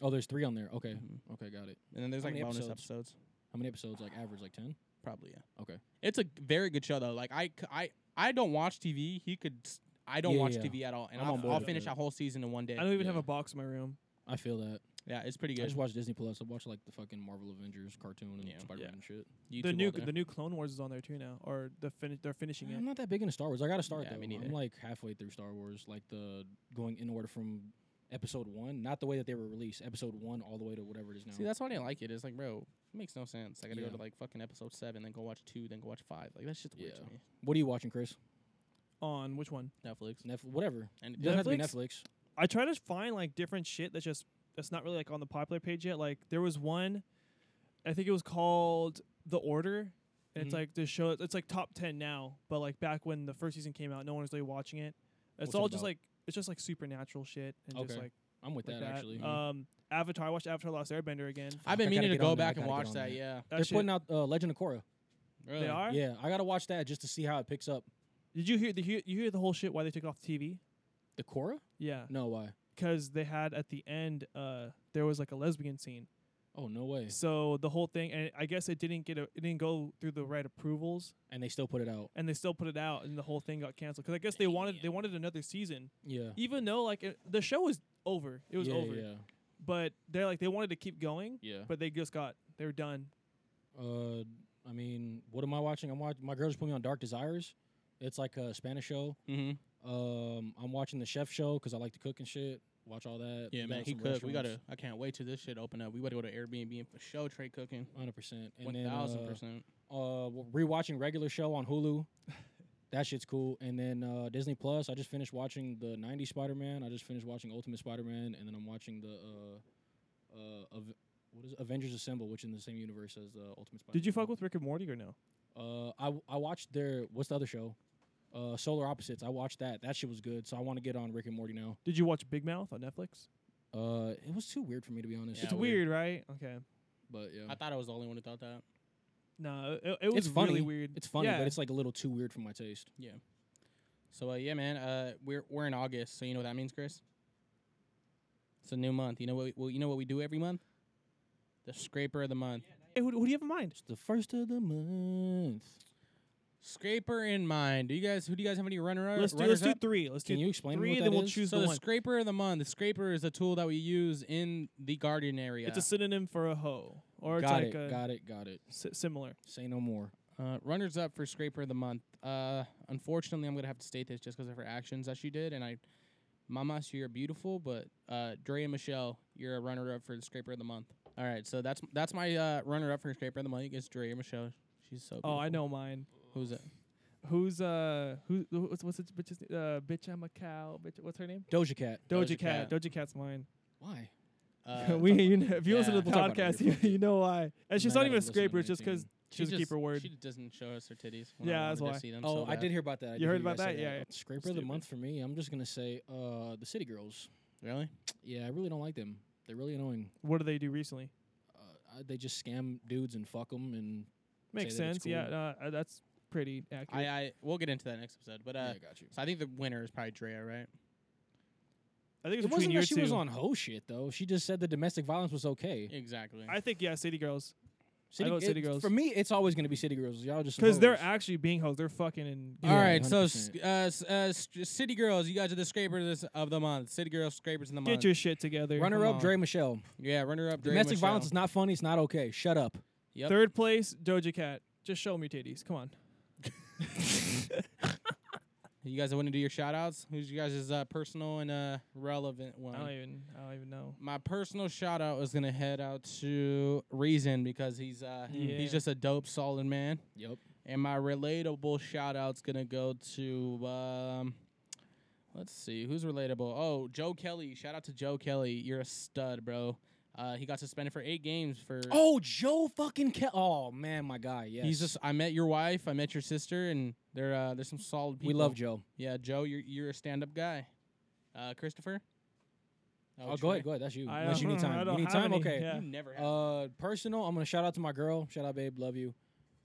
Speaker 2: Oh, there's three on there. Okay,
Speaker 1: Mhm.
Speaker 2: okay, got it.
Speaker 1: And then there's
Speaker 2: How
Speaker 1: like
Speaker 2: many
Speaker 1: bonus
Speaker 2: episodes?
Speaker 1: episodes.
Speaker 2: How many episodes? Like average, like ten.
Speaker 1: Probably yeah.
Speaker 2: Okay.
Speaker 1: It's a very good show though. Like I c- I I don't watch TV. He could. s- I don't
Speaker 2: Yeah,
Speaker 1: watch
Speaker 2: yeah.
Speaker 1: TV at all, and
Speaker 2: I'm
Speaker 1: i
Speaker 2: on
Speaker 1: will
Speaker 2: board
Speaker 1: I'll
Speaker 2: with
Speaker 1: finish
Speaker 2: that.
Speaker 1: that whole season in one day.
Speaker 6: I don't even have
Speaker 2: Yeah.
Speaker 6: a box in my room.
Speaker 2: I feel that.
Speaker 1: Yeah, it's pretty
Speaker 2: I
Speaker 1: good.
Speaker 2: just watched Disney Plus. I watched like the fucking Marvel Avengers cartoon and
Speaker 1: Yeah.
Speaker 2: Spider Man
Speaker 6: Yeah.
Speaker 2: and shit.
Speaker 1: YouTube
Speaker 6: The
Speaker 1: all
Speaker 6: new
Speaker 1: day.
Speaker 6: the new Clone Wars is on there too now, or the fin- they're finishing
Speaker 2: I'm
Speaker 6: it.
Speaker 2: not that big into Star Wars. I gotta start
Speaker 1: Yeah,
Speaker 2: though.
Speaker 1: me
Speaker 2: I'm
Speaker 1: neither.
Speaker 2: like halfway through Star Wars, like the going in order from episode one, not the way that they were released, episode one all the way to whatever it is now.
Speaker 1: See, that's why I didn't like it. It's like, bro, it makes no sense. I gotta
Speaker 2: Yeah.
Speaker 1: go to like fucking episode seven, then go watch two, then go watch five. Like that's just weird
Speaker 2: Yeah.
Speaker 1: to me.
Speaker 2: what are you watching, Chris?
Speaker 1: Mm-hmm.
Speaker 6: On which one?
Speaker 1: Netflix.
Speaker 2: Netflix, whatever.
Speaker 1: And
Speaker 2: It doesn't have to be
Speaker 6: Netflix?
Speaker 2: Netflix.
Speaker 6: I try to find like different shit that's just that's not really like on the popular page yet. Like there was one, I think it was called The Order, and it's
Speaker 2: Mm-hmm.
Speaker 1: Mhm.
Speaker 6: like this show. It's like top ten now, but like back when the first season came out, no one was really watching it. It's
Speaker 2: What's it
Speaker 6: all just
Speaker 2: about?
Speaker 6: like it's just like supernatural shit and just
Speaker 2: Okay.
Speaker 6: like,
Speaker 2: I'm with
Speaker 6: like
Speaker 2: that,
Speaker 6: that.
Speaker 2: actually. hmm.
Speaker 6: Um, Avatar. I watched Avatar: Last Airbender again.
Speaker 1: I've
Speaker 2: I
Speaker 1: been meaning
Speaker 2: gotta
Speaker 1: to
Speaker 2: get on
Speaker 1: go
Speaker 2: that. I
Speaker 1: back and
Speaker 2: gotta
Speaker 1: watch
Speaker 2: get on
Speaker 1: that.
Speaker 2: that.
Speaker 1: Yeah,
Speaker 6: That
Speaker 2: They're
Speaker 6: shit-
Speaker 2: putting out uh, Legend of Korra.
Speaker 1: really.
Speaker 6: they are.
Speaker 2: Yeah, I gotta watch that just to see how it picks up.
Speaker 6: Did you hear the hear, you hear the whole shit why they took it off the TV?
Speaker 2: The Korra?
Speaker 6: Yeah,
Speaker 2: No, why?
Speaker 6: because they had at the end uh there was like a lesbian scene.
Speaker 2: Oh, no way.
Speaker 6: So the whole thing, and I guess it didn't get a, it didn't go through the right approvals,
Speaker 2: And they still put it out.
Speaker 6: and they still put it out, and the whole thing got canceled. Because I guess they wanted they wanted another season,
Speaker 2: Yeah.
Speaker 6: even though like it, the show was over, it was
Speaker 2: yeah,
Speaker 6: over.
Speaker 2: Yeah.
Speaker 6: But they're like they wanted to keep going,
Speaker 2: Yeah.
Speaker 6: but they just got they were done.
Speaker 2: Uh, I mean, what am I watching? I'm watching. My girl's put me on Dark Desires. It's like a Spanish show.
Speaker 1: Mm-hmm.
Speaker 2: Um, I'm watching the chef show because I like to cook and shit. Watch all that.
Speaker 1: Yeah,
Speaker 2: Go
Speaker 1: man,
Speaker 2: to
Speaker 1: he
Speaker 2: some
Speaker 1: cooked. We gotta.
Speaker 2: restaurants.
Speaker 1: I can't wait till this shit open up. We gotta go to Airbnb and for show Trey cooking.
Speaker 2: 100%.
Speaker 1: One
Speaker 2: And then
Speaker 1: thousand
Speaker 2: uh,
Speaker 1: percent.
Speaker 2: uh, w- rewatching regular show on Hulu. that shit's cool. And then uh, Disney Plus. I just finished watching the '90s Spider-Man. I just finished watching Ultimate Spider-Man, and then I'm watching the uh, uh, of what is it? Avengers Assemble, which in the same universe as the Ultimate Spider.
Speaker 6: Did you fuck with Rick and Morty or no?
Speaker 2: Uh, I w- I watched their what's the other show? Uh, Solar Opposites. I watched that. That shit was good. So I want to get on Rick and Morty now.
Speaker 6: Did you watch Big Mouth on Netflix?
Speaker 2: Uh, it was too weird for me to be honest.
Speaker 1: Yeah,
Speaker 6: it's weird, right? Okay.
Speaker 2: but yeah,
Speaker 1: I thought I was the only one who thought that.
Speaker 6: No, it, it was
Speaker 2: it's funny.
Speaker 6: really weird.
Speaker 2: It's funny,
Speaker 6: Yeah.
Speaker 2: but it's like a little too weird for my taste.
Speaker 1: So uh, yeah, man, uh, we're we're in August, so you know what that means, Chris. It's a new month. You know what? We, well, you know what we do every month. The scraper of the month.
Speaker 6: Hey, who, who do you have in mind?
Speaker 2: It's the first of the month.
Speaker 1: Scraper in mind. Do you guys? Who do you guys have any runner uh, up?
Speaker 6: Let's do let's do three. Let's
Speaker 2: Can
Speaker 6: do
Speaker 2: you explain to me
Speaker 6: three,
Speaker 2: what
Speaker 6: then
Speaker 2: that
Speaker 6: we'll
Speaker 2: is?
Speaker 6: choose
Speaker 1: So
Speaker 6: the
Speaker 1: the
Speaker 6: one.
Speaker 1: scraper of the month. The scraper is a tool that we use in the garden area.
Speaker 6: It's a synonym for a hoe, or it's
Speaker 2: got
Speaker 6: like
Speaker 2: it,
Speaker 6: a
Speaker 2: got it, got it.
Speaker 6: si- similar.
Speaker 2: Say no more.
Speaker 1: Uh, runners up for scraper of the month. Uh, unfortunately, I'm gonna have to state this just because of her actions that she did, and I, Mamas, you're beautiful, but uh, Dre and Michelle, you're a runner up for the scraper of the month. All right, so that's that's my uh, runner up for scraper of the month. It's Dre and Michelle. She's so.
Speaker 6: Oh, I
Speaker 1: beautiful.
Speaker 6: know mine.
Speaker 1: Who's it?
Speaker 6: Who's uh who what's what's it bitch's name? Uh, bitch I'm a cow. Bitch, what's her name?
Speaker 2: Doja Cat.
Speaker 6: Doja,
Speaker 1: Doja Cat.
Speaker 6: Cat. Doja Cat's mine.
Speaker 2: Why?
Speaker 1: Uh,
Speaker 6: we you know, if you listen to
Speaker 1: yeah.
Speaker 6: the
Speaker 2: We'll talk about it
Speaker 6: podcast,
Speaker 2: later.
Speaker 6: you, you know why. And she's
Speaker 2: not
Speaker 6: not even a
Speaker 2: gonna listen to
Speaker 6: scraper. It's just because
Speaker 2: anything.
Speaker 6: she doesn't keep her word.
Speaker 1: She doesn't show us her titties.
Speaker 6: Yeah, that's
Speaker 1: I wanted
Speaker 6: why.
Speaker 1: To see them
Speaker 2: Oh,
Speaker 1: so
Speaker 2: I
Speaker 1: bad.
Speaker 2: did hear about that. I
Speaker 6: You
Speaker 2: did
Speaker 6: heard
Speaker 2: hear
Speaker 6: about
Speaker 2: guys say
Speaker 6: that? Yeah, yeah.
Speaker 2: Scraper of the
Speaker 6: Stupid.
Speaker 2: month for me. I'm just gonna say uh, the City Girls.
Speaker 1: Really?
Speaker 2: Yeah, I really don't like them. They're really annoying.
Speaker 6: what do they do recently?
Speaker 2: Uh, I- they just scam dudes and fuck them and
Speaker 6: Makes
Speaker 2: that it's
Speaker 6: sense. Yeah,
Speaker 2: cool. uh,
Speaker 6: no, uh, that's pretty accurate.
Speaker 1: I, I we'll get into that next episode, but uh,
Speaker 2: yeah, I got you.
Speaker 1: so I think the winner is probably Drea, right?
Speaker 6: I think it's
Speaker 2: It
Speaker 6: between
Speaker 2: wasn't
Speaker 6: your
Speaker 2: that she
Speaker 6: two.
Speaker 2: was on hoe shit though. She just said the domestic violence was okay.
Speaker 1: Exactly.
Speaker 6: I think yeah, City Girls,
Speaker 2: City,
Speaker 6: vote City Girls.
Speaker 2: For me, it's always gonna be City Girls. Y'all just
Speaker 6: because they're
Speaker 2: hoes.
Speaker 6: actually being hoes. They're fucking and
Speaker 1: All
Speaker 2: Yeah,
Speaker 1: right, so s- uh, s- uh, s- City Girls, you guys are the scrapers this- of the month. City Girls, scrapers in the month.
Speaker 6: get your shit together.
Speaker 2: runner
Speaker 1: come
Speaker 2: up
Speaker 1: on.
Speaker 2: Dre Michelle.
Speaker 1: yeah, runner up. Dre
Speaker 2: domestic
Speaker 1: Michelle.
Speaker 2: violence is not funny. It's not okay. Shut up.
Speaker 1: Yep.
Speaker 6: Third place, Doja Cat. Just show me your titties. Come on.
Speaker 1: You guys want to do your shout outs? Who's you guys' uh, personal and uh, relevant one?
Speaker 6: I don't even. I don't even know.
Speaker 1: My personal shout out is gonna head out to Reason because he's uh,
Speaker 6: Yeah.
Speaker 1: he's just a dope, solid man.
Speaker 2: Yep.
Speaker 1: And my relatable shout out's gonna go to um let's see, who's relatable? Oh, Joe Kelly. Shout out to Joe Kelly. You're a stud, bro. Uh, he got suspended for eight games for
Speaker 2: Oh, Joe fucking. Ke- oh man, my guy. Yes.
Speaker 1: He's just I met your wife, I met your sister, and they're uh there's some solid people.
Speaker 2: We love Joe.
Speaker 1: Yeah, Joe, you're you're a stand up guy. Uh Christopher?
Speaker 2: Oh, go ahead, go ahead. That's you.
Speaker 6: I
Speaker 2: Unless you
Speaker 6: don't-
Speaker 2: need
Speaker 6: I
Speaker 2: time. You
Speaker 6: don't
Speaker 2: need
Speaker 6: have
Speaker 2: time.
Speaker 6: any,
Speaker 2: Okay.
Speaker 6: yeah.
Speaker 1: You never have.
Speaker 2: Uh, personal. I'm gonna shout out to my girl. Shout out, babe. Love you.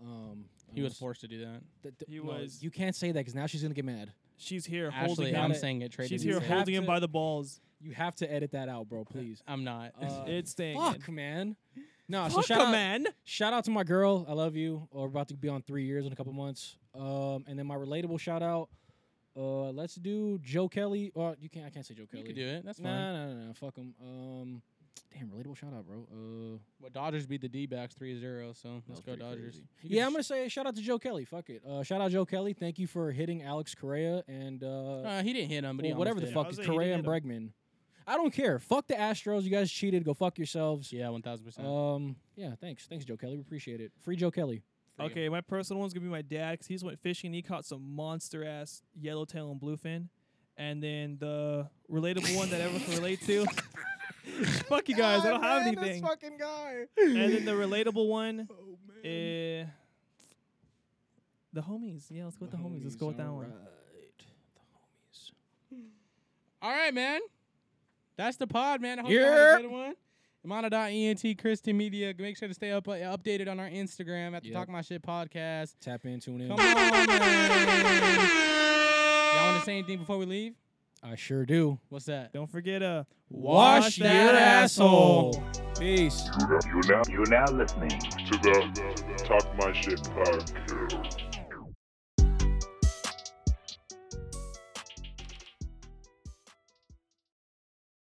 Speaker 2: Um,
Speaker 1: he was
Speaker 2: almost-
Speaker 1: forced to do that.
Speaker 2: th- th-
Speaker 6: He
Speaker 2: no,
Speaker 6: was-
Speaker 2: You can't say that because now she's gonna get mad.
Speaker 6: She's here
Speaker 1: Actually,
Speaker 6: holding.
Speaker 1: I'm
Speaker 6: him.
Speaker 2: gotta-
Speaker 1: saying it traded.
Speaker 6: She's
Speaker 2: you
Speaker 6: here
Speaker 2: have
Speaker 6: holding him
Speaker 2: to-
Speaker 6: by the balls.
Speaker 2: You have to edit that out, bro. Please.
Speaker 1: I'm not.
Speaker 2: Uh,
Speaker 6: It's staying. in.
Speaker 2: Fuck, man. No. so
Speaker 6: Fuck
Speaker 2: shout
Speaker 6: a
Speaker 2: out,
Speaker 6: man.
Speaker 2: shout out to my girl. I love you. Or about to be on three years in a couple months. Um, and then my relatable shout out. Uh, let's do Joe Kelly. Or you can't. I can't say Joe Kelly.
Speaker 1: you could do it. That's fine.
Speaker 2: Nah, nah, nah, nah. Fuck him. Um, damn, relatable shout out, bro. Uh.
Speaker 1: Well, Dodgers beat the D backs 3 0, so let's go,
Speaker 2: pretty
Speaker 1: Dodgers.
Speaker 2: crazy.
Speaker 1: You
Speaker 2: Yeah,
Speaker 1: can
Speaker 2: I'm
Speaker 1: sh-
Speaker 2: gonna say shout out to Joe Kelly. Fuck it. Uh, shout out Joe Kelly. Thank you for hitting Alex Correa and uh,
Speaker 1: Uh, he didn't hit him, but
Speaker 2: well,
Speaker 1: he
Speaker 2: whatever the
Speaker 1: almost
Speaker 2: fuck
Speaker 6: I was
Speaker 2: is
Speaker 6: like, he
Speaker 2: Correa and
Speaker 6: didn't
Speaker 2: Bregman. I don't care. Fuck the Astros. You guys cheated. Go fuck yourselves.
Speaker 1: did. Yeah, one thousand percent.
Speaker 2: Um. Yeah. Thanks. Thanks, Joe Kelly. We appreciate it. Free Joe Kelly.
Speaker 6: Okay, my personal one's gonna be my dad because he just went fishing. and He caught some monster ass yellowtail and bluefin, and then the relatable one that everyone can relate to. Fuck you guys, I don't have anything.
Speaker 2: fucking guy. Oh,
Speaker 6: And then the relatable one, eh, the homies. Yeah, let's go with the, homies. Let's go with that one.
Speaker 1: All right, man. That's the pod, man. I hope you
Speaker 2: Yeah.
Speaker 1: had a good one. Imana.ent, Christy Media. Make sure to stay up uh, updated on our Instagram at the
Speaker 2: Yep.
Speaker 1: Talk My Shit podcast.
Speaker 2: Tap in. Tune in.
Speaker 1: Come on, man. Y'all want to say anything before we leave?
Speaker 2: I sure do.
Speaker 1: What's that?
Speaker 6: Don't forget uh,
Speaker 2: Wash
Speaker 6: that
Speaker 2: your asshole. Peace.
Speaker 5: You now, you now listening to the Talk My Shit podcast.